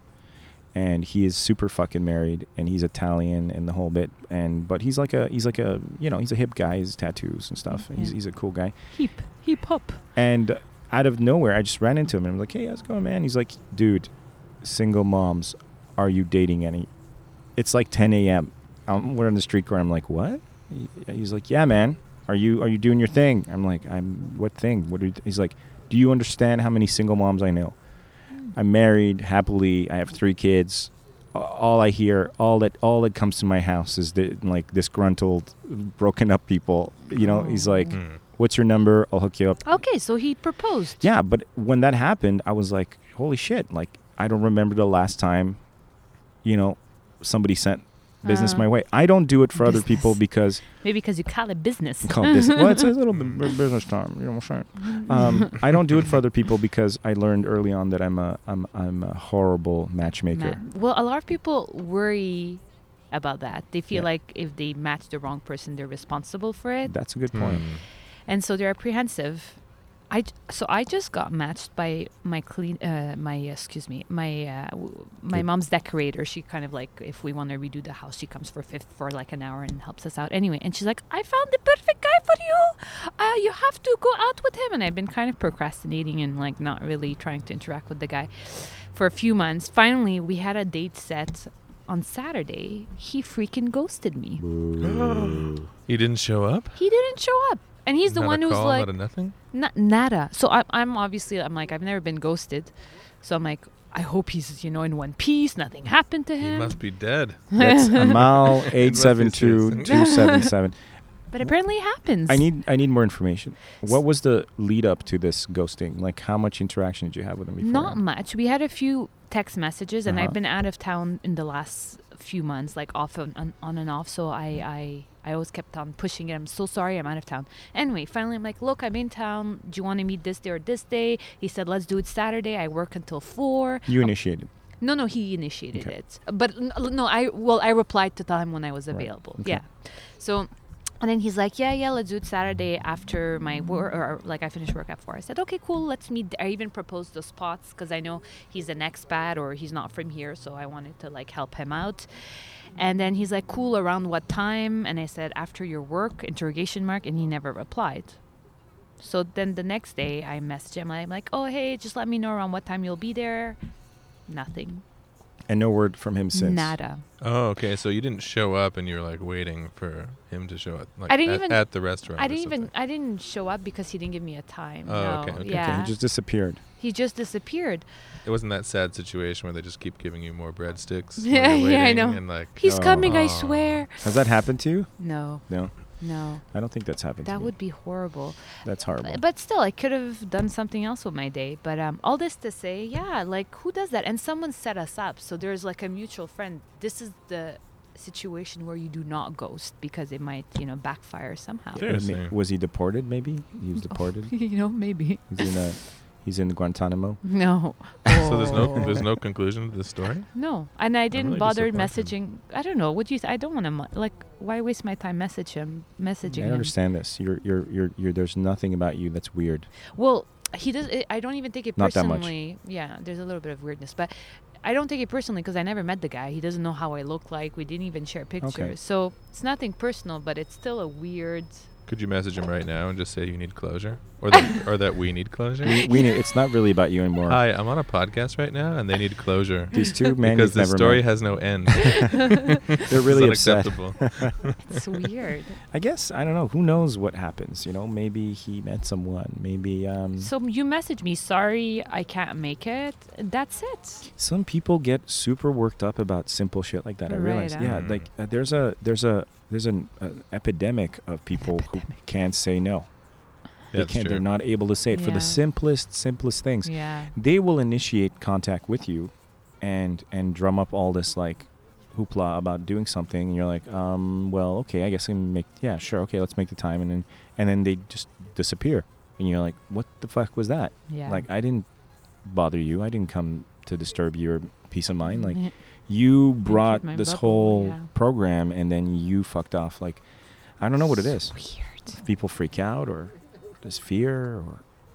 [SPEAKER 2] and he is super fucking married, and he's Italian and the whole bit. And but he's like a he's like a you know he's a hip guy. He's tattoos and stuff. He's
[SPEAKER 8] Yeah.
[SPEAKER 2] he's a cool guy.
[SPEAKER 8] Heap, heap hop.
[SPEAKER 2] And out of nowhere, I just ran into him and I'm like, "Hey, how's it going, man?" He's like, "Dude, single moms, are you dating any?" It's like 10 a.m. Um, we're on the street corner. I'm like, "What?" He- He's like, "Yeah, man. Are you are you doing your thing?" I'm like, "I'm what thing? What are you?" th-" He's like, "Do you understand how many single moms I know? I'm married happily. I have three kids." A- All I hear, all that, all that comes to my house is the, like disgruntled, broken up people. You know, he's like,
[SPEAKER 1] Hmm.
[SPEAKER 2] "What's your number? I'll hook you up."
[SPEAKER 8] Okay, so he proposed.
[SPEAKER 2] Yeah, but when that happened, I was like, holy shit, like I don't remember the last time, you know, somebody sent business
[SPEAKER 8] Uh,
[SPEAKER 2] my way. I don't do it for other people
[SPEAKER 8] business.
[SPEAKER 2] because
[SPEAKER 8] Maybe because you call it business.
[SPEAKER 2] call it business. well, it's a little bit bu- business time, you know what I'm saying? Um, I don't do it for other people because I learned early on that I'm a I'm I'm a horrible matchmaker.
[SPEAKER 8] Ma- Well, a lot of people worry about that. They feel
[SPEAKER 2] Yeah.
[SPEAKER 8] like if they match the wrong person, they're responsible for it,
[SPEAKER 2] That's a good
[SPEAKER 1] Hmm.
[SPEAKER 2] point.
[SPEAKER 8] and so they're apprehensive. I j- so I just got matched by my clean uh, my uh, excuse me my uh, w- my
[SPEAKER 2] Good.
[SPEAKER 8] mom's decorator. She kind of like if we want to redo the house, she comes for fifth for like an hour and helps us out anyway. And she's like, I found the perfect guy for you. Uh, you have to go out with him. And I've been kind of procrastinating and like not really trying to interact with the guy for a few months. Finally, we had a date set on Saturday. He freaking ghosted me.
[SPEAKER 1] You didn't show up?
[SPEAKER 8] He didn't show up. And he's the
[SPEAKER 1] Not a
[SPEAKER 8] one who's
[SPEAKER 1] call,
[SPEAKER 8] like
[SPEAKER 1] Not a nothing?
[SPEAKER 8] not nada. So I'm, I'm obviously I'm like I've never been ghosted, so I'm like I hope he's you know in one piece. Nothing happened to
[SPEAKER 1] He
[SPEAKER 8] him.
[SPEAKER 1] must be dead.
[SPEAKER 2] That's Amal eight
[SPEAKER 1] It
[SPEAKER 2] seven
[SPEAKER 1] must be
[SPEAKER 2] two two seven seven.
[SPEAKER 8] but apparently it happens.
[SPEAKER 2] I need I need more information. What was the lead up to this ghosting? Like how much interaction did you have with him before?
[SPEAKER 8] not
[SPEAKER 2] that?
[SPEAKER 8] much. We had a few text messages, and
[SPEAKER 2] Uh-huh.
[SPEAKER 8] I've been out of town in the last few months, like off and on, on and off. So
[SPEAKER 2] Mm.
[SPEAKER 8] I, I I always kept on pushing it. I'm so sorry, I'm out of town. Anyway, finally I'm like, look, I'm in town. Do you want to meet this day or this day? He said, let's do it Saturday. I work until four.
[SPEAKER 2] you initiated.
[SPEAKER 8] No, no, he initiated
[SPEAKER 2] Okay.
[SPEAKER 8] it. But n- no, I well, I replied to tell him when I was available.
[SPEAKER 2] Okay.
[SPEAKER 8] Yeah. So, and then he's like, "Yeah, yeah, let's do it Saturday after my work, or like I finish work at four. I said, "Okay, cool, let's meet." th- I even proposed the spots because I know he's an expat or he's not from here, so I wanted to like help him out. And then he's like, "Cool, around what time?" And I said, "After your work?" Interrogation mark, and he never replied. So then the next day, I message him. I'm like, "Oh, hey, just let me know around what time you'll be there." Nothing.
[SPEAKER 2] And no word from him since.
[SPEAKER 8] Nada.
[SPEAKER 1] Oh, okay. So you didn't show up and you were like waiting for him to show up. Like,
[SPEAKER 8] I
[SPEAKER 1] at,
[SPEAKER 8] didn't even-
[SPEAKER 1] at the restaurant.
[SPEAKER 8] I
[SPEAKER 1] or
[SPEAKER 8] didn't even
[SPEAKER 1] something.
[SPEAKER 8] I didn't show up because he didn't give me a time.
[SPEAKER 1] Oh,
[SPEAKER 8] no.
[SPEAKER 1] okay, okay. Okay, he
[SPEAKER 8] Yeah.
[SPEAKER 2] Okay, he just disappeared.
[SPEAKER 8] he just disappeared.
[SPEAKER 1] It wasn't that sad situation where they just keep giving you more breadsticks. while
[SPEAKER 8] Yeah,
[SPEAKER 1] you're
[SPEAKER 8] yeah, I
[SPEAKER 1] waiting
[SPEAKER 8] know.
[SPEAKER 1] And like,
[SPEAKER 8] He's
[SPEAKER 2] Oh.
[SPEAKER 8] coming,
[SPEAKER 1] Aw.
[SPEAKER 8] I swear.
[SPEAKER 2] Has that happened to you?
[SPEAKER 8] No,
[SPEAKER 2] No,
[SPEAKER 8] no.
[SPEAKER 2] I don't think that's happened. to
[SPEAKER 8] That
[SPEAKER 2] me.
[SPEAKER 8] would be horrible.
[SPEAKER 2] That's horrible.
[SPEAKER 8] But, but still, I could have done something else with my day. But um, all this to say, yeah, like who does that? And someone set us up. So there's like a mutual friend. This is the situation where you do not ghost because it might, you know, backfire somehow.
[SPEAKER 1] Yeah.
[SPEAKER 2] I mean,
[SPEAKER 1] Seriously.
[SPEAKER 2] was he deported? Maybe he was deported.
[SPEAKER 8] you know, maybe.
[SPEAKER 2] he's in a, he's in Guantanamo.
[SPEAKER 8] No.
[SPEAKER 1] So there's no there's no conclusion to this story.
[SPEAKER 8] No, and I didn't
[SPEAKER 1] really
[SPEAKER 8] bother
[SPEAKER 1] disappointed.
[SPEAKER 8] messaging. I don't know. Would you? Th- I don't want to. Mu- like, why waste my time message him? Messaging
[SPEAKER 2] I
[SPEAKER 8] him.
[SPEAKER 2] understand this. You're, you're, you're, you're. There's nothing about you that's weird.
[SPEAKER 8] Well, he does. eh, I- I don't even take it
[SPEAKER 2] Not that much.
[SPEAKER 8] personally. Yeah, there's a little bit of weirdness, but I don't take it personally because I never met the guy. He doesn't know how I look like. We didn't even share pictures, so it's nothing personal. But it's still a weird
[SPEAKER 1] Could you message him right now and just say you need closure, or that, or that we need closure?
[SPEAKER 2] We need, it's not really about you anymore.
[SPEAKER 1] Hi, I'm on a podcast right now, and they need closure
[SPEAKER 2] These two men
[SPEAKER 1] because
[SPEAKER 2] you've
[SPEAKER 1] the
[SPEAKER 2] never
[SPEAKER 1] story
[SPEAKER 2] met,
[SPEAKER 1] has no end.
[SPEAKER 2] they're
[SPEAKER 1] It's
[SPEAKER 2] really upset.
[SPEAKER 1] unacceptable.
[SPEAKER 8] It's weird.
[SPEAKER 2] I guess I don't know. Who knows what happens? You know, maybe he met someone. Maybe um,
[SPEAKER 8] So you message me, sorry, I can't make it. That's it.
[SPEAKER 2] some people get super worked up about simple shit like that. I
[SPEAKER 8] Right,
[SPEAKER 2] realize.
[SPEAKER 8] uh.
[SPEAKER 2] Yeah,
[SPEAKER 1] Mm.
[SPEAKER 2] like uh, there's a there's a there's an uh, epidemic of people who can't say no.
[SPEAKER 1] Yeah,
[SPEAKER 2] they
[SPEAKER 1] that's
[SPEAKER 2] can't.
[SPEAKER 1] true.
[SPEAKER 2] They're not able to say it for
[SPEAKER 8] Yeah.
[SPEAKER 2] the simplest simplest things.
[SPEAKER 8] Yeah.
[SPEAKER 2] They will initiate contact with you, and and drum up all this like hoopla about doing something, and you're like, um, well, okay, I guess I can make. Yeah, sure, okay, let's make the time, and then and then they just disappear, and you're like, what the fuck was that?
[SPEAKER 8] Yeah.
[SPEAKER 2] Like I didn't bother you. I didn't come to disturb your peace of mind. Like
[SPEAKER 8] Yeah.
[SPEAKER 2] you brought
[SPEAKER 8] my
[SPEAKER 2] this
[SPEAKER 8] bubble,
[SPEAKER 2] whole
[SPEAKER 8] yeah.
[SPEAKER 2] program and then you fucked off. Like I don't know what it is.
[SPEAKER 8] Weird.
[SPEAKER 2] People freak out or there's fear or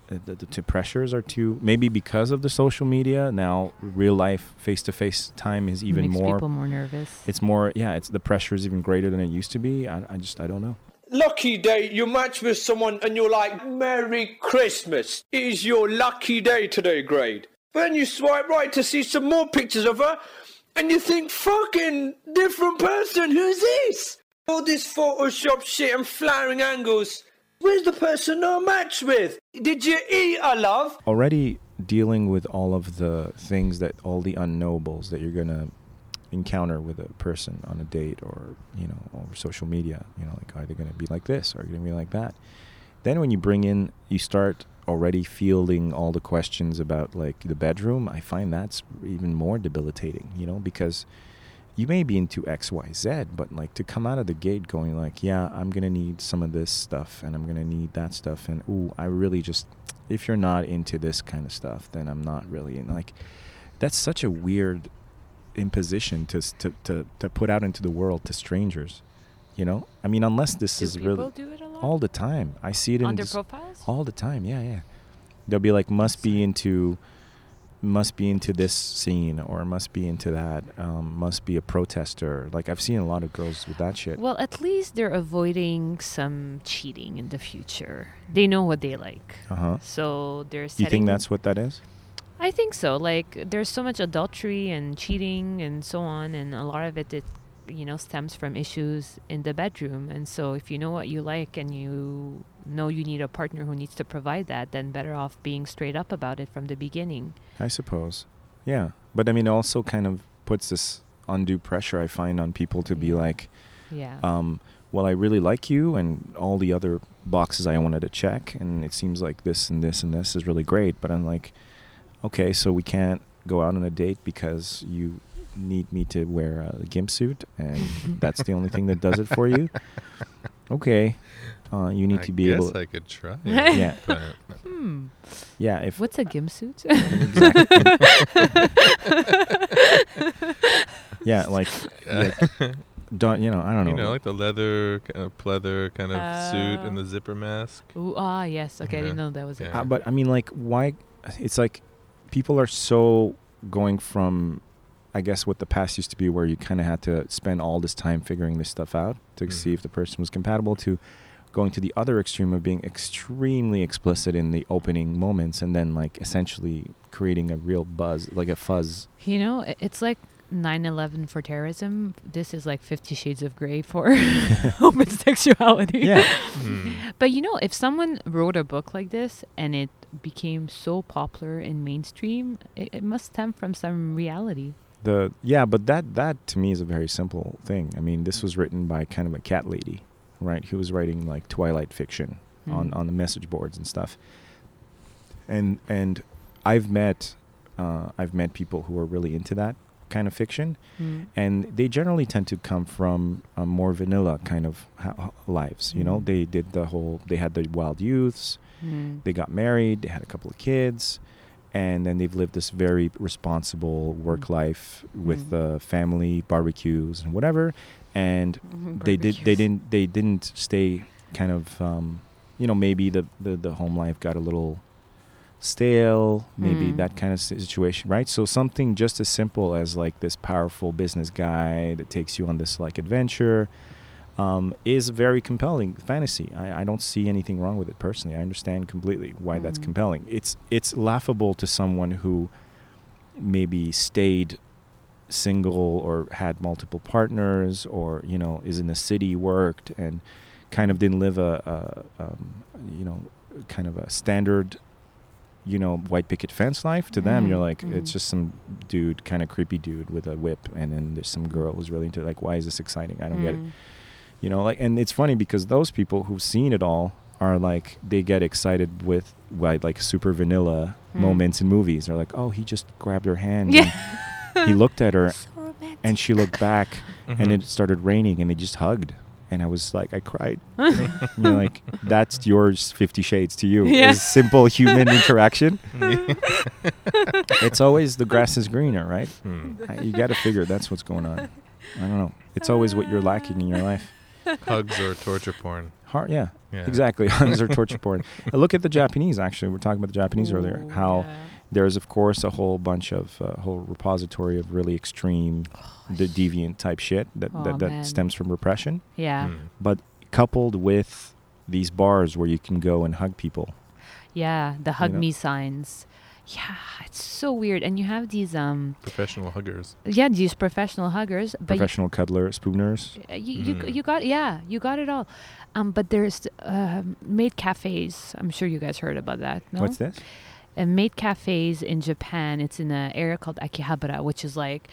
[SPEAKER 2] the, the, the two pressures are too maybe because of the social media now real life face to face time is even
[SPEAKER 8] Makes
[SPEAKER 2] more
[SPEAKER 8] people more nervous.
[SPEAKER 2] it's more yeah it's the pressure is even greater than it used to be I, I just i don't know
[SPEAKER 10] Lucky day, you match with someone and you're like, Merry Christmas. It is your lucky day today, grade. Then you swipe right to see some more pictures of her and you think, fucking different person, who's this? All this Photoshop shit and flaring angles. Where's the person I match with? Did you eat her, love?
[SPEAKER 2] already dealing with all of the things that all the unknowables that you're gonna encounter with a person on a date or you know over social media you know like are they gonna be like this are they gonna be like that then when you bring in you start already fielding all the questions about like the bedroom i find that's even more debilitating you know because you may be into xyz but like to come out of the gate going like yeah i'm gonna need some of this stuff and i'm gonna need that stuff and ooh i really just if you're not into this kind of stuff then i'm not really in like that's such a weird imposition to s- to to, to put out into the world to strangers you know i mean unless this
[SPEAKER 8] do
[SPEAKER 2] is
[SPEAKER 8] people
[SPEAKER 2] really
[SPEAKER 8] do it a lot?
[SPEAKER 2] all the time. I see it in
[SPEAKER 8] on their
[SPEAKER 2] dis-
[SPEAKER 8] profiles?
[SPEAKER 2] all the time. Yeah, yeah. They'll be like, must be into, must be into this scene, or must be into that, um, must be a protester. Like I've seen a lot of girls with that shit.
[SPEAKER 8] Well, at least they're avoiding some cheating in the future. They know what they like.
[SPEAKER 2] Uh huh.
[SPEAKER 8] So they're
[SPEAKER 2] You
[SPEAKER 8] setting
[SPEAKER 2] think that's what that is?
[SPEAKER 8] I think so. Like there's so much adultery and cheating and so on, and a lot of it, it you know stems from issues in the bedroom. And so if you know what you like and you know you need a partner who needs to provide that, then better off being straight up about it from the beginning.
[SPEAKER 2] I suppose. Yeah, but I mean, it also kind of puts this undue pressure I find on people to be like,
[SPEAKER 8] Yeah.
[SPEAKER 2] um, well, I really like you, and all the other boxes I wanted to check, and it seems like this and this and this is really great. But I'm like, okay, so we can't go out on a date because you need me to wear a gimp suit, and that's the only thing that does it for you. Okay, uh, you need
[SPEAKER 1] I
[SPEAKER 2] to be
[SPEAKER 1] guess
[SPEAKER 2] able.
[SPEAKER 1] I could try.
[SPEAKER 2] Yeah.
[SPEAKER 1] but
[SPEAKER 8] hmm.
[SPEAKER 2] yeah, if
[SPEAKER 8] What's a gimsuit?
[SPEAKER 2] yeah, like, like, don't you know? I don't know.
[SPEAKER 1] you know, like the leather, kind of pleather kind of suit and
[SPEAKER 8] Oh.
[SPEAKER 1] the zipper mask.
[SPEAKER 8] Ooh, ah, yes. Okay, I
[SPEAKER 1] Yeah.
[SPEAKER 8] didn't know that was
[SPEAKER 1] Yeah.
[SPEAKER 8] a
[SPEAKER 2] Uh, but I mean, like, why? It's like people are so going from, I guess, what the past used to be, where you kind of had to spend all this time figuring this stuff out to see
[SPEAKER 1] Mhm.
[SPEAKER 2] if the person was compatible, to going to the other extreme of being extremely explicit in the opening moments and then, like, essentially creating a real buzz, like a fuzz.
[SPEAKER 8] You know, i- it's like 9/11 for terrorism. This is like 50 shades of gray for open sexuality.
[SPEAKER 2] Yeah.
[SPEAKER 1] Hmm.
[SPEAKER 8] But you know, if someone wrote a book like this and it became so popular in mainstream, it, it must stem from some reality.
[SPEAKER 2] The yeah, but that that to me is a very simple thing. I mean, this was written by kind of a cat lady, right? Who was writing like Twilight fiction on
[SPEAKER 8] Mm.
[SPEAKER 2] on the message boards and stuff. And and I've met uh, I've met people who are really into that kind of fiction,
[SPEAKER 8] Mm.
[SPEAKER 2] and they generally tend to come from a more vanilla kind of ho- lives. You know,
[SPEAKER 8] Mm.
[SPEAKER 2] they did the whole they had the wild youths,
[SPEAKER 8] Mm.
[SPEAKER 2] they got married, they had a couple of kids, and then they've lived this very responsible work
[SPEAKER 8] Mm.
[SPEAKER 2] life with
[SPEAKER 8] Mm.
[SPEAKER 2] the family, barbecues and whatever. And
[SPEAKER 8] Mm-hmm.
[SPEAKER 2] they did they didn't they didn't stay kind of um, you know maybe the, the the home life got a little stale maybe
[SPEAKER 8] Mm.
[SPEAKER 2] that kind of si- situation right so something just as simple as like this powerful business guy that takes you on this like adventure um, is a very compelling fantasy. I, I don't see anything wrong with it personally. I understand completely why that's compelling. It's it's laughable to someone who maybe stayed single or had multiple partners or you know is in a city worked and kind of didn't live a, a um, you know kind of a standard you know white picket fence life to them you're
[SPEAKER 8] Mhm,
[SPEAKER 2] like it's
[SPEAKER 8] mhm.
[SPEAKER 2] just some dude kind of creepy dude with a whip and then there's some girl who's really into it. like why is this exciting i don't get it
[SPEAKER 8] Mm.
[SPEAKER 2] you know like and it's funny because those people who've seen it all are like they get excited with like, like super vanilla
[SPEAKER 8] Mm.
[SPEAKER 2] moments in movies they're like oh he just grabbed her hand
[SPEAKER 8] Yeah.
[SPEAKER 2] and he looked at her
[SPEAKER 8] So romantic.
[SPEAKER 2] and she looked back
[SPEAKER 1] Mhm.
[SPEAKER 2] and it started raining and they just hugged and i was like i cried And you're like that's yours 50 shades to you
[SPEAKER 8] Yeah.
[SPEAKER 2] is simple human interaction it's always the grass is greener right
[SPEAKER 1] Hmm.
[SPEAKER 2] I- you gotta figure that's what's going on i don't know it's always what you're lacking in your life
[SPEAKER 1] Hugs or torture porn.
[SPEAKER 2] Har yeah,
[SPEAKER 1] Yeah.
[SPEAKER 2] exactly. Huns are torture porn. And look at the Japanese. Actually, we are talking about the Japanese earlier.
[SPEAKER 8] Ooh,
[SPEAKER 2] How
[SPEAKER 8] yeah.
[SPEAKER 2] there's of course a whole bunch of uh, whole repository of really extreme, the deviant type shit that
[SPEAKER 8] Oh, Aw,
[SPEAKER 2] that,
[SPEAKER 8] man.
[SPEAKER 2] that stems from repression,
[SPEAKER 8] yeah,
[SPEAKER 1] Hmm.
[SPEAKER 2] but coupled with these bars where you can go and hug people.
[SPEAKER 8] yeah, the hug
[SPEAKER 2] know?
[SPEAKER 8] me signs. Yeah, it's so weird. And you have these um,
[SPEAKER 1] Professional huggers.
[SPEAKER 8] yeah, these professional huggers, but you
[SPEAKER 2] Professional cuddler, spooners.
[SPEAKER 8] Uh, you, you, g
[SPEAKER 2] Mm-hmm.
[SPEAKER 1] Mm.
[SPEAKER 8] you got yeah you got it all um, but there's um maid cafes i'm sure you guys heard about that no?
[SPEAKER 2] What's this?
[SPEAKER 8] uh, maid cafes in japan it's in an area called akihabara which is like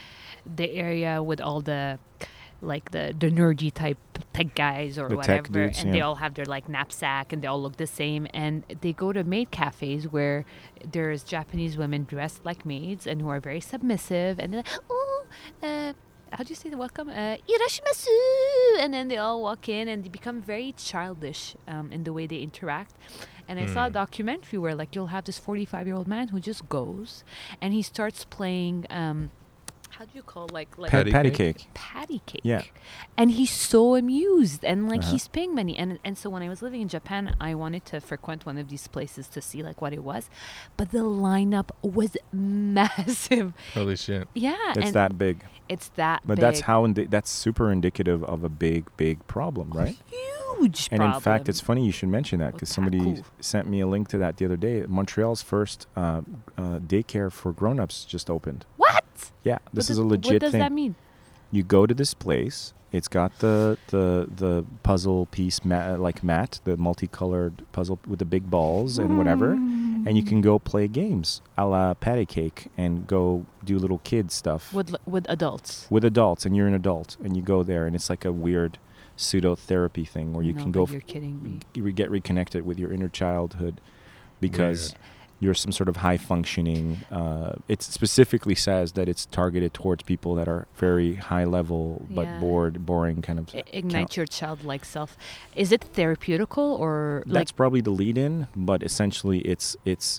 [SPEAKER 8] the area with all the like the, the nerdy type tech guys or
[SPEAKER 2] The
[SPEAKER 8] whatever
[SPEAKER 2] tech dudes,
[SPEAKER 8] and they
[SPEAKER 2] yeah.
[SPEAKER 8] all have their like knapsack and they all look the same and they go to maid cafes where there's japanese women dressed like maids and who are very submissive and they're like oh uh, how do you say the welcome? Uh, irashimasu! And then they all walk in and they become very childish um, in the way they interact. And I saw a documentary where, like, you'll have this 45 year old man who just goes and he starts playing, um, how do you call like like
[SPEAKER 1] Patty
[SPEAKER 2] patty
[SPEAKER 1] cake?
[SPEAKER 2] cake.
[SPEAKER 8] patty cake.
[SPEAKER 2] Yeah.
[SPEAKER 8] And he's so amused and like
[SPEAKER 2] Uh-huh.
[SPEAKER 8] he's paying money. And and so when I was living in Japan, I wanted to frequent one of these places to see like what it was. But the lineup was massive.
[SPEAKER 1] Holy shit.
[SPEAKER 8] Yeah.
[SPEAKER 2] It's
[SPEAKER 8] and
[SPEAKER 2] that big.
[SPEAKER 8] it's that
[SPEAKER 2] But that's
[SPEAKER 8] big.
[SPEAKER 2] how indi- that's super indicative of a big, big problem, right?
[SPEAKER 8] huge
[SPEAKER 2] And in fact, it's
[SPEAKER 8] problem.
[SPEAKER 2] funny you should mention that because somebody
[SPEAKER 8] Otaku.
[SPEAKER 2] sent me a link to that the other day. Montreal's first uh, uh, daycare for grown-ups just opened.
[SPEAKER 8] what
[SPEAKER 2] Yeah, this
[SPEAKER 8] What
[SPEAKER 2] is
[SPEAKER 8] does-
[SPEAKER 2] a legit
[SPEAKER 8] what does
[SPEAKER 2] thing.
[SPEAKER 8] that mean
[SPEAKER 2] You go to this place. It's got the the the puzzle piece ma- like mat, the multicolored puzzle with the big balls and whatever,
[SPEAKER 8] Mm.
[SPEAKER 2] and you can go play games a la patty cake and go do little kid stuff
[SPEAKER 8] with l- with adults
[SPEAKER 2] with adults. And you're an adult, and you go there, and it's like a weird pseudo therapy thing where you
[SPEAKER 8] No,
[SPEAKER 2] can
[SPEAKER 8] but
[SPEAKER 2] go f-
[SPEAKER 8] you're kidding me
[SPEAKER 2] you re- get reconnected with your inner childhood because you're some sort of high functioning. Uh, it specifically says that it's targeted towards people that are very high level but
[SPEAKER 8] Yeah.
[SPEAKER 2] bored, boring kind of.
[SPEAKER 8] I- ignite your childlike self is it therapeutical or
[SPEAKER 2] That's
[SPEAKER 8] like
[SPEAKER 2] probably the lead in, but essentially it's it's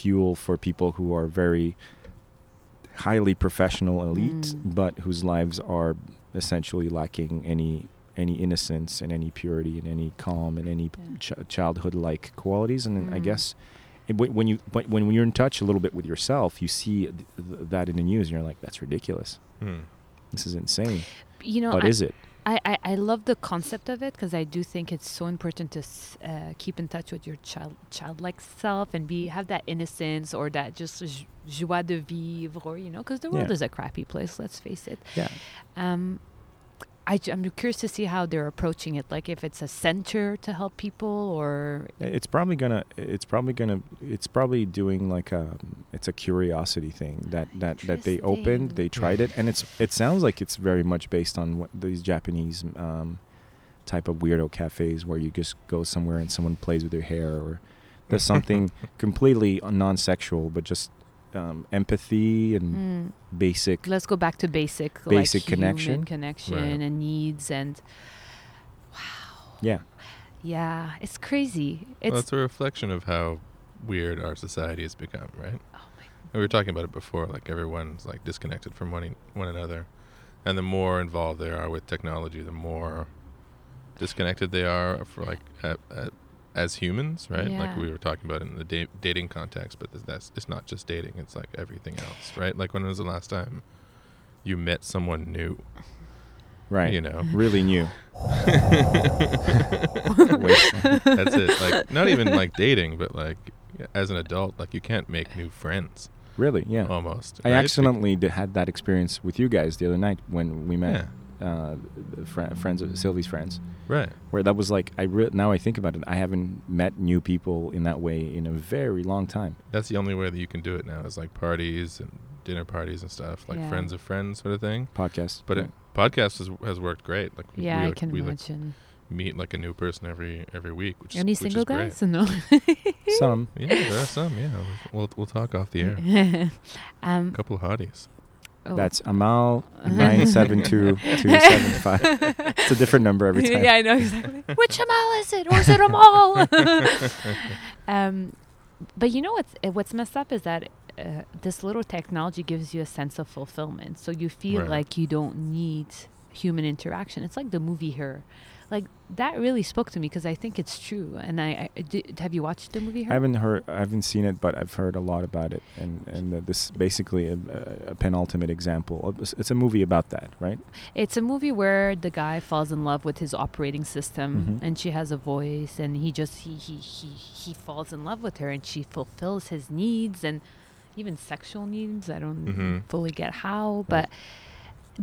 [SPEAKER 2] fuel for people who are very highly professional elite,
[SPEAKER 8] Mm.
[SPEAKER 2] but whose lives are essentially lacking any any innocence and any purity and any calm and any
[SPEAKER 8] Yeah.
[SPEAKER 2] ch- childhood like qualities and i
[SPEAKER 8] Mm.
[SPEAKER 2] guess it, when when you when, when you're in touch a little bit with yourself you see th- th- that in the news and you're like that's ridiculous
[SPEAKER 1] Hmm.
[SPEAKER 2] this is insane
[SPEAKER 8] you know
[SPEAKER 2] but
[SPEAKER 8] I,
[SPEAKER 2] is it
[SPEAKER 8] I, I, I love the concept of it because I do think it's so important to s- uh, keep in touch with your child childlike self and be have that innocence or that just j- joie de vivre or you know because the world
[SPEAKER 2] Yeah.
[SPEAKER 8] is a crappy place let's face it
[SPEAKER 2] yeah
[SPEAKER 8] Um, I, am curious to see how they're approaching it. Like if it's a center to help people, or
[SPEAKER 2] it's probably gonna it's probably gonna it's probably doing like a it's a curiosity thing that that that they opened
[SPEAKER 8] Interesting.
[SPEAKER 2] they tried it and it's it sounds like it's very much based on what these japanese um type of weirdo cafes where you just go somewhere and someone plays with your hair or there's something completely non-sexual but just um, empathy and
[SPEAKER 8] Mm,
[SPEAKER 2] basic
[SPEAKER 8] let's go back to basic,
[SPEAKER 2] Basic
[SPEAKER 8] like human
[SPEAKER 2] connection.
[SPEAKER 8] connection
[SPEAKER 1] Right.
[SPEAKER 8] and needs, and
[SPEAKER 2] yeah
[SPEAKER 8] yeah, it's crazy. It's
[SPEAKER 1] well, that's a reflection of how weird our society has become, right?
[SPEAKER 8] oh my,
[SPEAKER 1] We were talking about it before, like everyone's like disconnected from one, e- one another. And the more involved they are with technology, the more disconnected they are for like a a- as humans, right? Like
[SPEAKER 8] Yeah.
[SPEAKER 1] we were talking about in the da- dating context, but th- that's it's not just dating, it's like everything else, right? Like when was the last time you met someone new?
[SPEAKER 2] Right.
[SPEAKER 1] You know.
[SPEAKER 2] Really new.
[SPEAKER 1] That's it. Like not even like dating, but like as an adult, like you can't make new friends
[SPEAKER 2] Really, yeah.
[SPEAKER 1] almost.
[SPEAKER 2] I
[SPEAKER 1] right?
[SPEAKER 2] accidentally d- had that experience with you guys the other night when we met uh, the fri friends of Sylvie's friends,
[SPEAKER 1] Right.
[SPEAKER 2] where that was like I re- now I think about it, I haven't met new people in that way in a very long time.
[SPEAKER 1] That's the only way that you can do it now is like parties and dinner parties and stuff, like
[SPEAKER 11] Yeah.
[SPEAKER 1] friends of friends sort of thing.
[SPEAKER 2] Podcast,
[SPEAKER 1] But it, podcast has, has worked great. Like
[SPEAKER 11] Yeah,
[SPEAKER 1] we,
[SPEAKER 11] I
[SPEAKER 1] like,
[SPEAKER 11] can
[SPEAKER 1] we like
[SPEAKER 11] imagine.
[SPEAKER 1] meet like a new person every every week, which
[SPEAKER 11] Any
[SPEAKER 1] is, which
[SPEAKER 11] single
[SPEAKER 1] is
[SPEAKER 11] guys?
[SPEAKER 1] great.
[SPEAKER 11] No.
[SPEAKER 2] some
[SPEAKER 1] Yeah, there are some. Yeah, we'll we'll talk off the air. a
[SPEAKER 11] um,
[SPEAKER 1] couple of hotties.
[SPEAKER 11] oh.
[SPEAKER 2] that's Amal nine seven two two seven five. It's a different number every time.
[SPEAKER 11] yeah, I know exactly. Which Amal is it, or is it Amal? um,
[SPEAKER 8] But you know what's uh, what's messed up is that uh, this little technology gives you a sense of fulfillment. So you feel
[SPEAKER 1] Right.
[SPEAKER 8] like you don't need human interaction. It's like the movie Her. Like that really spoke to me because I think it's true. And I, I- I di- have you watched the movie
[SPEAKER 2] I
[SPEAKER 8] Her?
[SPEAKER 2] haven't heard, I haven't seen it, but I've heard a lot about it, and and that this is basically a, a penultimate example. of- It's, it's a movie about that, right?
[SPEAKER 8] It's a movie where the guy falls in love with his operating system, and she has a voice, and he just he he he he falls in love with her, and she fulfills his needs and even sexual needs. I don't
[SPEAKER 1] Mhm.
[SPEAKER 8] fully get how, but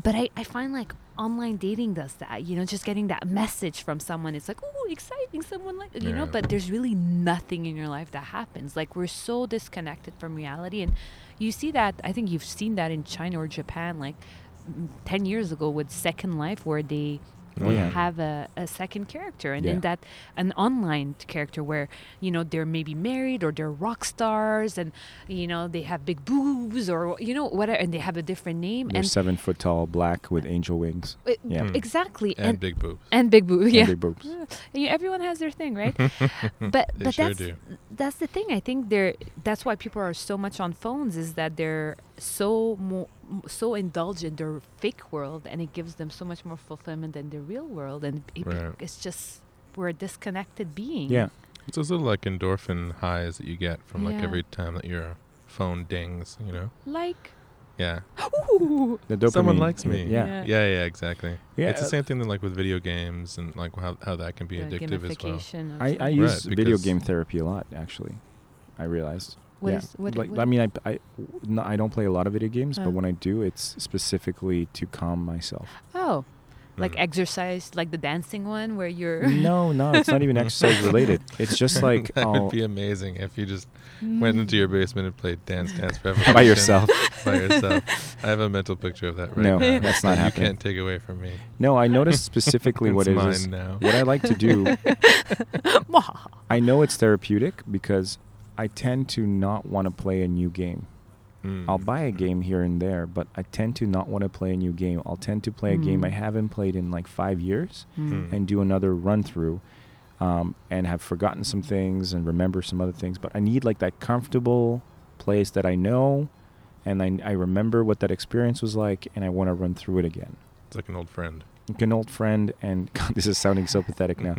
[SPEAKER 8] but I I find like online dating does that. You know, just getting that message from someone, it's like oh exciting, someone like you know.
[SPEAKER 1] Yeah.
[SPEAKER 8] But there's really nothing in your life that happens. Like we're so disconnected from reality, and you see that. I think you've seen that in China or Japan, like. 10 years ago with Second Life, where they would
[SPEAKER 2] Oh, Yeah.
[SPEAKER 8] have a, a second character, and
[SPEAKER 2] Yeah.
[SPEAKER 8] in that, an online character where you know they're maybe married or they're rock stars, and you know they have big boobs or you know whatever, and they have a different name,
[SPEAKER 2] They're
[SPEAKER 8] and
[SPEAKER 2] seven foot tall, black with angel wings.
[SPEAKER 8] it-
[SPEAKER 2] Yeah.
[SPEAKER 8] exactly,
[SPEAKER 1] And, big boobs.
[SPEAKER 8] and big boob,
[SPEAKER 2] And
[SPEAKER 8] yeah.
[SPEAKER 2] big boobs.
[SPEAKER 8] You- everyone has their thing, right? but
[SPEAKER 1] They
[SPEAKER 8] but
[SPEAKER 1] sure
[SPEAKER 8] that's
[SPEAKER 1] do.
[SPEAKER 8] that's the thing. I think they're that's why people are so much on phones is that they're so mo- so indulged in their fake world, and it gives them so much more fulfillment than the real world, and it-
[SPEAKER 1] Right.
[SPEAKER 8] it's just we're a disconnected being.
[SPEAKER 2] Yeah.
[SPEAKER 1] It's those little like endorphin highs that you get from like
[SPEAKER 8] Yeah.
[SPEAKER 1] every time that your phone dings. You know.
[SPEAKER 8] Like,
[SPEAKER 1] Yeah.
[SPEAKER 8] ooh,
[SPEAKER 2] The dopamine.
[SPEAKER 1] Someone likes
[SPEAKER 2] yeah,
[SPEAKER 1] me.
[SPEAKER 2] Yeah.
[SPEAKER 1] Yeah.
[SPEAKER 8] Yeah.
[SPEAKER 1] Yeah. Exactly.
[SPEAKER 2] Yeah,
[SPEAKER 1] It's the
[SPEAKER 2] uh,
[SPEAKER 1] same thing that like with video games and like how how that can be
[SPEAKER 8] the
[SPEAKER 1] addictive as well.
[SPEAKER 8] gamification. of-
[SPEAKER 2] I, I use video
[SPEAKER 1] because-
[SPEAKER 2] game therapy a lot, actually. I realized.
[SPEAKER 8] What
[SPEAKER 2] yeah.
[SPEAKER 8] is- what-
[SPEAKER 2] like,
[SPEAKER 8] what-
[SPEAKER 2] I mean, I, I, no, I don't play a lot of video games,
[SPEAKER 8] Oh.
[SPEAKER 2] but when I do, it's specifically to calm myself.
[SPEAKER 8] oh, like
[SPEAKER 1] Mhm.
[SPEAKER 8] exercise, like the dancing one where you're
[SPEAKER 2] no, no, it's not even exercise related. It's just like uh, oh,
[SPEAKER 1] that
[SPEAKER 2] I'll-
[SPEAKER 1] would be amazing if you just went into
[SPEAKER 8] Mm.
[SPEAKER 1] your basement and played Dance Dance Forever
[SPEAKER 2] by yourself.
[SPEAKER 1] by yourself. I have a mental picture of that right
[SPEAKER 2] No,
[SPEAKER 1] now.
[SPEAKER 2] that's
[SPEAKER 1] that
[SPEAKER 2] not
[SPEAKER 1] you
[SPEAKER 2] happening.
[SPEAKER 1] can't take away from me.
[SPEAKER 2] No, I noticed specifically
[SPEAKER 1] it's
[SPEAKER 2] what it
[SPEAKER 1] mine
[SPEAKER 2] is.
[SPEAKER 1] now.
[SPEAKER 2] What I like to do, I know it's therapeutic because I tend to not want to play a new game.
[SPEAKER 1] Mm.
[SPEAKER 2] I'll buy a game here and there, but I tend to not want to play a new game. I'll tend to play a game I haven't played in like five years
[SPEAKER 1] Mm.
[SPEAKER 2] and do another run through um, and have forgotten some things and remember some other things. But I need like that comfortable place that I know and I, I remember what that experience was like and I want to run through it again
[SPEAKER 1] It's like an old friend.
[SPEAKER 2] like an old friend and God, this is sounding so pathetic now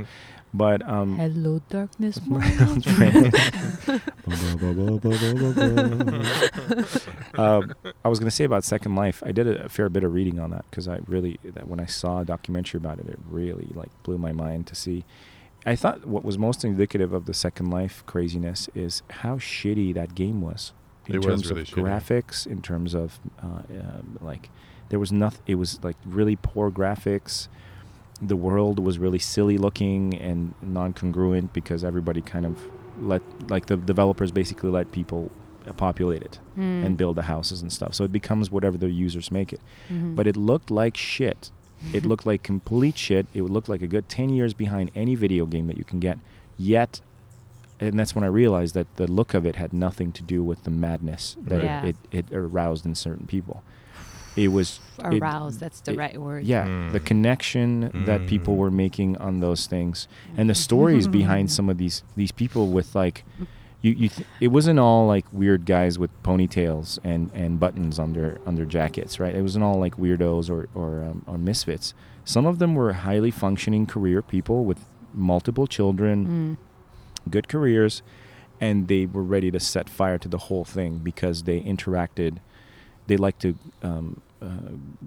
[SPEAKER 2] but um
[SPEAKER 11] hello, darkness.
[SPEAKER 2] my
[SPEAKER 11] my
[SPEAKER 2] old friend um, i was going to say about second life i did a, a fair bit of reading on that because i really that when i saw a documentary about it it really like blew my mind to see i thought what was most indicative of the second life craziness is how shitty that game was in
[SPEAKER 1] It was
[SPEAKER 2] terms
[SPEAKER 1] really
[SPEAKER 2] of
[SPEAKER 1] shitty.
[SPEAKER 2] graphics in terms of uh, um, like there was nothing it was like really poor graphics the world was really silly looking and non-congruent because everybody kind of let like the developers basically let people uh, populate it
[SPEAKER 11] Hmm.
[SPEAKER 2] and build the houses and stuff so it becomes whatever the users make it
[SPEAKER 11] Mm-hmm.
[SPEAKER 2] but it looked like shit it looked like complete shit it would look like a good 10 years behind any video game that you can get yet and that's when i realized that the look of it had nothing to do with the madness that it-
[SPEAKER 11] Yeah.
[SPEAKER 2] it, it, aroused in certain people it was it-
[SPEAKER 11] Aroused. That's the
[SPEAKER 2] it-
[SPEAKER 11] right word.
[SPEAKER 2] yeah, the
[SPEAKER 1] Mm.
[SPEAKER 2] connection that people
[SPEAKER 1] Mm.
[SPEAKER 2] were making on those things, and the stories behind some of these these people with like, you you th- it wasn't all like weird guys with ponytails and and buttons on their on their jackets, right? It wasn't all like weirdos or or um, or misfits. Some of them were highly functioning career people with multiple children, good careers, and they were ready to set fire to the whole thing because they interacted. They like to um,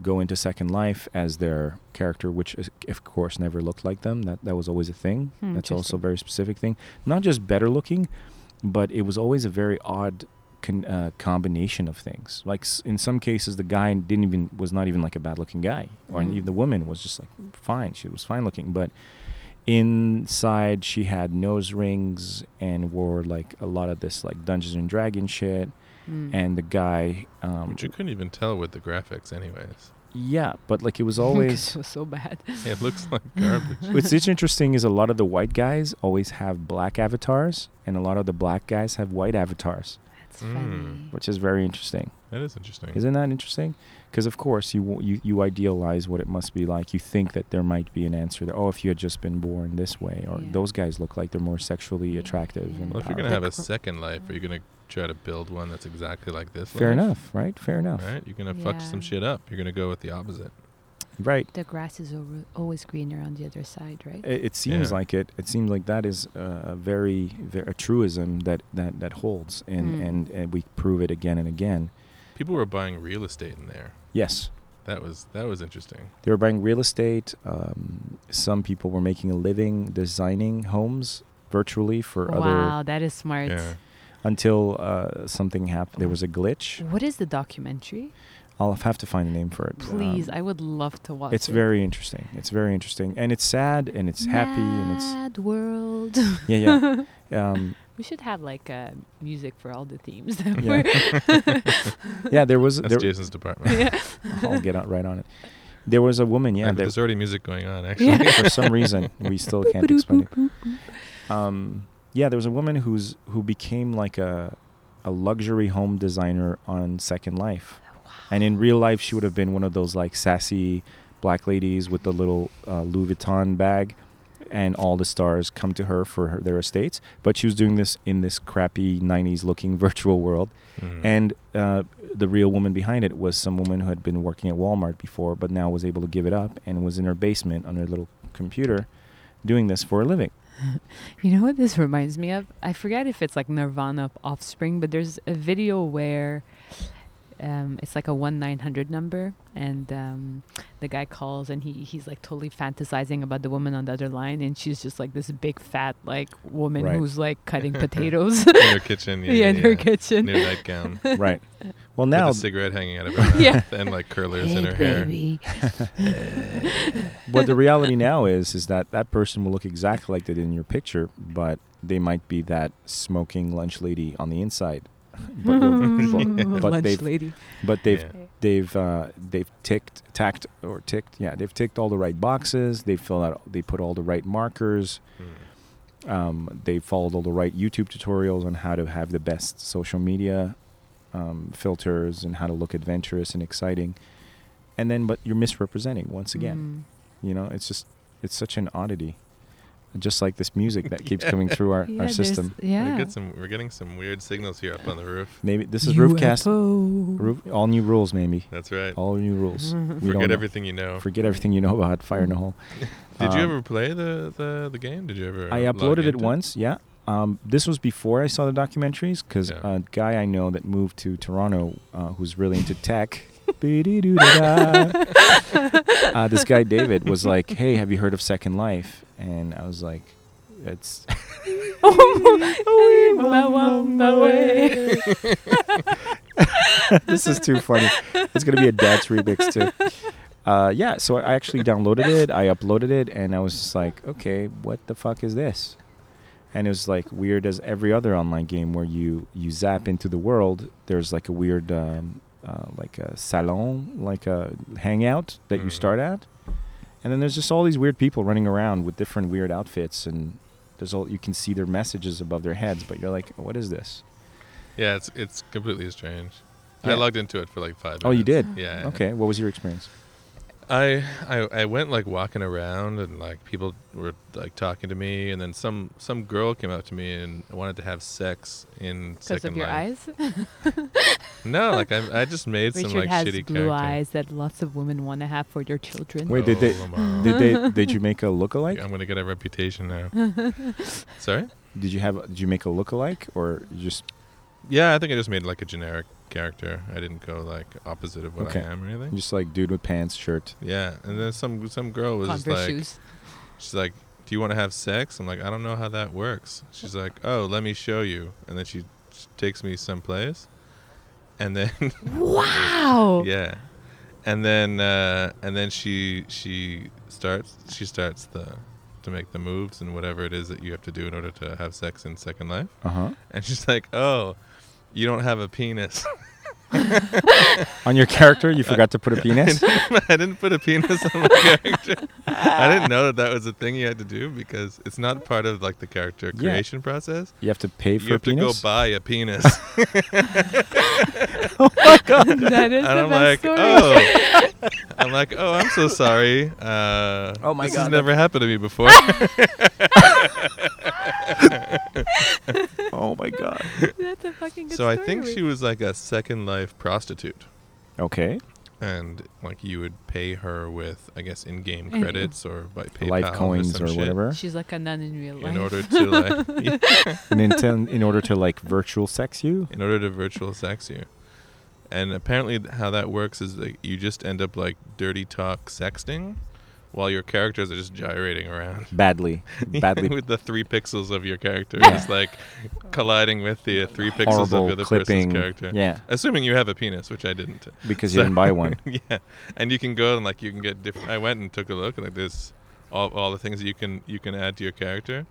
[SPEAKER 2] go into second life as their character, which is, of course never looked like them. That that was always a thing.
[SPEAKER 11] Hmm,
[SPEAKER 2] That's also a
[SPEAKER 11] interesting.
[SPEAKER 2] very specific thing. Not just better looking, but it was always a very odd con- uh, combination of things. Like s- in some cases, the guy didn't even was not even like a bad looking guy, or
[SPEAKER 11] Mhm.
[SPEAKER 2] even the woman was just like fine. She was fine looking, but inside she had nose rings and wore like a lot of this like Dungeons and Dragon shit.
[SPEAKER 11] Mm.
[SPEAKER 2] And the guy, um,
[SPEAKER 1] Which you couldn't even tell with the graphics, anyways.
[SPEAKER 2] yeah, but like it was
[SPEAKER 11] 'Cause
[SPEAKER 2] always.
[SPEAKER 11] it was so bad.
[SPEAKER 1] It looks like garbage.
[SPEAKER 2] What's it's interesting is a lot of the white guys always have black avatars, and a lot of the black guys have white avatars,
[SPEAKER 11] That's
[SPEAKER 1] Mm.
[SPEAKER 11] funny.
[SPEAKER 2] which is very interesting.
[SPEAKER 1] That is interesting.
[SPEAKER 2] Isn't that interesting? Because of course you, wa- you you idealize what it must be like. You think that there might be an answer that oh, if you had just been born this way, or
[SPEAKER 11] Yeah.
[SPEAKER 2] those guys look like they're more sexually attractive. And
[SPEAKER 1] Well, if you're gonna
[SPEAKER 2] powerful.
[SPEAKER 1] have a second life, are you gonna try to build one that's exactly like this?
[SPEAKER 2] fair
[SPEAKER 1] life?
[SPEAKER 2] enough, right? Fair enough, right?
[SPEAKER 1] Right? You're gonna fuck
[SPEAKER 11] Yeah.
[SPEAKER 1] some shit up. You're gonna go with the opposite.
[SPEAKER 11] The grass is alwa- always greener on the other side, right?
[SPEAKER 2] It, it seems
[SPEAKER 1] Yeah.
[SPEAKER 2] like it. It seems like that is uh, a very, very a truism that that that holds, and,
[SPEAKER 11] Mm.
[SPEAKER 2] and and we prove it again and again.
[SPEAKER 1] People were buying real estate in there.
[SPEAKER 2] Yes,
[SPEAKER 1] That was that was interesting.
[SPEAKER 2] They were buying real estate. Um, some people were making a living designing homes virtually for
[SPEAKER 11] wow,
[SPEAKER 2] other
[SPEAKER 11] that is smart.
[SPEAKER 1] Yeah.
[SPEAKER 2] until uh, something happened. There was a glitch.
[SPEAKER 11] What is the documentary?
[SPEAKER 2] I'll have to find a name for it.
[SPEAKER 11] Please,
[SPEAKER 2] Um,
[SPEAKER 11] I would love to watch.
[SPEAKER 2] it's
[SPEAKER 11] it.
[SPEAKER 2] very interesting. It's very interesting, and it's sad, and it's happy, and it's
[SPEAKER 11] Mad world.
[SPEAKER 2] yeah, yeah, um,
[SPEAKER 11] we should have like uh, music for all the themes. That
[SPEAKER 2] Yeah.
[SPEAKER 11] were-
[SPEAKER 2] yeah. There was.
[SPEAKER 1] That's
[SPEAKER 2] There,
[SPEAKER 1] Jason's department.
[SPEAKER 2] I'll get on, right on it. There was a woman. Yeah,
[SPEAKER 1] Like,
[SPEAKER 2] that,
[SPEAKER 1] there's already music going on. Actually,
[SPEAKER 11] Yeah.
[SPEAKER 2] for some reason we still can't explain it. Um, yeah, there was a woman who's who became like a a luxury home designer on Second Life, and in real life she would have been one of those like sassy black ladies with the little uh, Louis Vuitton bag, and all the stars come to her for her, their estates. But she was doing this in this crappy '90s looking virtual world,
[SPEAKER 1] Mm.
[SPEAKER 2] and uh, the real woman behind it was some woman who had been working at Walmart before, but now was able to give it up and was in her basement on her little computer doing this for a living.
[SPEAKER 11] You know what this reminds me of? I forget if it's like Nirvana Offspring, but there's a video where um, it's like a one nine hundred number, and um, the guy calls and he he's like totally fantasizing about the woman on the other line, and she's just like this big fat like woman
[SPEAKER 2] Right.
[SPEAKER 11] who's like cutting potatoes
[SPEAKER 1] in her kitchen. Yeah,
[SPEAKER 11] yeah, in
[SPEAKER 1] yeah,
[SPEAKER 11] her
[SPEAKER 1] yeah.
[SPEAKER 11] kitchen.
[SPEAKER 1] Near nightgown.
[SPEAKER 2] right. Well,
[SPEAKER 1] Now
[SPEAKER 2] now,
[SPEAKER 1] with a cigarette hanging out of her mouth
[SPEAKER 11] Yeah.
[SPEAKER 1] and like curlers in her hair.
[SPEAKER 2] what the reality now is, is that that person will look exactly like they did in your picture, but they might be that smoking lunch lady on the inside. But, they'll- but, but
[SPEAKER 11] Lunch
[SPEAKER 2] they've,
[SPEAKER 11] lady.
[SPEAKER 2] but they've
[SPEAKER 1] Yeah.
[SPEAKER 2] they've uh, they've ticked tacked or ticked yeah they've ticked all the right boxes they filled out they put all the right markers
[SPEAKER 1] Hmm.
[SPEAKER 2] um, they followed all the right youtube tutorials on how to have the best social media um, filters and how to look adventurous and exciting and then but you're misrepresenting once again
[SPEAKER 11] Mm.
[SPEAKER 2] you know it's just it's such an oddity just like this music that keeps coming through our,
[SPEAKER 11] Yeah,
[SPEAKER 2] our
[SPEAKER 11] there's-
[SPEAKER 2] system
[SPEAKER 1] We
[SPEAKER 11] Yeah.
[SPEAKER 1] get some, we're getting some weird signals here up on the roof.
[SPEAKER 2] maybe this is roofcast
[SPEAKER 11] UFO.
[SPEAKER 2] roof, all new rules maybe
[SPEAKER 1] That's right.
[SPEAKER 2] all new rules we don't
[SPEAKER 1] Forget
[SPEAKER 2] know.
[SPEAKER 1] everything you know.
[SPEAKER 2] forget everything you know about fire in a hole
[SPEAKER 1] Did you
[SPEAKER 2] Um,
[SPEAKER 1] ever play the, the, the game? Did you ever?
[SPEAKER 2] I
[SPEAKER 1] log
[SPEAKER 2] uploaded it
[SPEAKER 1] into
[SPEAKER 2] once. Yeah. Um, this was before I saw the documentaries because
[SPEAKER 1] Yeah.
[SPEAKER 2] a guy I know that moved to Toronto uh, who's really into tech. Bididoo-da-da. uh, this guy David was like, "Hey, have you heard of Second Life?" And I was like, "It's this is too funny. It's gonna be a dad's remix too." Uh, yeah, so I actually downloaded it. I uploaded it, and I was just like, "Okay, what the fuck is this?" and it was like weird as every other online game where you you zap into the world there's like a weird um, uh, like a salon like a hangout that you
[SPEAKER 1] Mhm.
[SPEAKER 2] start at and then there's just all these weird people running around with different weird outfits and there's all you can see their messages above their heads but you're like what is this
[SPEAKER 1] Yeah, it's it's completely strange. I
[SPEAKER 2] Yeah.
[SPEAKER 1] logged into it for like five.
[SPEAKER 2] oh you
[SPEAKER 1] minutes.
[SPEAKER 2] did
[SPEAKER 1] Yeah.
[SPEAKER 2] okay what was your experience
[SPEAKER 1] I, I I went like walking around and like people were like talking to me and then some some girl came up to me and wanted to have sex in
[SPEAKER 11] Because
[SPEAKER 1] Second
[SPEAKER 11] of your
[SPEAKER 1] Life.
[SPEAKER 11] eyes?
[SPEAKER 1] No, like I I just made some
[SPEAKER 11] Richard
[SPEAKER 1] like
[SPEAKER 11] has
[SPEAKER 1] shitty
[SPEAKER 11] blue
[SPEAKER 1] character.
[SPEAKER 11] eyes that lots of women want to have for their children.
[SPEAKER 2] Wait, did
[SPEAKER 1] Oh,
[SPEAKER 2] they-
[SPEAKER 1] Lamar.
[SPEAKER 2] did they did you make a lookalike
[SPEAKER 1] I'm gonna get a reputation now. Sorry.
[SPEAKER 2] did you have did you make a lookalike or you just
[SPEAKER 1] Yeah, I think I just made like a generic character. I didn't go like opposite of what
[SPEAKER 2] Okay.
[SPEAKER 1] I am or anything.
[SPEAKER 2] Just like dude with pants, shirt.
[SPEAKER 1] Yeah, and then some some girl was just
[SPEAKER 11] Converse
[SPEAKER 1] like,
[SPEAKER 11] shoes.
[SPEAKER 1] she's like, "Do you want to have sex?" I'm like, "I don't know how that works." She's like, "Oh, let me show you," and then she she takes me someplace, and then
[SPEAKER 8] Oh.
[SPEAKER 11] Wow.
[SPEAKER 1] yeah, and then uh, and then she she starts she starts the to make the moves and whatever it is that you have to do in order to have sex in Second Life,
[SPEAKER 2] Uh huh.
[SPEAKER 1] and she's like, "Oh, you don't have a penis."
[SPEAKER 2] On your character, you forgot to put a penis.
[SPEAKER 1] I didn't put a penis on my character. I didn't know that that was a thing you had to do because it's not part of like the character
[SPEAKER 2] Yeah.
[SPEAKER 1] creation process.
[SPEAKER 2] You have to pay for
[SPEAKER 1] You
[SPEAKER 2] a
[SPEAKER 1] have to go
[SPEAKER 2] penis.
[SPEAKER 1] buy a penis,
[SPEAKER 11] that is
[SPEAKER 1] and
[SPEAKER 11] the
[SPEAKER 1] I'm
[SPEAKER 11] best
[SPEAKER 1] like,
[SPEAKER 11] story.
[SPEAKER 1] oh, I'm like, oh, I'm so sorry. Uh,
[SPEAKER 2] Oh my
[SPEAKER 1] this has
[SPEAKER 2] God.
[SPEAKER 1] never happened to me before.
[SPEAKER 2] oh my god.
[SPEAKER 11] That's a fucking good
[SPEAKER 1] so I
[SPEAKER 11] story,
[SPEAKER 1] think she
[SPEAKER 11] Rick.
[SPEAKER 1] was like a second life prostitute,
[SPEAKER 2] Okay.
[SPEAKER 1] and like you would pay her with, I guess, in-game
[SPEAKER 11] And-
[SPEAKER 1] credits or by PayPal
[SPEAKER 2] Life coins
[SPEAKER 1] some
[SPEAKER 2] or
[SPEAKER 1] shit
[SPEAKER 2] whatever.
[SPEAKER 11] She's like a nun in real life.
[SPEAKER 1] In order to like,
[SPEAKER 2] and in, ten- in order to like virtual sex you.
[SPEAKER 1] in order to virtual sex you. And apparently, th- how that works is like you just end up like dirty talk sexting, while your characters are just gyrating around
[SPEAKER 2] Badly. Badly.
[SPEAKER 1] with the three pixels of your character
[SPEAKER 2] Yeah.
[SPEAKER 1] just like colliding with the three pixels of the
[SPEAKER 2] horrible
[SPEAKER 1] other
[SPEAKER 2] clipping.
[SPEAKER 1] person's character.
[SPEAKER 2] Yeah.
[SPEAKER 1] Assuming you have a penis, which I didn't.
[SPEAKER 2] Because
[SPEAKER 1] So-
[SPEAKER 2] you didn't buy one.
[SPEAKER 1] yeah, and you can go and like you can get different. I went and took a look, and like there's all, all the things that you can you can add to your character,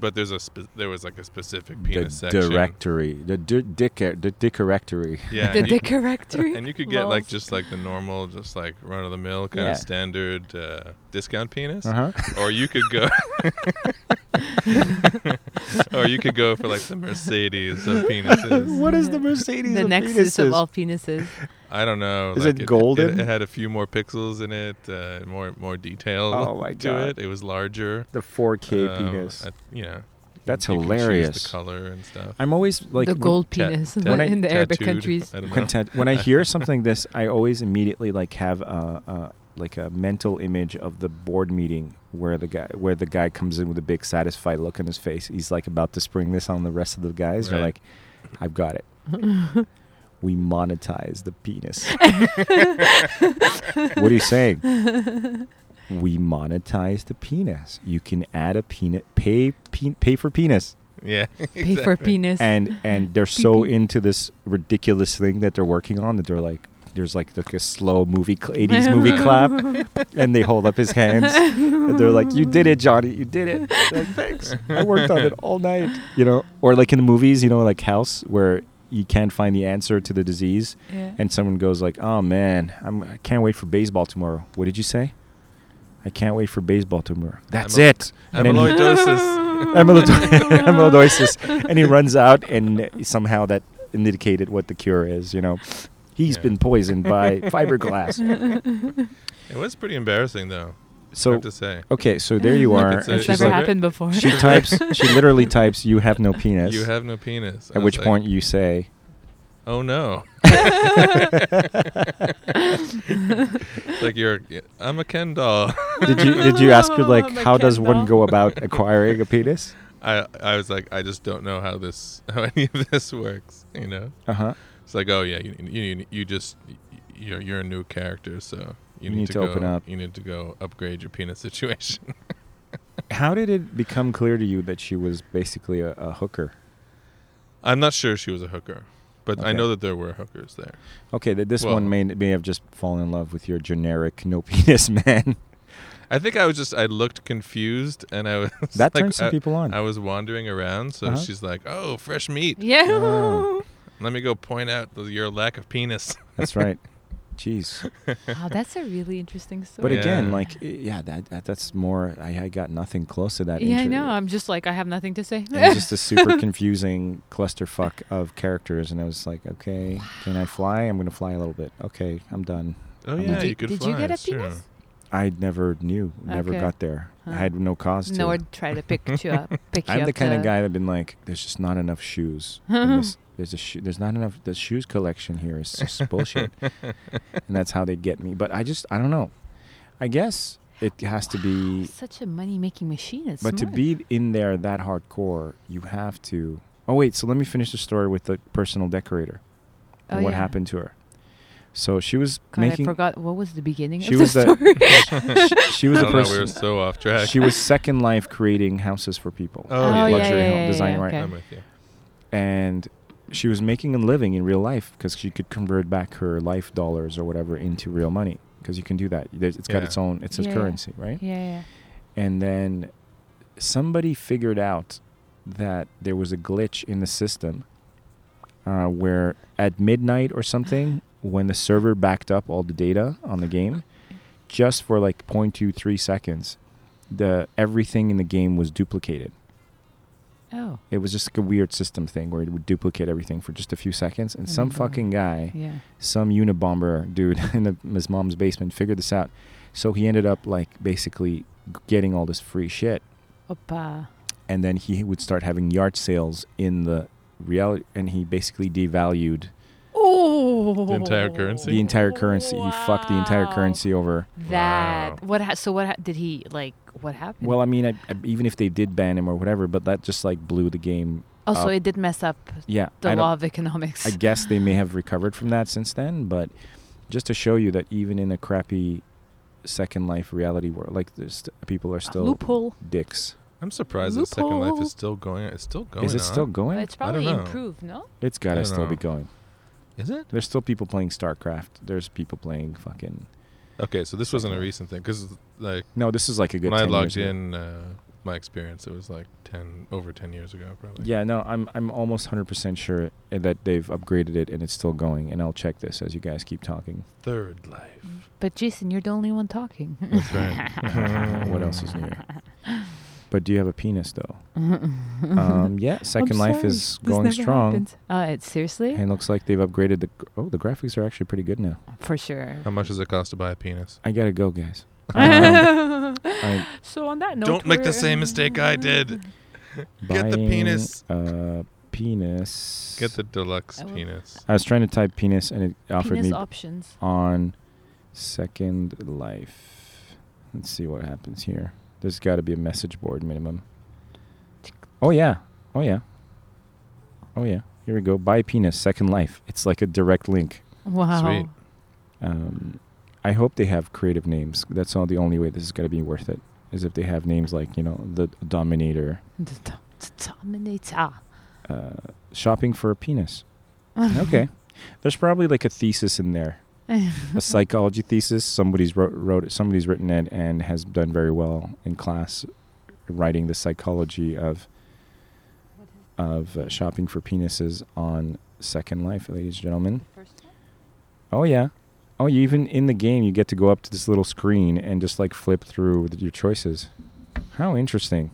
[SPEAKER 1] but there's a spe- there was like a specific penis
[SPEAKER 2] the
[SPEAKER 1] section.
[SPEAKER 2] directory. The di- dick the directory.
[SPEAKER 1] Yeah,
[SPEAKER 11] the
[SPEAKER 1] and you-
[SPEAKER 11] dick directory.
[SPEAKER 1] And you could get like
[SPEAKER 11] Lols.
[SPEAKER 1] just like the normal, just like run of the mill kind
[SPEAKER 2] Yeah.
[SPEAKER 1] of standard uh, discount penis,
[SPEAKER 2] Uh huh.
[SPEAKER 1] or you could go, or you could go for like the Mercedes of penises.
[SPEAKER 2] what is the Mercedes?
[SPEAKER 11] the
[SPEAKER 2] of
[SPEAKER 11] nexus
[SPEAKER 2] penises?
[SPEAKER 11] of all penises.
[SPEAKER 1] I don't know.
[SPEAKER 2] Is
[SPEAKER 1] like,
[SPEAKER 2] it golden?
[SPEAKER 1] It, had a few more pixels in it, uh, more more detail
[SPEAKER 2] Oh my
[SPEAKER 1] to
[SPEAKER 2] God.
[SPEAKER 1] it. It was larger.
[SPEAKER 2] The 4K
[SPEAKER 1] Um,
[SPEAKER 2] penis.
[SPEAKER 1] I- you know,
[SPEAKER 2] That's
[SPEAKER 1] you can choose
[SPEAKER 2] hilarious.
[SPEAKER 1] the color and stuff.
[SPEAKER 2] I'm always like
[SPEAKER 11] the
[SPEAKER 2] when-
[SPEAKER 11] gold
[SPEAKER 1] Ta-
[SPEAKER 11] penis
[SPEAKER 1] ta-
[SPEAKER 11] in the- in the Arabic
[SPEAKER 1] tattooed.
[SPEAKER 11] countries.
[SPEAKER 1] I don't know.
[SPEAKER 2] when, ta- when I hear something this, I always immediately like have a, a like a mental image of the board meeting where the guy where the guy comes in with a big satisfied look on his face. He's like about to spring this on the rest of the guys. They're
[SPEAKER 1] Right.
[SPEAKER 2] like, "I've got it. we monetize the penis." what are you saying? We monetize the penis. You can add a peanut, pay pe- pay for penis
[SPEAKER 1] Yeah.
[SPEAKER 11] Pay for penis.
[SPEAKER 2] and and they're so into this ridiculous thing that they're working on that they're like there's like like a slow movie cl- 80s movie clap and they hold up his hands and they're like you did it johnny you did it like thanks i worked on it all night you know or like in the movies you know like house where you can't find the answer to the disease
[SPEAKER 11] Yeah.
[SPEAKER 2] and someone goes like oh man I'm, i can't wait for baseball tomorrow what did you say i can't wait for baseball tomorrow that's
[SPEAKER 1] Amylo-
[SPEAKER 2] it And then he-
[SPEAKER 1] Amyloidosis.
[SPEAKER 2] amyloid- amyloidosis, and he runs out, and somehow that indicated what the cure is. You know, he's
[SPEAKER 1] Yeah.
[SPEAKER 2] been poisoned by fiberglass.
[SPEAKER 1] it was pretty embarrassing though. I
[SPEAKER 2] So
[SPEAKER 1] have to say.
[SPEAKER 2] okay, so there you
[SPEAKER 1] Look,
[SPEAKER 2] are,
[SPEAKER 1] it's a-
[SPEAKER 2] and
[SPEAKER 11] That's
[SPEAKER 2] she's
[SPEAKER 11] never
[SPEAKER 1] like-
[SPEAKER 2] like,
[SPEAKER 11] happened before.
[SPEAKER 2] she types, she literally types, "You have no penis."
[SPEAKER 1] You have no penis. I
[SPEAKER 2] At
[SPEAKER 1] was
[SPEAKER 2] which
[SPEAKER 1] like,
[SPEAKER 2] point you say,
[SPEAKER 1] Oh no. It's like you're, I'm a Ken doll.
[SPEAKER 2] "Did you did you ask her like
[SPEAKER 11] I'm a
[SPEAKER 2] how does one
[SPEAKER 11] Kendall.
[SPEAKER 2] go about acquiring a penis?"
[SPEAKER 1] I, I was like, I just don't know how this, how any of this works. You know,
[SPEAKER 2] Uh huh.
[SPEAKER 1] it's like, oh yeah, you, you, you just, you're, you're a new character, so you,
[SPEAKER 2] You need to
[SPEAKER 1] go,
[SPEAKER 2] open up.
[SPEAKER 1] You need to go upgrade your penis situation.
[SPEAKER 2] How did it become clear to you that she was basically a, a hooker?
[SPEAKER 1] I'm not sure she was a hooker, but I
[SPEAKER 2] Okay.
[SPEAKER 1] know that there were hookers there.
[SPEAKER 2] Okay, that this
[SPEAKER 1] Well-
[SPEAKER 2] one may may have just fallen in love with your generic no penis man.
[SPEAKER 1] I think I was just, I looked confused, and I was
[SPEAKER 2] That
[SPEAKER 1] like,
[SPEAKER 2] turns some
[SPEAKER 1] I,
[SPEAKER 2] people on.
[SPEAKER 1] I was wandering around, so
[SPEAKER 2] Uh-huh.
[SPEAKER 1] she's like, oh, fresh meat.
[SPEAKER 11] yeah.
[SPEAKER 2] Oh.
[SPEAKER 1] Let me go point out th- your lack of penis.
[SPEAKER 2] That's right. Jeez.
[SPEAKER 11] Wow, that's a really interesting
[SPEAKER 2] But
[SPEAKER 11] story.
[SPEAKER 1] it-
[SPEAKER 2] again,
[SPEAKER 1] Yeah.
[SPEAKER 2] like, i- yeah, that, that that's more. I, I got nothing close to that.
[SPEAKER 11] yeah, I
[SPEAKER 2] intro-
[SPEAKER 11] know. I'm just like I have nothing to say.
[SPEAKER 2] It was just a super confusing clusterfuck of characters, and I was like, okay, can I fly? I'm gonna fly a little bit. Okay, I'm done.
[SPEAKER 1] Oh
[SPEAKER 2] Did
[SPEAKER 1] yeah,
[SPEAKER 2] you-
[SPEAKER 1] you could
[SPEAKER 11] did
[SPEAKER 1] fly.
[SPEAKER 11] you get a
[SPEAKER 1] it's true.
[SPEAKER 11] penis?
[SPEAKER 2] I never knew, never
[SPEAKER 11] Okay.
[SPEAKER 2] got there. I
[SPEAKER 11] Huh.
[SPEAKER 2] had no cause to.
[SPEAKER 11] Nor try to pick you up. Pick you
[SPEAKER 2] I'm
[SPEAKER 11] up
[SPEAKER 2] the kind
[SPEAKER 11] to-
[SPEAKER 2] of guy that been like, there's just not enough shoes. in this- there's a shoe. There's not enough. The shoes collection here is just bullshit, and that's how they get me. But I just, I don't know. I guess it has to be
[SPEAKER 11] Such a money making machine. It's
[SPEAKER 2] But to
[SPEAKER 11] smart.
[SPEAKER 2] be in there that hardcore, you have to. Oh wait, so let me finish the story with the personal decorator. and
[SPEAKER 8] Oh,
[SPEAKER 2] what
[SPEAKER 8] yeah.
[SPEAKER 2] happened to her. So she was
[SPEAKER 8] God,
[SPEAKER 2] making.
[SPEAKER 8] I forgot what was the beginning
[SPEAKER 2] She
[SPEAKER 8] of
[SPEAKER 2] was
[SPEAKER 8] the
[SPEAKER 2] the-
[SPEAKER 8] story.
[SPEAKER 2] She, she was
[SPEAKER 1] I
[SPEAKER 2] a
[SPEAKER 1] don't know, we were
[SPEAKER 2] person.
[SPEAKER 1] so off track.
[SPEAKER 2] She was Second Life creating houses for people.
[SPEAKER 1] Oh, Oh, yeah. yeah,
[SPEAKER 2] luxury
[SPEAKER 8] yeah,
[SPEAKER 2] home
[SPEAKER 8] yeah,
[SPEAKER 2] design,
[SPEAKER 8] yeah,
[SPEAKER 2] right?
[SPEAKER 8] okay.
[SPEAKER 1] I'm with you.
[SPEAKER 2] And she was making a living in real life because she could convert back her life dollars or whatever into real money because you can do that. There's, it's got
[SPEAKER 1] Yeah.
[SPEAKER 2] its own. It's
[SPEAKER 8] Yeah,
[SPEAKER 2] its
[SPEAKER 8] yeah.
[SPEAKER 2] currency, right?
[SPEAKER 8] yeah, yeah.
[SPEAKER 2] and then somebody figured out that there was a glitch in the system uh, where at midnight or something when the server backed up all the data on the game just for like 0.23 seconds the everything in the game was duplicated
[SPEAKER 8] Oh,
[SPEAKER 2] it was just like a weird system thing where it would duplicate everything for just a few seconds and
[SPEAKER 8] I
[SPEAKER 2] some
[SPEAKER 8] remember that.
[SPEAKER 2] fucking guy
[SPEAKER 8] yeah.
[SPEAKER 2] some Unabomber dude in the, his mom's basement figured this out. So he ended up like basically g- getting all this free shit,
[SPEAKER 8] Opa.
[SPEAKER 2] and then he would start having yard sales in the reality, and he basically devalued
[SPEAKER 8] Oh.
[SPEAKER 1] The entire currency?
[SPEAKER 2] the entire currency. He fucked the entire
[SPEAKER 8] Wow.
[SPEAKER 2] currency over.
[SPEAKER 8] That
[SPEAKER 1] Wow.
[SPEAKER 8] what? Ha- so what ha- did he like? What happened?
[SPEAKER 2] Well, I mean, I, I- even if they did ban him or whatever, but that just like blew the game.
[SPEAKER 8] oh, so
[SPEAKER 2] uh,
[SPEAKER 8] it did mess up
[SPEAKER 2] Yeah,
[SPEAKER 8] the
[SPEAKER 2] I don't-
[SPEAKER 8] law of economics.
[SPEAKER 2] I guess they may have recovered from that since then, but just to show you that even in a crappy Second Life reality world, like there's people are still
[SPEAKER 8] Loophole.
[SPEAKER 2] dicks.
[SPEAKER 1] I'm surprised that Second Life
[SPEAKER 8] Loophole.
[SPEAKER 1] is still going. It's still going.
[SPEAKER 2] Is it still
[SPEAKER 1] on?
[SPEAKER 2] going?
[SPEAKER 8] It's
[SPEAKER 1] I don't
[SPEAKER 8] probably
[SPEAKER 1] know.
[SPEAKER 8] improved, no?
[SPEAKER 2] It's gotta
[SPEAKER 1] I
[SPEAKER 2] still
[SPEAKER 1] dunno.
[SPEAKER 2] be going.
[SPEAKER 1] Is it?
[SPEAKER 2] There's still people playing StarCraft. There's people playing fucking.
[SPEAKER 1] Okay, so this wasn't a recent thing because like
[SPEAKER 2] No, this is like a good.
[SPEAKER 1] when I
[SPEAKER 2] 10 years
[SPEAKER 1] logged
[SPEAKER 2] ago.
[SPEAKER 1] in, uh, my experience it was like ten over ten years ago probably.
[SPEAKER 2] Yeah, no, I'm I'm almost 100 percent sure that they've upgraded it and it's still going. And I'll check this as you guys keep talking.
[SPEAKER 1] Third Life.
[SPEAKER 8] But Jason, you're the only one talking.
[SPEAKER 1] That's right.
[SPEAKER 2] what else is new? But do you have a penis though? um, yeah, Second Life is going strong.
[SPEAKER 8] Uh, it, seriously?
[SPEAKER 2] And looks like they've upgraded the. Oh, the graphics are actually pretty good now.
[SPEAKER 8] For sure.
[SPEAKER 1] How much does it cost to buy a penis?
[SPEAKER 2] I gotta go, guys. Um, I-
[SPEAKER 8] so on that note,
[SPEAKER 1] Don't make the
[SPEAKER 8] we're-
[SPEAKER 1] same mistake I did. Get the
[SPEAKER 2] buying
[SPEAKER 1] penis.
[SPEAKER 2] A penis.
[SPEAKER 1] Get the deluxe
[SPEAKER 8] I will-
[SPEAKER 1] penis.
[SPEAKER 2] I was trying to type penis and it offered
[SPEAKER 8] Penis
[SPEAKER 2] me
[SPEAKER 8] options.
[SPEAKER 2] on Second Life. Let's see what happens here. There's got to be a message board minimum. Oh yeah. Oh yeah. Oh yeah. Here we go. Buy penis Second Life. It's like a direct link.
[SPEAKER 8] Wow.
[SPEAKER 1] Sweet.
[SPEAKER 2] Um, I hope they have creative names. That's all the only way this is going to be worth it is if they have names like, you know, the Dominator,
[SPEAKER 8] The dom- the dominator.
[SPEAKER 2] uh, shopping for a penis. okay. There's probably like a thesis in there, a psychology thesis. Somebody's wrote, wrote it, somebody's written it and has done very well in class, writing the psychology of of uh, shopping for penises on Second Life, ladies and gentlemen. Oh yeah. Oh, you even in the game you get to go up to this little screen and just like flip through th- your choices. How interesting.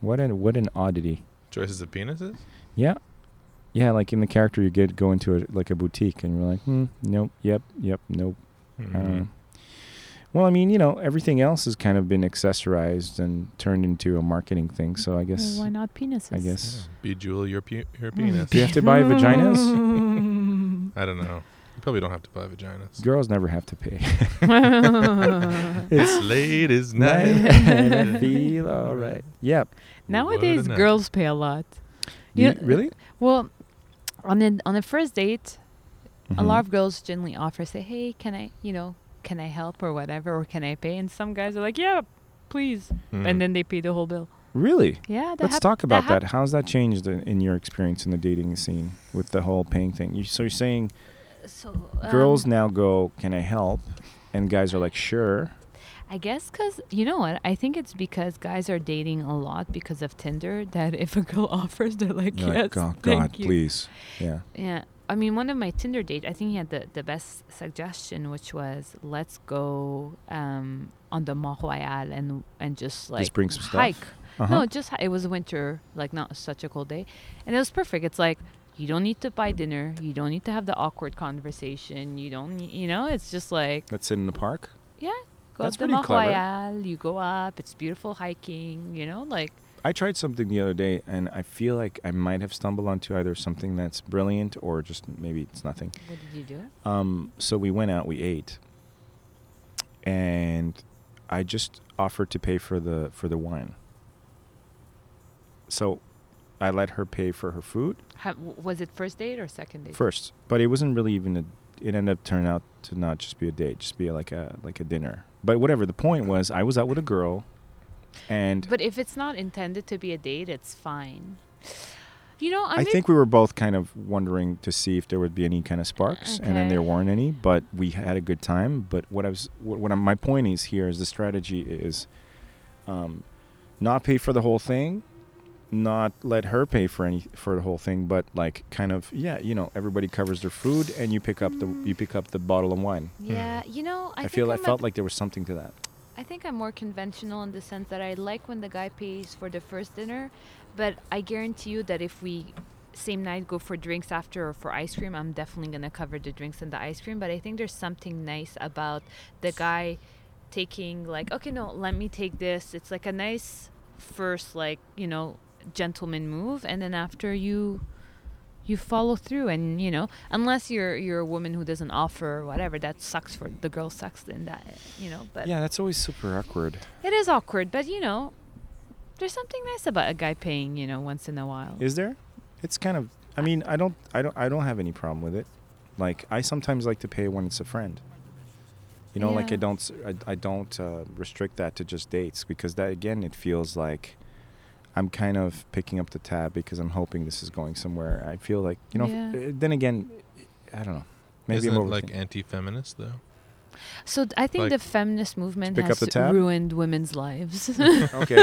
[SPEAKER 2] What an what an oddity.
[SPEAKER 1] Choices of penises.
[SPEAKER 2] Yeah. Yeah, like in the character, you get go into a, like a boutique, and you're like, hmm, nope, yep, yep, nope.
[SPEAKER 1] Mm-hmm. Hmm.
[SPEAKER 2] Uh, well, I mean, you know, everything else has kind of been accessorized and turned into a marketing thing. So I guess,
[SPEAKER 8] Why not penises?
[SPEAKER 2] I guess,
[SPEAKER 1] Bejewel your pe-
[SPEAKER 8] Hmm.
[SPEAKER 1] your penis.
[SPEAKER 2] do you have to buy vaginas?
[SPEAKER 1] I don't know. You probably don't have to buy vaginas.
[SPEAKER 2] Girls never have to pay.
[SPEAKER 1] It's late as night.
[SPEAKER 2] and I feel all right. Yep.
[SPEAKER 1] Word
[SPEAKER 8] Nowadays,
[SPEAKER 1] enough.
[SPEAKER 8] girls pay a lot.
[SPEAKER 2] Do
[SPEAKER 8] You
[SPEAKER 2] you-
[SPEAKER 8] know-
[SPEAKER 2] really?
[SPEAKER 8] Well, on a, on a first date, a lot
[SPEAKER 2] Mhm.
[SPEAKER 8] of girls generally offer, say, hey, can I, you know, can I help or whatever, or can I pay? And some guys are like, yeah, please.
[SPEAKER 1] Mm.
[SPEAKER 8] And then they pay the whole bill.
[SPEAKER 2] Really?
[SPEAKER 8] Yeah, that
[SPEAKER 2] Let's
[SPEAKER 8] hap-
[SPEAKER 2] talk about that.
[SPEAKER 8] hap-
[SPEAKER 2] How's that changed in, in your experience in the dating scene with the whole paying thing? You, so you're saying
[SPEAKER 8] So,
[SPEAKER 2] girls
[SPEAKER 8] um,
[SPEAKER 2] now go, "Can I help?" and guys are like, "Sure."
[SPEAKER 8] I guess because, you know what? I think it's because guys are dating a lot because of Tinder that if a girl offers, they're like,
[SPEAKER 2] You're
[SPEAKER 8] yes,
[SPEAKER 2] like, oh
[SPEAKER 8] thank
[SPEAKER 2] God,
[SPEAKER 8] you."
[SPEAKER 2] please. Yeah.
[SPEAKER 8] Yeah. I mean, one of my Tinder dates, I think he had the, the best suggestion, which was let's go um, on the Mont Royal and, and just like
[SPEAKER 2] bring some stuff?
[SPEAKER 8] hike.
[SPEAKER 2] Uh-huh.
[SPEAKER 8] No, just hi- it was winter, like not such a cold day. And it was perfect. It's like you don't need to buy dinner. You don't need to have the awkward conversation. You don't, nee- you know, it's just like,
[SPEAKER 2] Let's sit in the park.
[SPEAKER 8] yeah, go
[SPEAKER 2] That's
[SPEAKER 8] up the
[SPEAKER 2] pretty
[SPEAKER 8] Mont
[SPEAKER 2] clever.
[SPEAKER 8] Royal. You go up. It's beautiful hiking, you know, like,
[SPEAKER 2] I tried something the other day, and I feel like I might have stumbled onto either something that's brilliant or just maybe it's nothing.
[SPEAKER 8] what did you do?
[SPEAKER 2] Um, so we went out, we ate, and I just offered to pay for the for the wine. So I let her pay for her food
[SPEAKER 8] Ha- w was it first date or second date?
[SPEAKER 2] first, but it wasn't really even a. It ended up turning out to not just be a date, just be like a like a dinner. But whatever. The point was, I was out with a girl, and
[SPEAKER 8] But if it's not intended to be a date, it's fine. You know, I'm
[SPEAKER 2] I think we were both kind of wondering to see if there would be any kind of sparks, and then there
[SPEAKER 8] Okay.
[SPEAKER 2] weren't any. But we had a good time. But what I was, what, what I'm, my point is here is the strategy is, um, not pay for the whole thing, not let her pay for any for the whole thing, but like kind of yeah, you know, everybody covers their food, and you pick up the you pick up the bottle of wine.
[SPEAKER 8] yeah. You know, I,
[SPEAKER 2] I,
[SPEAKER 8] think
[SPEAKER 2] feel I
[SPEAKER 8] I'm a-
[SPEAKER 2] felt like there was something to that.
[SPEAKER 8] I think I'm more conventional in the sense that I like when the guy pays for the first dinner, but I guarantee you that if we same night go for drinks after or for ice cream, I'm definitely gonna cover the drinks and the ice cream. But I think there's something nice about the guy taking like, okay, no, let me take this. It's like a nice first like you know gentleman move, and then after you you follow through and you know unless you're you're a woman who doesn't offer or whatever that sucks for the girl sucks in that you know but
[SPEAKER 2] Yeah, that's always super awkward.
[SPEAKER 8] it is awkward, but you know, there's something nice about a guy paying, you know, once in a while.
[SPEAKER 2] Is there? It's kind of. I mean, I don't. I don't. I don't have any problem with it. Like I sometimes like to pay when it's a friend. You know, like I
[SPEAKER 8] Yeah.
[SPEAKER 2] don't. s- I, I don't uh, restrict that to just dates because that again, it feels like I'm kind of picking up the tab because I'm hoping this is going somewhere. I feel like you know. f-
[SPEAKER 8] Yeah.
[SPEAKER 2] uh, Then again, I don't know. Maybe
[SPEAKER 1] Isn't
[SPEAKER 2] I'm
[SPEAKER 1] it like
[SPEAKER 2] overthinking.
[SPEAKER 1] anti-feminist though?
[SPEAKER 8] so th- I think
[SPEAKER 1] Like,
[SPEAKER 8] the feminist movement
[SPEAKER 2] pick up
[SPEAKER 8] has
[SPEAKER 2] the tab?
[SPEAKER 8] ruined women's lives.
[SPEAKER 2] okay,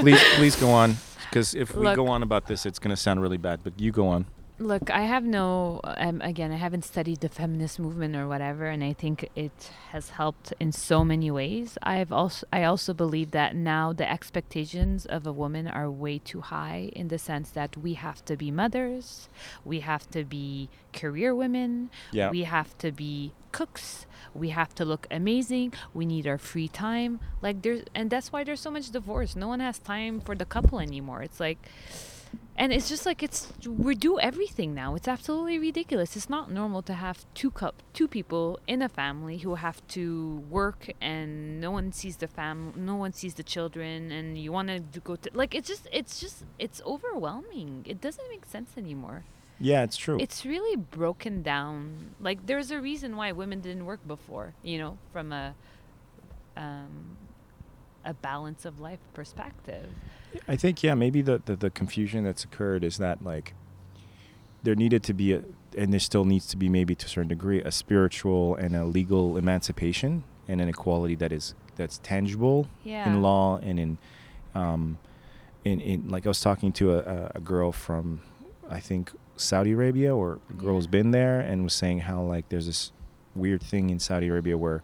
[SPEAKER 2] please, please go on because if we
[SPEAKER 8] Look.
[SPEAKER 2] go on about this, it's gonna sound really bad. But you go on.
[SPEAKER 8] Look, I have no, um, again, I haven't studied the feminist movement or whatever, and I think it has helped in so many ways. I've also, I also believe that now the expectations of a woman are way too high in the sense that we have to be mothers, we have to be career women,
[SPEAKER 2] Yeah.
[SPEAKER 8] we have to be cooks, we have to look amazing, we need our free time. Like there's, and that's why there's so much divorce. No one has time for the couple anymore. It's like, and it's just like it's we do everything now. It's absolutely ridiculous. It's not normal to have two cup two people in a family who have to work and no one sees the fam no one sees the children and you want to go to like it's just it's just it's overwhelming. It doesn't make sense anymore.
[SPEAKER 2] Yeah, it's true.
[SPEAKER 8] It's really broken down. Like there's a reason why women didn't work before, you know, from a um a balance of life perspective.
[SPEAKER 2] I think yeah, maybe the, the the confusion that's occurred is that like there needed to be a and there still needs to be maybe to a certain degree a spiritual and a legal emancipation and an equality that is that's tangible
[SPEAKER 8] Yeah.
[SPEAKER 2] in law and in um in, in like I was talking to a- a, a girl from I think Saudi Arabia or a girl who's been there and was saying how like there's this weird thing in Saudi Arabia where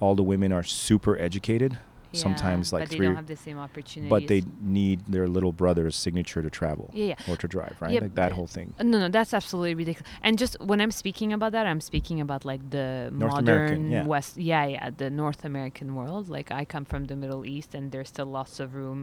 [SPEAKER 2] all the women are super educated
[SPEAKER 8] Yeah,
[SPEAKER 2] sometimes like
[SPEAKER 8] but they
[SPEAKER 2] three
[SPEAKER 8] don't have the same opportunities.
[SPEAKER 2] but they need their little brother's signature to travel
[SPEAKER 8] Yeah, yeah.
[SPEAKER 2] or to drive, right?
[SPEAKER 8] Yeah,
[SPEAKER 2] like that
[SPEAKER 8] but-
[SPEAKER 2] whole thing.
[SPEAKER 8] Uh, No, no, that's absolutely ridiculous. And just when I'm speaking about that, I'm speaking about like the
[SPEAKER 2] North
[SPEAKER 8] modern
[SPEAKER 2] American, yeah.
[SPEAKER 8] West, yeah, yeah, the North American world. Like I come from the Middle East, and there's still lots of room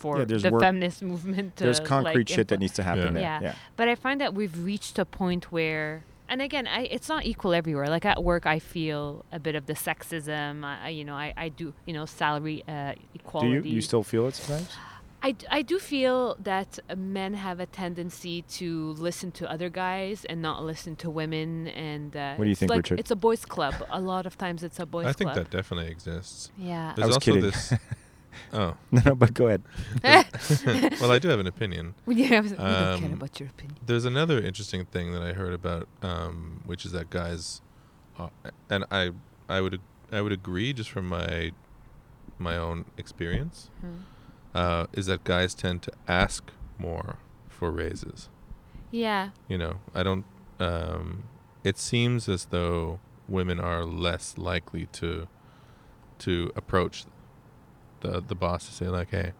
[SPEAKER 8] for
[SPEAKER 2] there's
[SPEAKER 8] the
[SPEAKER 2] work-
[SPEAKER 8] feminist movement. To,
[SPEAKER 2] There's concrete
[SPEAKER 8] like,
[SPEAKER 2] shit that
[SPEAKER 8] impl-
[SPEAKER 2] needs to happen
[SPEAKER 1] Yeah.
[SPEAKER 2] there.
[SPEAKER 8] yeah.
[SPEAKER 2] Yeah.
[SPEAKER 8] But I find that we've reached a point where, and again, I, it's not equal everywhere. Like at work, I feel a bit of the sexism. I, I- you know, I, I do, you know, salary uh,
[SPEAKER 2] Do
[SPEAKER 8] equality.
[SPEAKER 2] you you still feel it sometimes?
[SPEAKER 8] I, d- I do feel that men have a tendency to listen to other guys and not listen to women. And uh,
[SPEAKER 2] What do you
[SPEAKER 8] it's
[SPEAKER 2] think,
[SPEAKER 8] like-
[SPEAKER 2] Richard?
[SPEAKER 8] It's a boys' club. A lot of times, it's a boys'
[SPEAKER 1] I think
[SPEAKER 8] club.
[SPEAKER 1] that definitely exists.
[SPEAKER 8] yeah.
[SPEAKER 1] There's
[SPEAKER 2] was
[SPEAKER 1] also
[SPEAKER 2] kidding.
[SPEAKER 1] this. Oh
[SPEAKER 2] No, no, but go ahead.
[SPEAKER 1] well, I do have an opinion.
[SPEAKER 8] yeah, I was- we don't
[SPEAKER 1] Um,
[SPEAKER 8] care about your opinion.
[SPEAKER 1] There's another interesting thing that I heard about, um, which is that guys, are, and I, I would, I would agree just from my, my own experience, uh, is that guys tend to ask more for raises.
[SPEAKER 8] Yeah,
[SPEAKER 1] You know, I don't. Um, it seems as though women are less likely to, to approach, the the boss to say like, hey,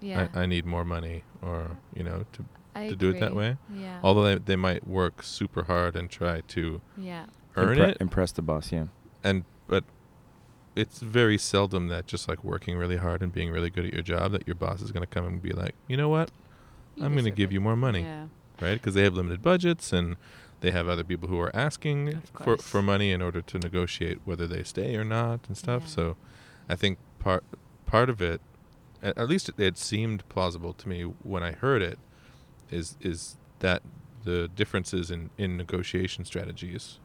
[SPEAKER 8] yeah.
[SPEAKER 1] I, I need more money, or you know, to
[SPEAKER 8] I,
[SPEAKER 1] to do it that
[SPEAKER 8] agree.
[SPEAKER 1] way.
[SPEAKER 8] Yeah.
[SPEAKER 1] Although they, they might work super hard and try to
[SPEAKER 8] yeah.
[SPEAKER 1] earn
[SPEAKER 2] Impre-
[SPEAKER 1] it,
[SPEAKER 2] Impress the boss, yeah.
[SPEAKER 1] and but it's very seldom that just like working really hard and being really good at your job that your boss is going to come and be like, you know what,
[SPEAKER 8] You
[SPEAKER 1] I'm going to
[SPEAKER 8] deserve
[SPEAKER 1] give
[SPEAKER 8] it."
[SPEAKER 1] you more money, Right? 'Cause
[SPEAKER 8] Yeah.
[SPEAKER 1] right? Because they have limited budgets and they have other people who are asking
[SPEAKER 8] Of
[SPEAKER 1] for
[SPEAKER 8] course.
[SPEAKER 1] for money in order to negotiate whether they stay or not and stuff.
[SPEAKER 8] Yeah.
[SPEAKER 1] So, I think part part of it, a- at least it, it seemed plausible to me when I heard it, is is that the differences in in negotiation strategies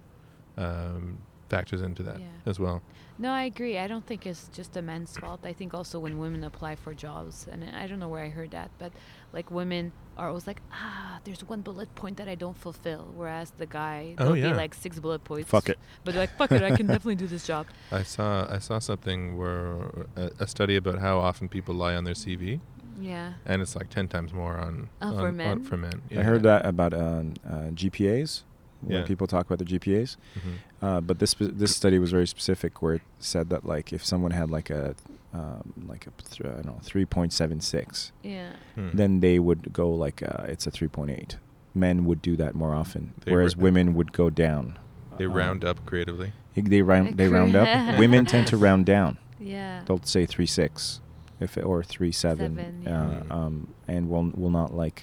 [SPEAKER 1] um, factors into that
[SPEAKER 11] Yeah.
[SPEAKER 1] as well.
[SPEAKER 11] No, I agree. I don't think it's just a man's fault. I think also when women apply for jobs, and I don't know where I heard that, but like women are always like, ah, there's one bullet point that I don't fulfill, whereas the guy,
[SPEAKER 1] Oh,
[SPEAKER 11] there'll
[SPEAKER 1] yeah.
[SPEAKER 11] be like six bullet points.
[SPEAKER 2] Fuck it.
[SPEAKER 11] But like, fuck it, I can definitely do this job.
[SPEAKER 1] I saw I saw something where a, a study about how often people lie on their CV,
[SPEAKER 11] Yeah.
[SPEAKER 1] and it's like ten times more on,
[SPEAKER 11] Oh,
[SPEAKER 1] on,
[SPEAKER 11] for
[SPEAKER 1] on-
[SPEAKER 11] men?
[SPEAKER 1] for men.
[SPEAKER 2] I heard that about um, uh, GPAs when
[SPEAKER 1] Yeah.
[SPEAKER 2] people talk about their GPAs.
[SPEAKER 1] Mhm.
[SPEAKER 2] Uh, but this spe- this study was very specific, where it said that like if someone had like a um, like a th- I don't know three point seven six,
[SPEAKER 11] Yeah.
[SPEAKER 1] Hmm.
[SPEAKER 2] then they would go like uh, it's a three point eight. Men would do that more often,
[SPEAKER 1] They
[SPEAKER 2] whereas
[SPEAKER 1] ra-
[SPEAKER 2] women would go down.
[SPEAKER 1] they
[SPEAKER 2] Um,
[SPEAKER 1] round up creatively.
[SPEAKER 2] They round they round up. women tend to round down.
[SPEAKER 11] Yeah.
[SPEAKER 2] They'll say three six, if or three seven,
[SPEAKER 11] Seven, yeah.
[SPEAKER 2] uh, um, and will will not like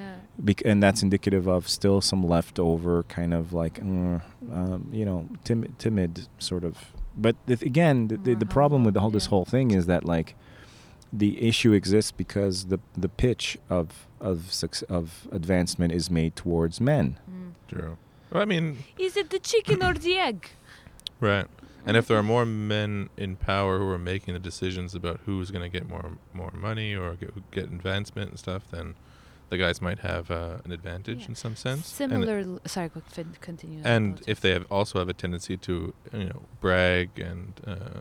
[SPEAKER 11] Yeah.
[SPEAKER 2] Bec- and that's indicative of still some leftover kind of like, mm, um, you know, timid, timid sort of. But the th- again, the, the,
[SPEAKER 11] More
[SPEAKER 2] the problem with the whole
[SPEAKER 11] humble,
[SPEAKER 2] this
[SPEAKER 11] yeah.
[SPEAKER 2] whole thing is that like, the issue exists because the the pitch of of suc- of advancement is made towards men.
[SPEAKER 1] Mm. True. Well, I mean,
[SPEAKER 11] Is it the chicken or the egg?
[SPEAKER 1] right. And if there are more men in power who are making the decisions about who's going to get more more money or get, get advancement and stuff, then the guys might have uh, an advantage
[SPEAKER 11] Yeah.
[SPEAKER 1] in some sense. And-
[SPEAKER 11] Similar. l- sorry, go fin- continue. I
[SPEAKER 1] and
[SPEAKER 11] apologize.
[SPEAKER 1] if they have also have a tendency to you know brag and uh,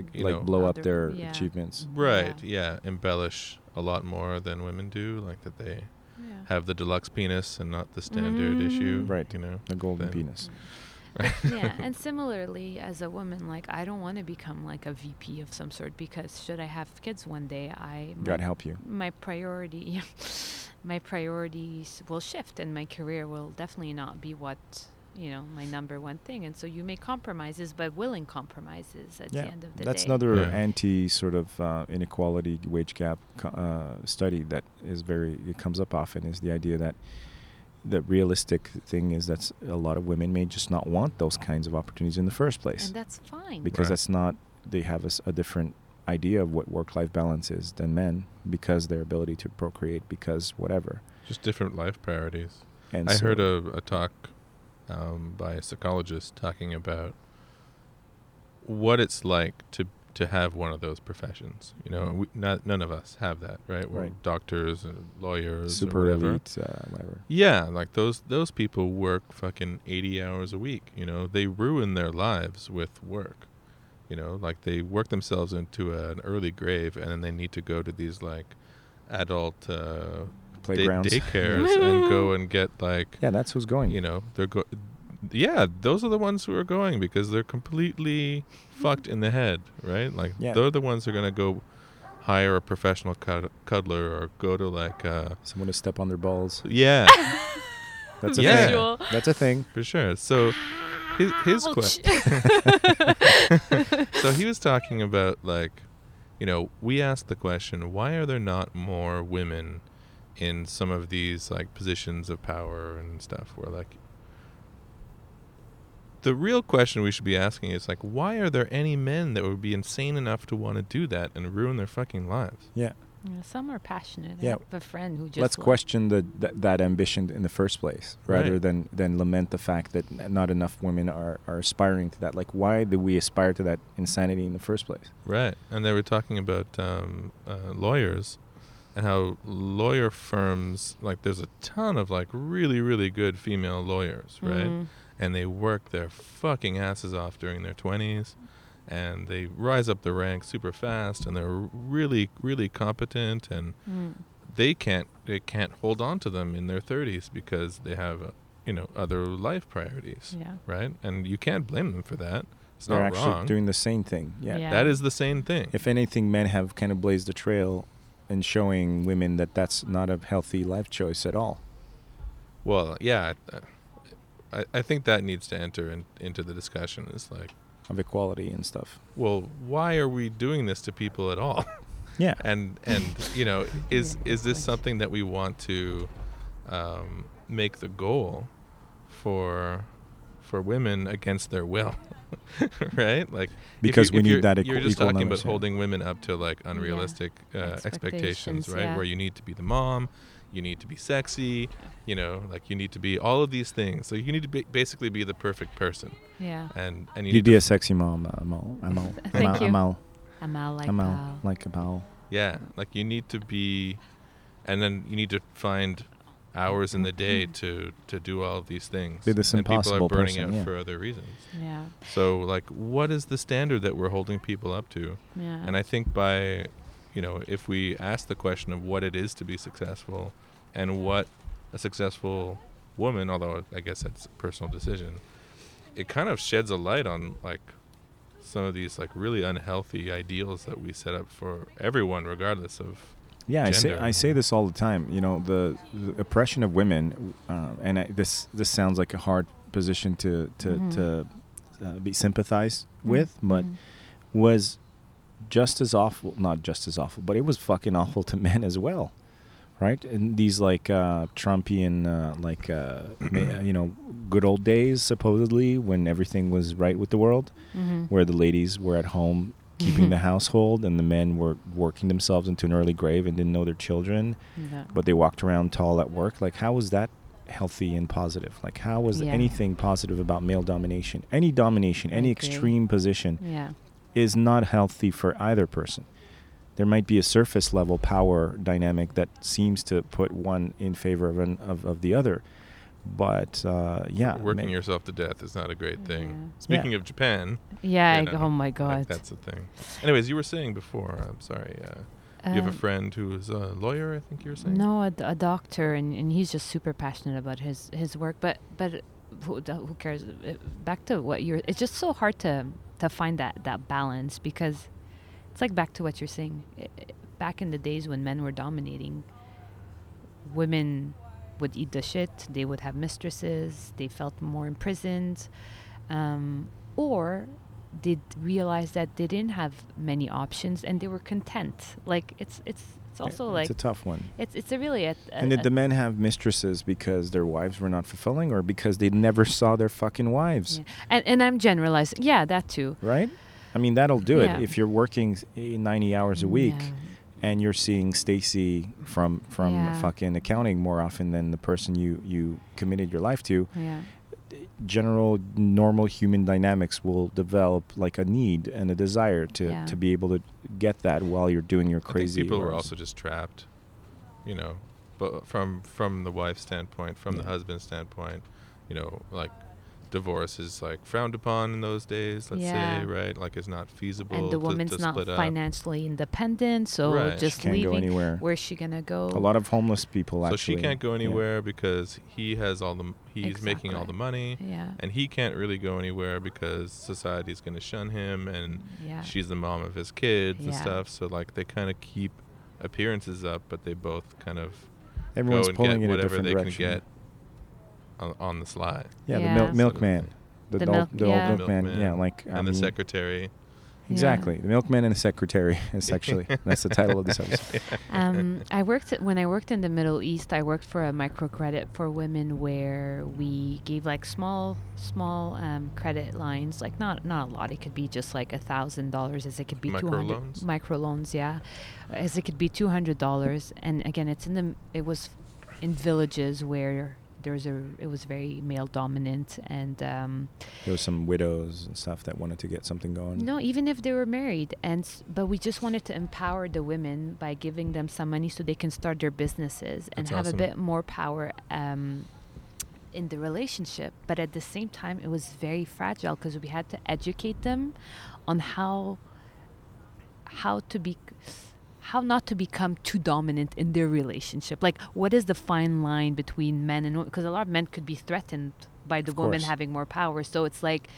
[SPEAKER 2] Like,
[SPEAKER 1] You know.
[SPEAKER 2] blow up
[SPEAKER 11] Other-
[SPEAKER 2] their
[SPEAKER 11] yeah.
[SPEAKER 2] achievements.
[SPEAKER 1] right yeah. embellish a lot more than women do like that they
[SPEAKER 11] Yeah.
[SPEAKER 1] have the deluxe penis and not the standard issue
[SPEAKER 2] Mm. Right.
[SPEAKER 1] you know
[SPEAKER 2] The golden
[SPEAKER 1] Then-
[SPEAKER 2] penis.
[SPEAKER 11] yeah, and similarly, as a woman, like I don't want to become like a VP of some sort because should I have kids one day, I
[SPEAKER 2] God
[SPEAKER 11] my,
[SPEAKER 2] help you.
[SPEAKER 11] my priority, my priorities will shift, and my career will definitely not be what you know my number one thing. And so you make compromises, but willing compromises at the end of the
[SPEAKER 2] that's
[SPEAKER 11] day.
[SPEAKER 2] another
[SPEAKER 1] Yeah.
[SPEAKER 2] anti sort of uh, inequality wage gap co- uh, study that is very it comes up often is the idea that the realistic thing is that a lot of women may just not want those kinds of opportunities in the first place
[SPEAKER 11] and that's fine.
[SPEAKER 2] because
[SPEAKER 1] Right.
[SPEAKER 2] that's not they have a s a a different idea of what work life balance is than men because their ability to procreate because whatever
[SPEAKER 1] just different life priorities
[SPEAKER 2] and
[SPEAKER 1] I
[SPEAKER 2] so-
[SPEAKER 1] heard a, a talk um, by a psychologist talking about what it's like to to have one of those professions. You know, we, not none of us have that, right? We're
[SPEAKER 2] Mm. Right.
[SPEAKER 1] doctors and lawyers, or
[SPEAKER 2] super
[SPEAKER 1] whatever.
[SPEAKER 2] elite uh, whatever
[SPEAKER 1] Yeah, like those those people work fucking 80 hours a week, you know. They ruin their lives with work. You know, like they work themselves into an early grave and then they need to go to these like adult uh day-
[SPEAKER 2] Playgrounds.
[SPEAKER 1] daycares and go and get like
[SPEAKER 2] yeah that's who's going
[SPEAKER 1] you know, they're go Yeah, those are the ones who are going because they're completely fucked in the head, right? Like
[SPEAKER 2] Yeah.
[SPEAKER 1] they're the ones who are going to go hire a professional cud- cuddler or go to like uh
[SPEAKER 2] someone to step on their balls
[SPEAKER 1] yeah.
[SPEAKER 2] that's a
[SPEAKER 1] Yeah.
[SPEAKER 11] Visual.
[SPEAKER 2] thing that's a thing
[SPEAKER 1] For sure. So his his question. so he was talking about like, you know, we asked the question, why are there not more women in some of these like positions of power and stuff? Where like the real question we should be asking is like, why are there any men that would be insane enough to want to do that and ruin their fucking lives?
[SPEAKER 2] yeah
[SPEAKER 11] Yeah, Some are passionate. I
[SPEAKER 2] Yeah.
[SPEAKER 11] have a friend who just
[SPEAKER 2] let's
[SPEAKER 11] will-
[SPEAKER 2] question the, th- that ambition in the first place rather
[SPEAKER 1] Right.
[SPEAKER 2] than than lament the fact that n- not enough women are, are aspiring to that like why do we aspire to that insanity in the first place
[SPEAKER 1] Right. And they were talking about um, uh, lawyers and how lawyer firms, like, there's a ton of, like, really, really good female lawyers, right? And they work their fucking asses off during their 20s and they rise up the ranks super fast and they're really, really competent and they can't they can't hold on to them in their 30s because they have uh, you know other life priorities
[SPEAKER 11] Yeah.
[SPEAKER 1] right and you can't blame them for that it's
[SPEAKER 2] they're
[SPEAKER 1] not
[SPEAKER 2] actually
[SPEAKER 1] wrong
[SPEAKER 2] doing the same thing yeah.
[SPEAKER 11] Yeah.
[SPEAKER 1] that is the same thing
[SPEAKER 2] if anything men have kind of blazed the trail in showing women that that's not a healthy life choice at all
[SPEAKER 1] Well, yeah, I, I- I think that needs to enter in, into the discussion. Is like,
[SPEAKER 2] of equality and stuff
[SPEAKER 1] well, why are we doing this to people at all?
[SPEAKER 2] yeah
[SPEAKER 1] and and you know, is is this something that we want to um, make the goal for for women against their will? right? Like if
[SPEAKER 2] Because we
[SPEAKER 1] if
[SPEAKER 2] need
[SPEAKER 1] you're-
[SPEAKER 2] that equ-
[SPEAKER 1] You're just
[SPEAKER 2] equal
[SPEAKER 1] talking
[SPEAKER 2] numbers,
[SPEAKER 1] about
[SPEAKER 2] yeah.
[SPEAKER 1] holding women up to like unrealistic uh, expectations,
[SPEAKER 11] Expectations,
[SPEAKER 1] right?
[SPEAKER 11] yeah.
[SPEAKER 1] Where you need to be the mom, you need to be sexy, you know, like you need to be all of these things. So you need to be, basically be the perfect person.
[SPEAKER 8] Yeah.
[SPEAKER 1] And and you
[SPEAKER 2] You'd
[SPEAKER 1] need to-
[SPEAKER 2] be a sexy mom. uh, I'm all. I'm all. I'm
[SPEAKER 8] Thank
[SPEAKER 2] all.
[SPEAKER 8] you.
[SPEAKER 2] I'm all.
[SPEAKER 8] I'm out like
[SPEAKER 2] I'm
[SPEAKER 8] Al.
[SPEAKER 2] all. Like a pal.
[SPEAKER 1] yeah, like you need to be and then you need to find hours in the day to to do all of these things.
[SPEAKER 2] Be this
[SPEAKER 1] and people
[SPEAKER 2] impossible
[SPEAKER 1] are burning
[SPEAKER 2] person,
[SPEAKER 1] out
[SPEAKER 2] yeah.
[SPEAKER 1] for other reasons.
[SPEAKER 8] Yeah.
[SPEAKER 1] So like what is the standard that we're holding people up to?
[SPEAKER 8] Yeah.
[SPEAKER 1] And I think by, you know, if we ask the question of what it is to be successful and what a successful woman, although I guess that's a personal decision, it kind of sheds a light on like some of these like really unhealthy ideals that we set up for everyone, regardless of.
[SPEAKER 2] Yeah, I say,
[SPEAKER 1] gender.
[SPEAKER 2] I say this all the time. You know, the, the oppression of women, uh, and I, this this sounds like a hard position to to, to uh, be sympathized with, but was just as awful. Not just as awful, but it was fucking awful to men as well, right? And these like uh, Trumpian, uh, like uh, ma- you know, good old days supposedly when everything was right with the world,
[SPEAKER 8] Mm-hmm.
[SPEAKER 2] where the ladies were at home keeping the household and the men were working themselves into an early grave and didn't know their children
[SPEAKER 8] Yeah.
[SPEAKER 2] but they walked around tall at work like how was that healthy and positive like how was
[SPEAKER 8] Yeah.
[SPEAKER 2] anything positive about male domination any domination any
[SPEAKER 8] agree.
[SPEAKER 2] extreme position
[SPEAKER 8] Yeah.
[SPEAKER 2] is not healthy for either person. There might be a surface level power dynamic that seems to put one in favor of an, of, of the other, but uh, yeah,
[SPEAKER 1] Working
[SPEAKER 2] ma-
[SPEAKER 1] yourself to death is not a great thing.
[SPEAKER 8] Yeah.
[SPEAKER 1] Speaking of Japan,
[SPEAKER 8] Yeah.
[SPEAKER 1] you know,
[SPEAKER 8] like, oh my
[SPEAKER 1] like,
[SPEAKER 8] God.
[SPEAKER 1] that's the thing. Anyways, you were saying before. I'm sorry. Uh, you have a
[SPEAKER 8] Um,
[SPEAKER 1] friend who is a lawyer. I think you were saying.
[SPEAKER 8] No, a, d- a doctor, and, and he's just super passionate about his, his work. But but who, the- who cares? Uh, Back to what you're. It's just so hard to to find that that balance because it's like back to what you're saying. I- I- Back in the days when men were dominating, women would eat the shit. They would have mistresses. They felt more imprisoned, um, or they d- realized that they didn't have many options and they were content. Like it's it's it's also like uh,
[SPEAKER 2] it's a tough one.
[SPEAKER 8] it's it's a really a, a,
[SPEAKER 2] And did
[SPEAKER 8] a-
[SPEAKER 2] the men have mistresses because their wives were not fulfilling, or because they never saw their fucking wives?
[SPEAKER 8] yeah. and and I'm generalizing. Yeah, that too.
[SPEAKER 2] right? I mean, that'll do
[SPEAKER 8] Yeah.
[SPEAKER 2] it. If you're working s- eh, 90 hours a week
[SPEAKER 8] Yeah.
[SPEAKER 2] and you're seeing Stacy from from
[SPEAKER 8] Yeah.
[SPEAKER 2] fucking accounting more often than the person you you committed your life to,
[SPEAKER 8] Yeah,
[SPEAKER 2] general normal human dynamics will develop like a need and a desire to
[SPEAKER 8] Yeah.
[SPEAKER 2] to be able to get that while you're doing your
[SPEAKER 1] I
[SPEAKER 2] crazy
[SPEAKER 1] think people were
[SPEAKER 2] hours.
[SPEAKER 1] also just trapped, you know, but from from the wife's standpoint, from the husband's standpoint, you know, like divorce is like frowned upon in those days. Let's
[SPEAKER 8] Yeah.
[SPEAKER 1] say, right? Like it's not feasible.
[SPEAKER 8] and the
[SPEAKER 1] to,
[SPEAKER 8] woman's
[SPEAKER 1] to
[SPEAKER 8] not
[SPEAKER 1] split up.
[SPEAKER 8] financially independent, so
[SPEAKER 1] Right.
[SPEAKER 8] just
[SPEAKER 2] She can't go
[SPEAKER 8] leaving.
[SPEAKER 2] anywhere.
[SPEAKER 8] Where's she gonna go?
[SPEAKER 2] a lot of homeless people
[SPEAKER 1] So she
[SPEAKER 2] actually
[SPEAKER 1] can't go
[SPEAKER 2] yeah.
[SPEAKER 1] anywhere because he has all the m- he's making all
[SPEAKER 8] Exactly.
[SPEAKER 1] the money,
[SPEAKER 8] Yeah.
[SPEAKER 1] and he can't really go anywhere because society's going to shun him, and
[SPEAKER 8] Yeah.
[SPEAKER 1] she's the mom of his kids and
[SPEAKER 8] Yeah.
[SPEAKER 1] stuff. So like they kind of keep appearances up, but they both kind of
[SPEAKER 2] Everyone's
[SPEAKER 1] go and
[SPEAKER 2] pulling
[SPEAKER 1] get
[SPEAKER 2] in a
[SPEAKER 1] whatever
[SPEAKER 2] different
[SPEAKER 1] they
[SPEAKER 2] direction.
[SPEAKER 1] can get on, on the slide.
[SPEAKER 2] Yeah,
[SPEAKER 8] Yeah.
[SPEAKER 2] the
[SPEAKER 8] Sort
[SPEAKER 2] milk,
[SPEAKER 8] of
[SPEAKER 2] milkman, the,
[SPEAKER 8] The
[SPEAKER 2] dol-
[SPEAKER 8] milk-
[SPEAKER 2] the old
[SPEAKER 8] yeah. The
[SPEAKER 2] milkman, yeah, like
[SPEAKER 1] and
[SPEAKER 2] I
[SPEAKER 1] the
[SPEAKER 2] mean,
[SPEAKER 1] secretary.
[SPEAKER 2] Exactly. The milkman and the secretary is actually that's the title of this episode.
[SPEAKER 8] um, I worked when I worked in the Middle East. I worked for a microcredit for women where we gave like small, small um, credit lines, like not not a lot. It could be just like a thousand dollars, as it could be two hundred
[SPEAKER 1] Microloans?
[SPEAKER 8] microloans, yeah, as it could be two hundred dollars. And again, it's in the it was in villages where there's a it was very male dominant and. Um,
[SPEAKER 2] There were some widows and stuff that wanted to get something going.
[SPEAKER 8] no, even if they were married, and s- but we just wanted to empower the women by giving them some money so they can start their businesses and
[SPEAKER 1] That's
[SPEAKER 8] have
[SPEAKER 1] awesome.
[SPEAKER 8] a bit more power um, in the relationship. But at the same time, it was very fragile because we had to educate them on how how to be how not to become too dominant in their relationship. Like, what is the fine line between men and women? Because a lot of men could be threatened by the woman
[SPEAKER 2] course.
[SPEAKER 8] having more power. So it's like,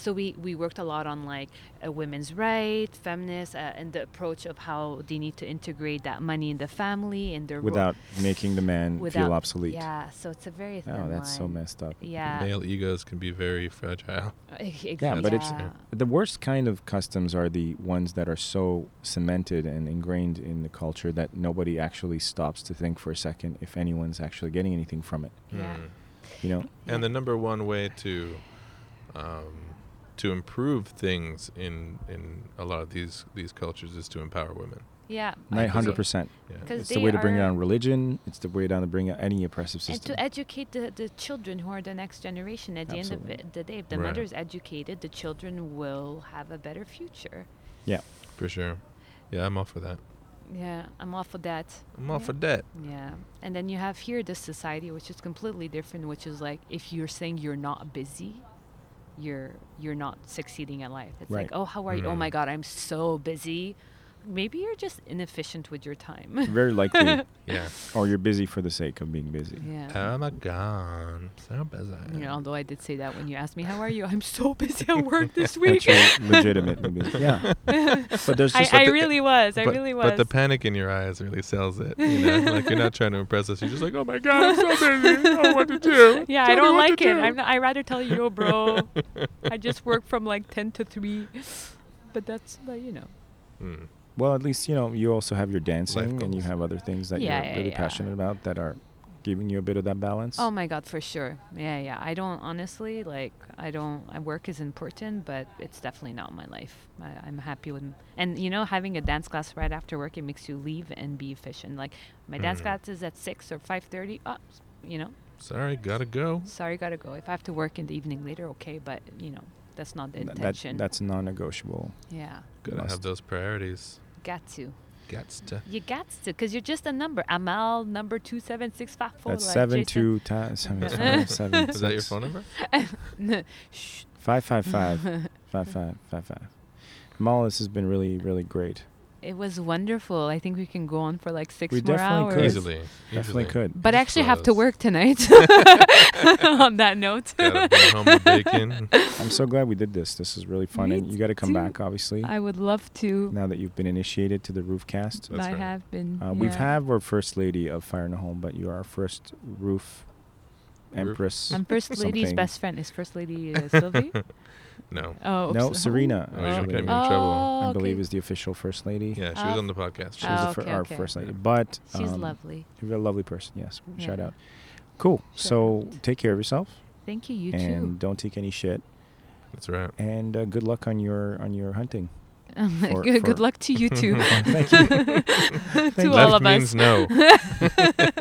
[SPEAKER 8] so we, we worked a lot on like a women's right, feminist, uh, and the approach of how they need to integrate that money in the family and their ro-
[SPEAKER 2] Without making the man
[SPEAKER 8] without-
[SPEAKER 2] feel obsolete.
[SPEAKER 8] Yeah, so it's a very thin
[SPEAKER 2] Oh, that's so
[SPEAKER 8] line.
[SPEAKER 2] messed up.
[SPEAKER 8] Yeah,
[SPEAKER 1] Male egos can be very fragile.
[SPEAKER 2] Yeah, but it's
[SPEAKER 1] Yeah.
[SPEAKER 2] the worst kind of customs are the ones that are so cemented and ingrained in the culture that nobody actually stops to think for a second if anyone's actually getting anything from it.
[SPEAKER 8] yeah.
[SPEAKER 2] You know,
[SPEAKER 1] And the number one way to um, to improve things in in a lot of these these cultures is to empower women.
[SPEAKER 8] Yeah. I
[SPEAKER 2] Nine hundred
[SPEAKER 8] agree.
[SPEAKER 2] percent.
[SPEAKER 1] Yeah.
[SPEAKER 8] 'Cause
[SPEAKER 2] It's the
[SPEAKER 8] they
[SPEAKER 2] way to bring
[SPEAKER 8] are-
[SPEAKER 2] down religion. It's the way down to bring down any oppressive
[SPEAKER 8] And
[SPEAKER 2] system.
[SPEAKER 8] to educate the, the children who are the next generation at the end
[SPEAKER 2] Absolutely.
[SPEAKER 8] of it, the day, if the
[SPEAKER 1] Right.
[SPEAKER 8] mother is educated, the children will have a better future.
[SPEAKER 2] yeah,
[SPEAKER 1] For sure. Yeah, I'm all for that.
[SPEAKER 8] Yeah, I'm all for that.
[SPEAKER 1] I'm all for that.
[SPEAKER 8] Yeah. And then you have here the society which is completely different, which is like if you're saying you're not busy, you're you're not succeeding at life. It's
[SPEAKER 2] Right.
[SPEAKER 8] like, oh how are you? Oh
[SPEAKER 1] Mm-hmm.
[SPEAKER 8] my god, I'm so busy. Maybe you're just inefficient with your time.
[SPEAKER 2] very likely.
[SPEAKER 1] Yeah.
[SPEAKER 2] or you're busy for the sake of being busy.
[SPEAKER 8] yeah.
[SPEAKER 1] Oh my god. So busy.
[SPEAKER 8] You know, although I did say that when you asked me, how are you? I'm so busy at work this week.
[SPEAKER 2] Actually, legitimately busy. Yeah, but there's
[SPEAKER 8] I,
[SPEAKER 2] just
[SPEAKER 8] I
[SPEAKER 1] the-
[SPEAKER 8] really was. I
[SPEAKER 1] but,
[SPEAKER 8] really was.
[SPEAKER 1] but the panic in your eyes really sells it. You know, like you're not trying to impress us. You're just like, oh my god, I'm so busy. I don't know what to do.
[SPEAKER 8] yeah, I don't like it. I'm not, I rather tell you, oh, bro, I just work from like 10 to 3. But that's, but you know.
[SPEAKER 1] Mm.
[SPEAKER 2] well, at least you know you also have your dancing and you
[SPEAKER 1] goals.
[SPEAKER 2] have other things that
[SPEAKER 8] Yeah,
[SPEAKER 2] you're
[SPEAKER 8] yeah,
[SPEAKER 2] really
[SPEAKER 8] yeah.
[SPEAKER 2] passionate about that are giving you a bit of that balance.
[SPEAKER 8] Oh my God, for sure. Yeah, yeah. I don't honestly like. I don't. I work is important, but it's definitely not my life. I, I'm happy with. And you know, having a dance class right after work, it makes you leave and be efficient. Like my
[SPEAKER 2] Mm-hmm.
[SPEAKER 8] dance class is at six or five thirty. Oh, s- you know,
[SPEAKER 1] Sorry, gotta go.
[SPEAKER 8] sorry, gotta go. If I have to work in the evening later, okay. But you know, that's not the
[SPEAKER 2] Th- that,
[SPEAKER 8] intention.
[SPEAKER 2] that's non-negotiable.
[SPEAKER 8] yeah,
[SPEAKER 1] Gotta
[SPEAKER 2] Must.
[SPEAKER 1] have those priorities.
[SPEAKER 8] got to.
[SPEAKER 1] Gets to.
[SPEAKER 8] You got to, cause you're just a number. Amal number two seven six five four.
[SPEAKER 2] That's
[SPEAKER 8] like
[SPEAKER 2] seven
[SPEAKER 8] Jason.
[SPEAKER 2] two times seven five seven.
[SPEAKER 1] Is that your
[SPEAKER 2] six.
[SPEAKER 1] phone number?
[SPEAKER 8] Shh.
[SPEAKER 2] Five five five five five five five. Mal, this has been really really great.
[SPEAKER 8] It was wonderful. I think we can go on for like six
[SPEAKER 2] We
[SPEAKER 8] more
[SPEAKER 2] definitely
[SPEAKER 8] hours.
[SPEAKER 2] could.
[SPEAKER 1] Easily.
[SPEAKER 2] Definitely
[SPEAKER 1] easily.
[SPEAKER 2] could.
[SPEAKER 8] But I
[SPEAKER 1] Just
[SPEAKER 8] actually have to
[SPEAKER 1] close.
[SPEAKER 8] work tonight. on that note,
[SPEAKER 1] Gotta bring home the bacon.
[SPEAKER 2] I'm so glad we did this. This is really fun,
[SPEAKER 8] Me
[SPEAKER 2] and you got to come
[SPEAKER 8] too.
[SPEAKER 2] back, obviously.
[SPEAKER 8] I would love to.
[SPEAKER 2] now that you've been initiated to the Roofcast,
[SPEAKER 1] That's
[SPEAKER 8] I
[SPEAKER 1] right.
[SPEAKER 8] have been.
[SPEAKER 2] uh, we've
[SPEAKER 8] yeah.
[SPEAKER 2] have our first lady of Fire in the Home, but you are our first roof empress.
[SPEAKER 8] I'm first lady's
[SPEAKER 2] something.
[SPEAKER 8] best friend. Is first lady uh, Sylvie?
[SPEAKER 1] No.
[SPEAKER 8] Oh,
[SPEAKER 2] no,
[SPEAKER 8] oops.
[SPEAKER 2] Serena.
[SPEAKER 1] Oh, you don't
[SPEAKER 2] actually,
[SPEAKER 1] get me in
[SPEAKER 8] Oh,
[SPEAKER 1] trouble.
[SPEAKER 2] I
[SPEAKER 8] okay.
[SPEAKER 2] believe is the official first lady.
[SPEAKER 1] Yeah, she
[SPEAKER 8] Oh.
[SPEAKER 1] was on the podcast.
[SPEAKER 2] She
[SPEAKER 1] She
[SPEAKER 2] was
[SPEAKER 8] Oh,
[SPEAKER 2] the fir-
[SPEAKER 8] okay,
[SPEAKER 2] our
[SPEAKER 8] okay.
[SPEAKER 2] first lady, but
[SPEAKER 8] She's
[SPEAKER 2] um,
[SPEAKER 8] lovely.
[SPEAKER 2] You're a lovely person. Yes, shout
[SPEAKER 8] Yeah.
[SPEAKER 2] out. Cool.
[SPEAKER 8] Shout
[SPEAKER 2] so
[SPEAKER 8] out.
[SPEAKER 2] take care of yourself
[SPEAKER 8] Thank you. You
[SPEAKER 2] and
[SPEAKER 8] too.
[SPEAKER 2] don't take any shit.
[SPEAKER 1] That's right.
[SPEAKER 2] And uh, good luck on your on your hunting. for-
[SPEAKER 8] good,
[SPEAKER 2] for-
[SPEAKER 8] good luck to you too.
[SPEAKER 2] Thank you.
[SPEAKER 8] to
[SPEAKER 2] Thank
[SPEAKER 8] all
[SPEAKER 1] Left
[SPEAKER 8] of
[SPEAKER 1] means
[SPEAKER 8] us.
[SPEAKER 1] no.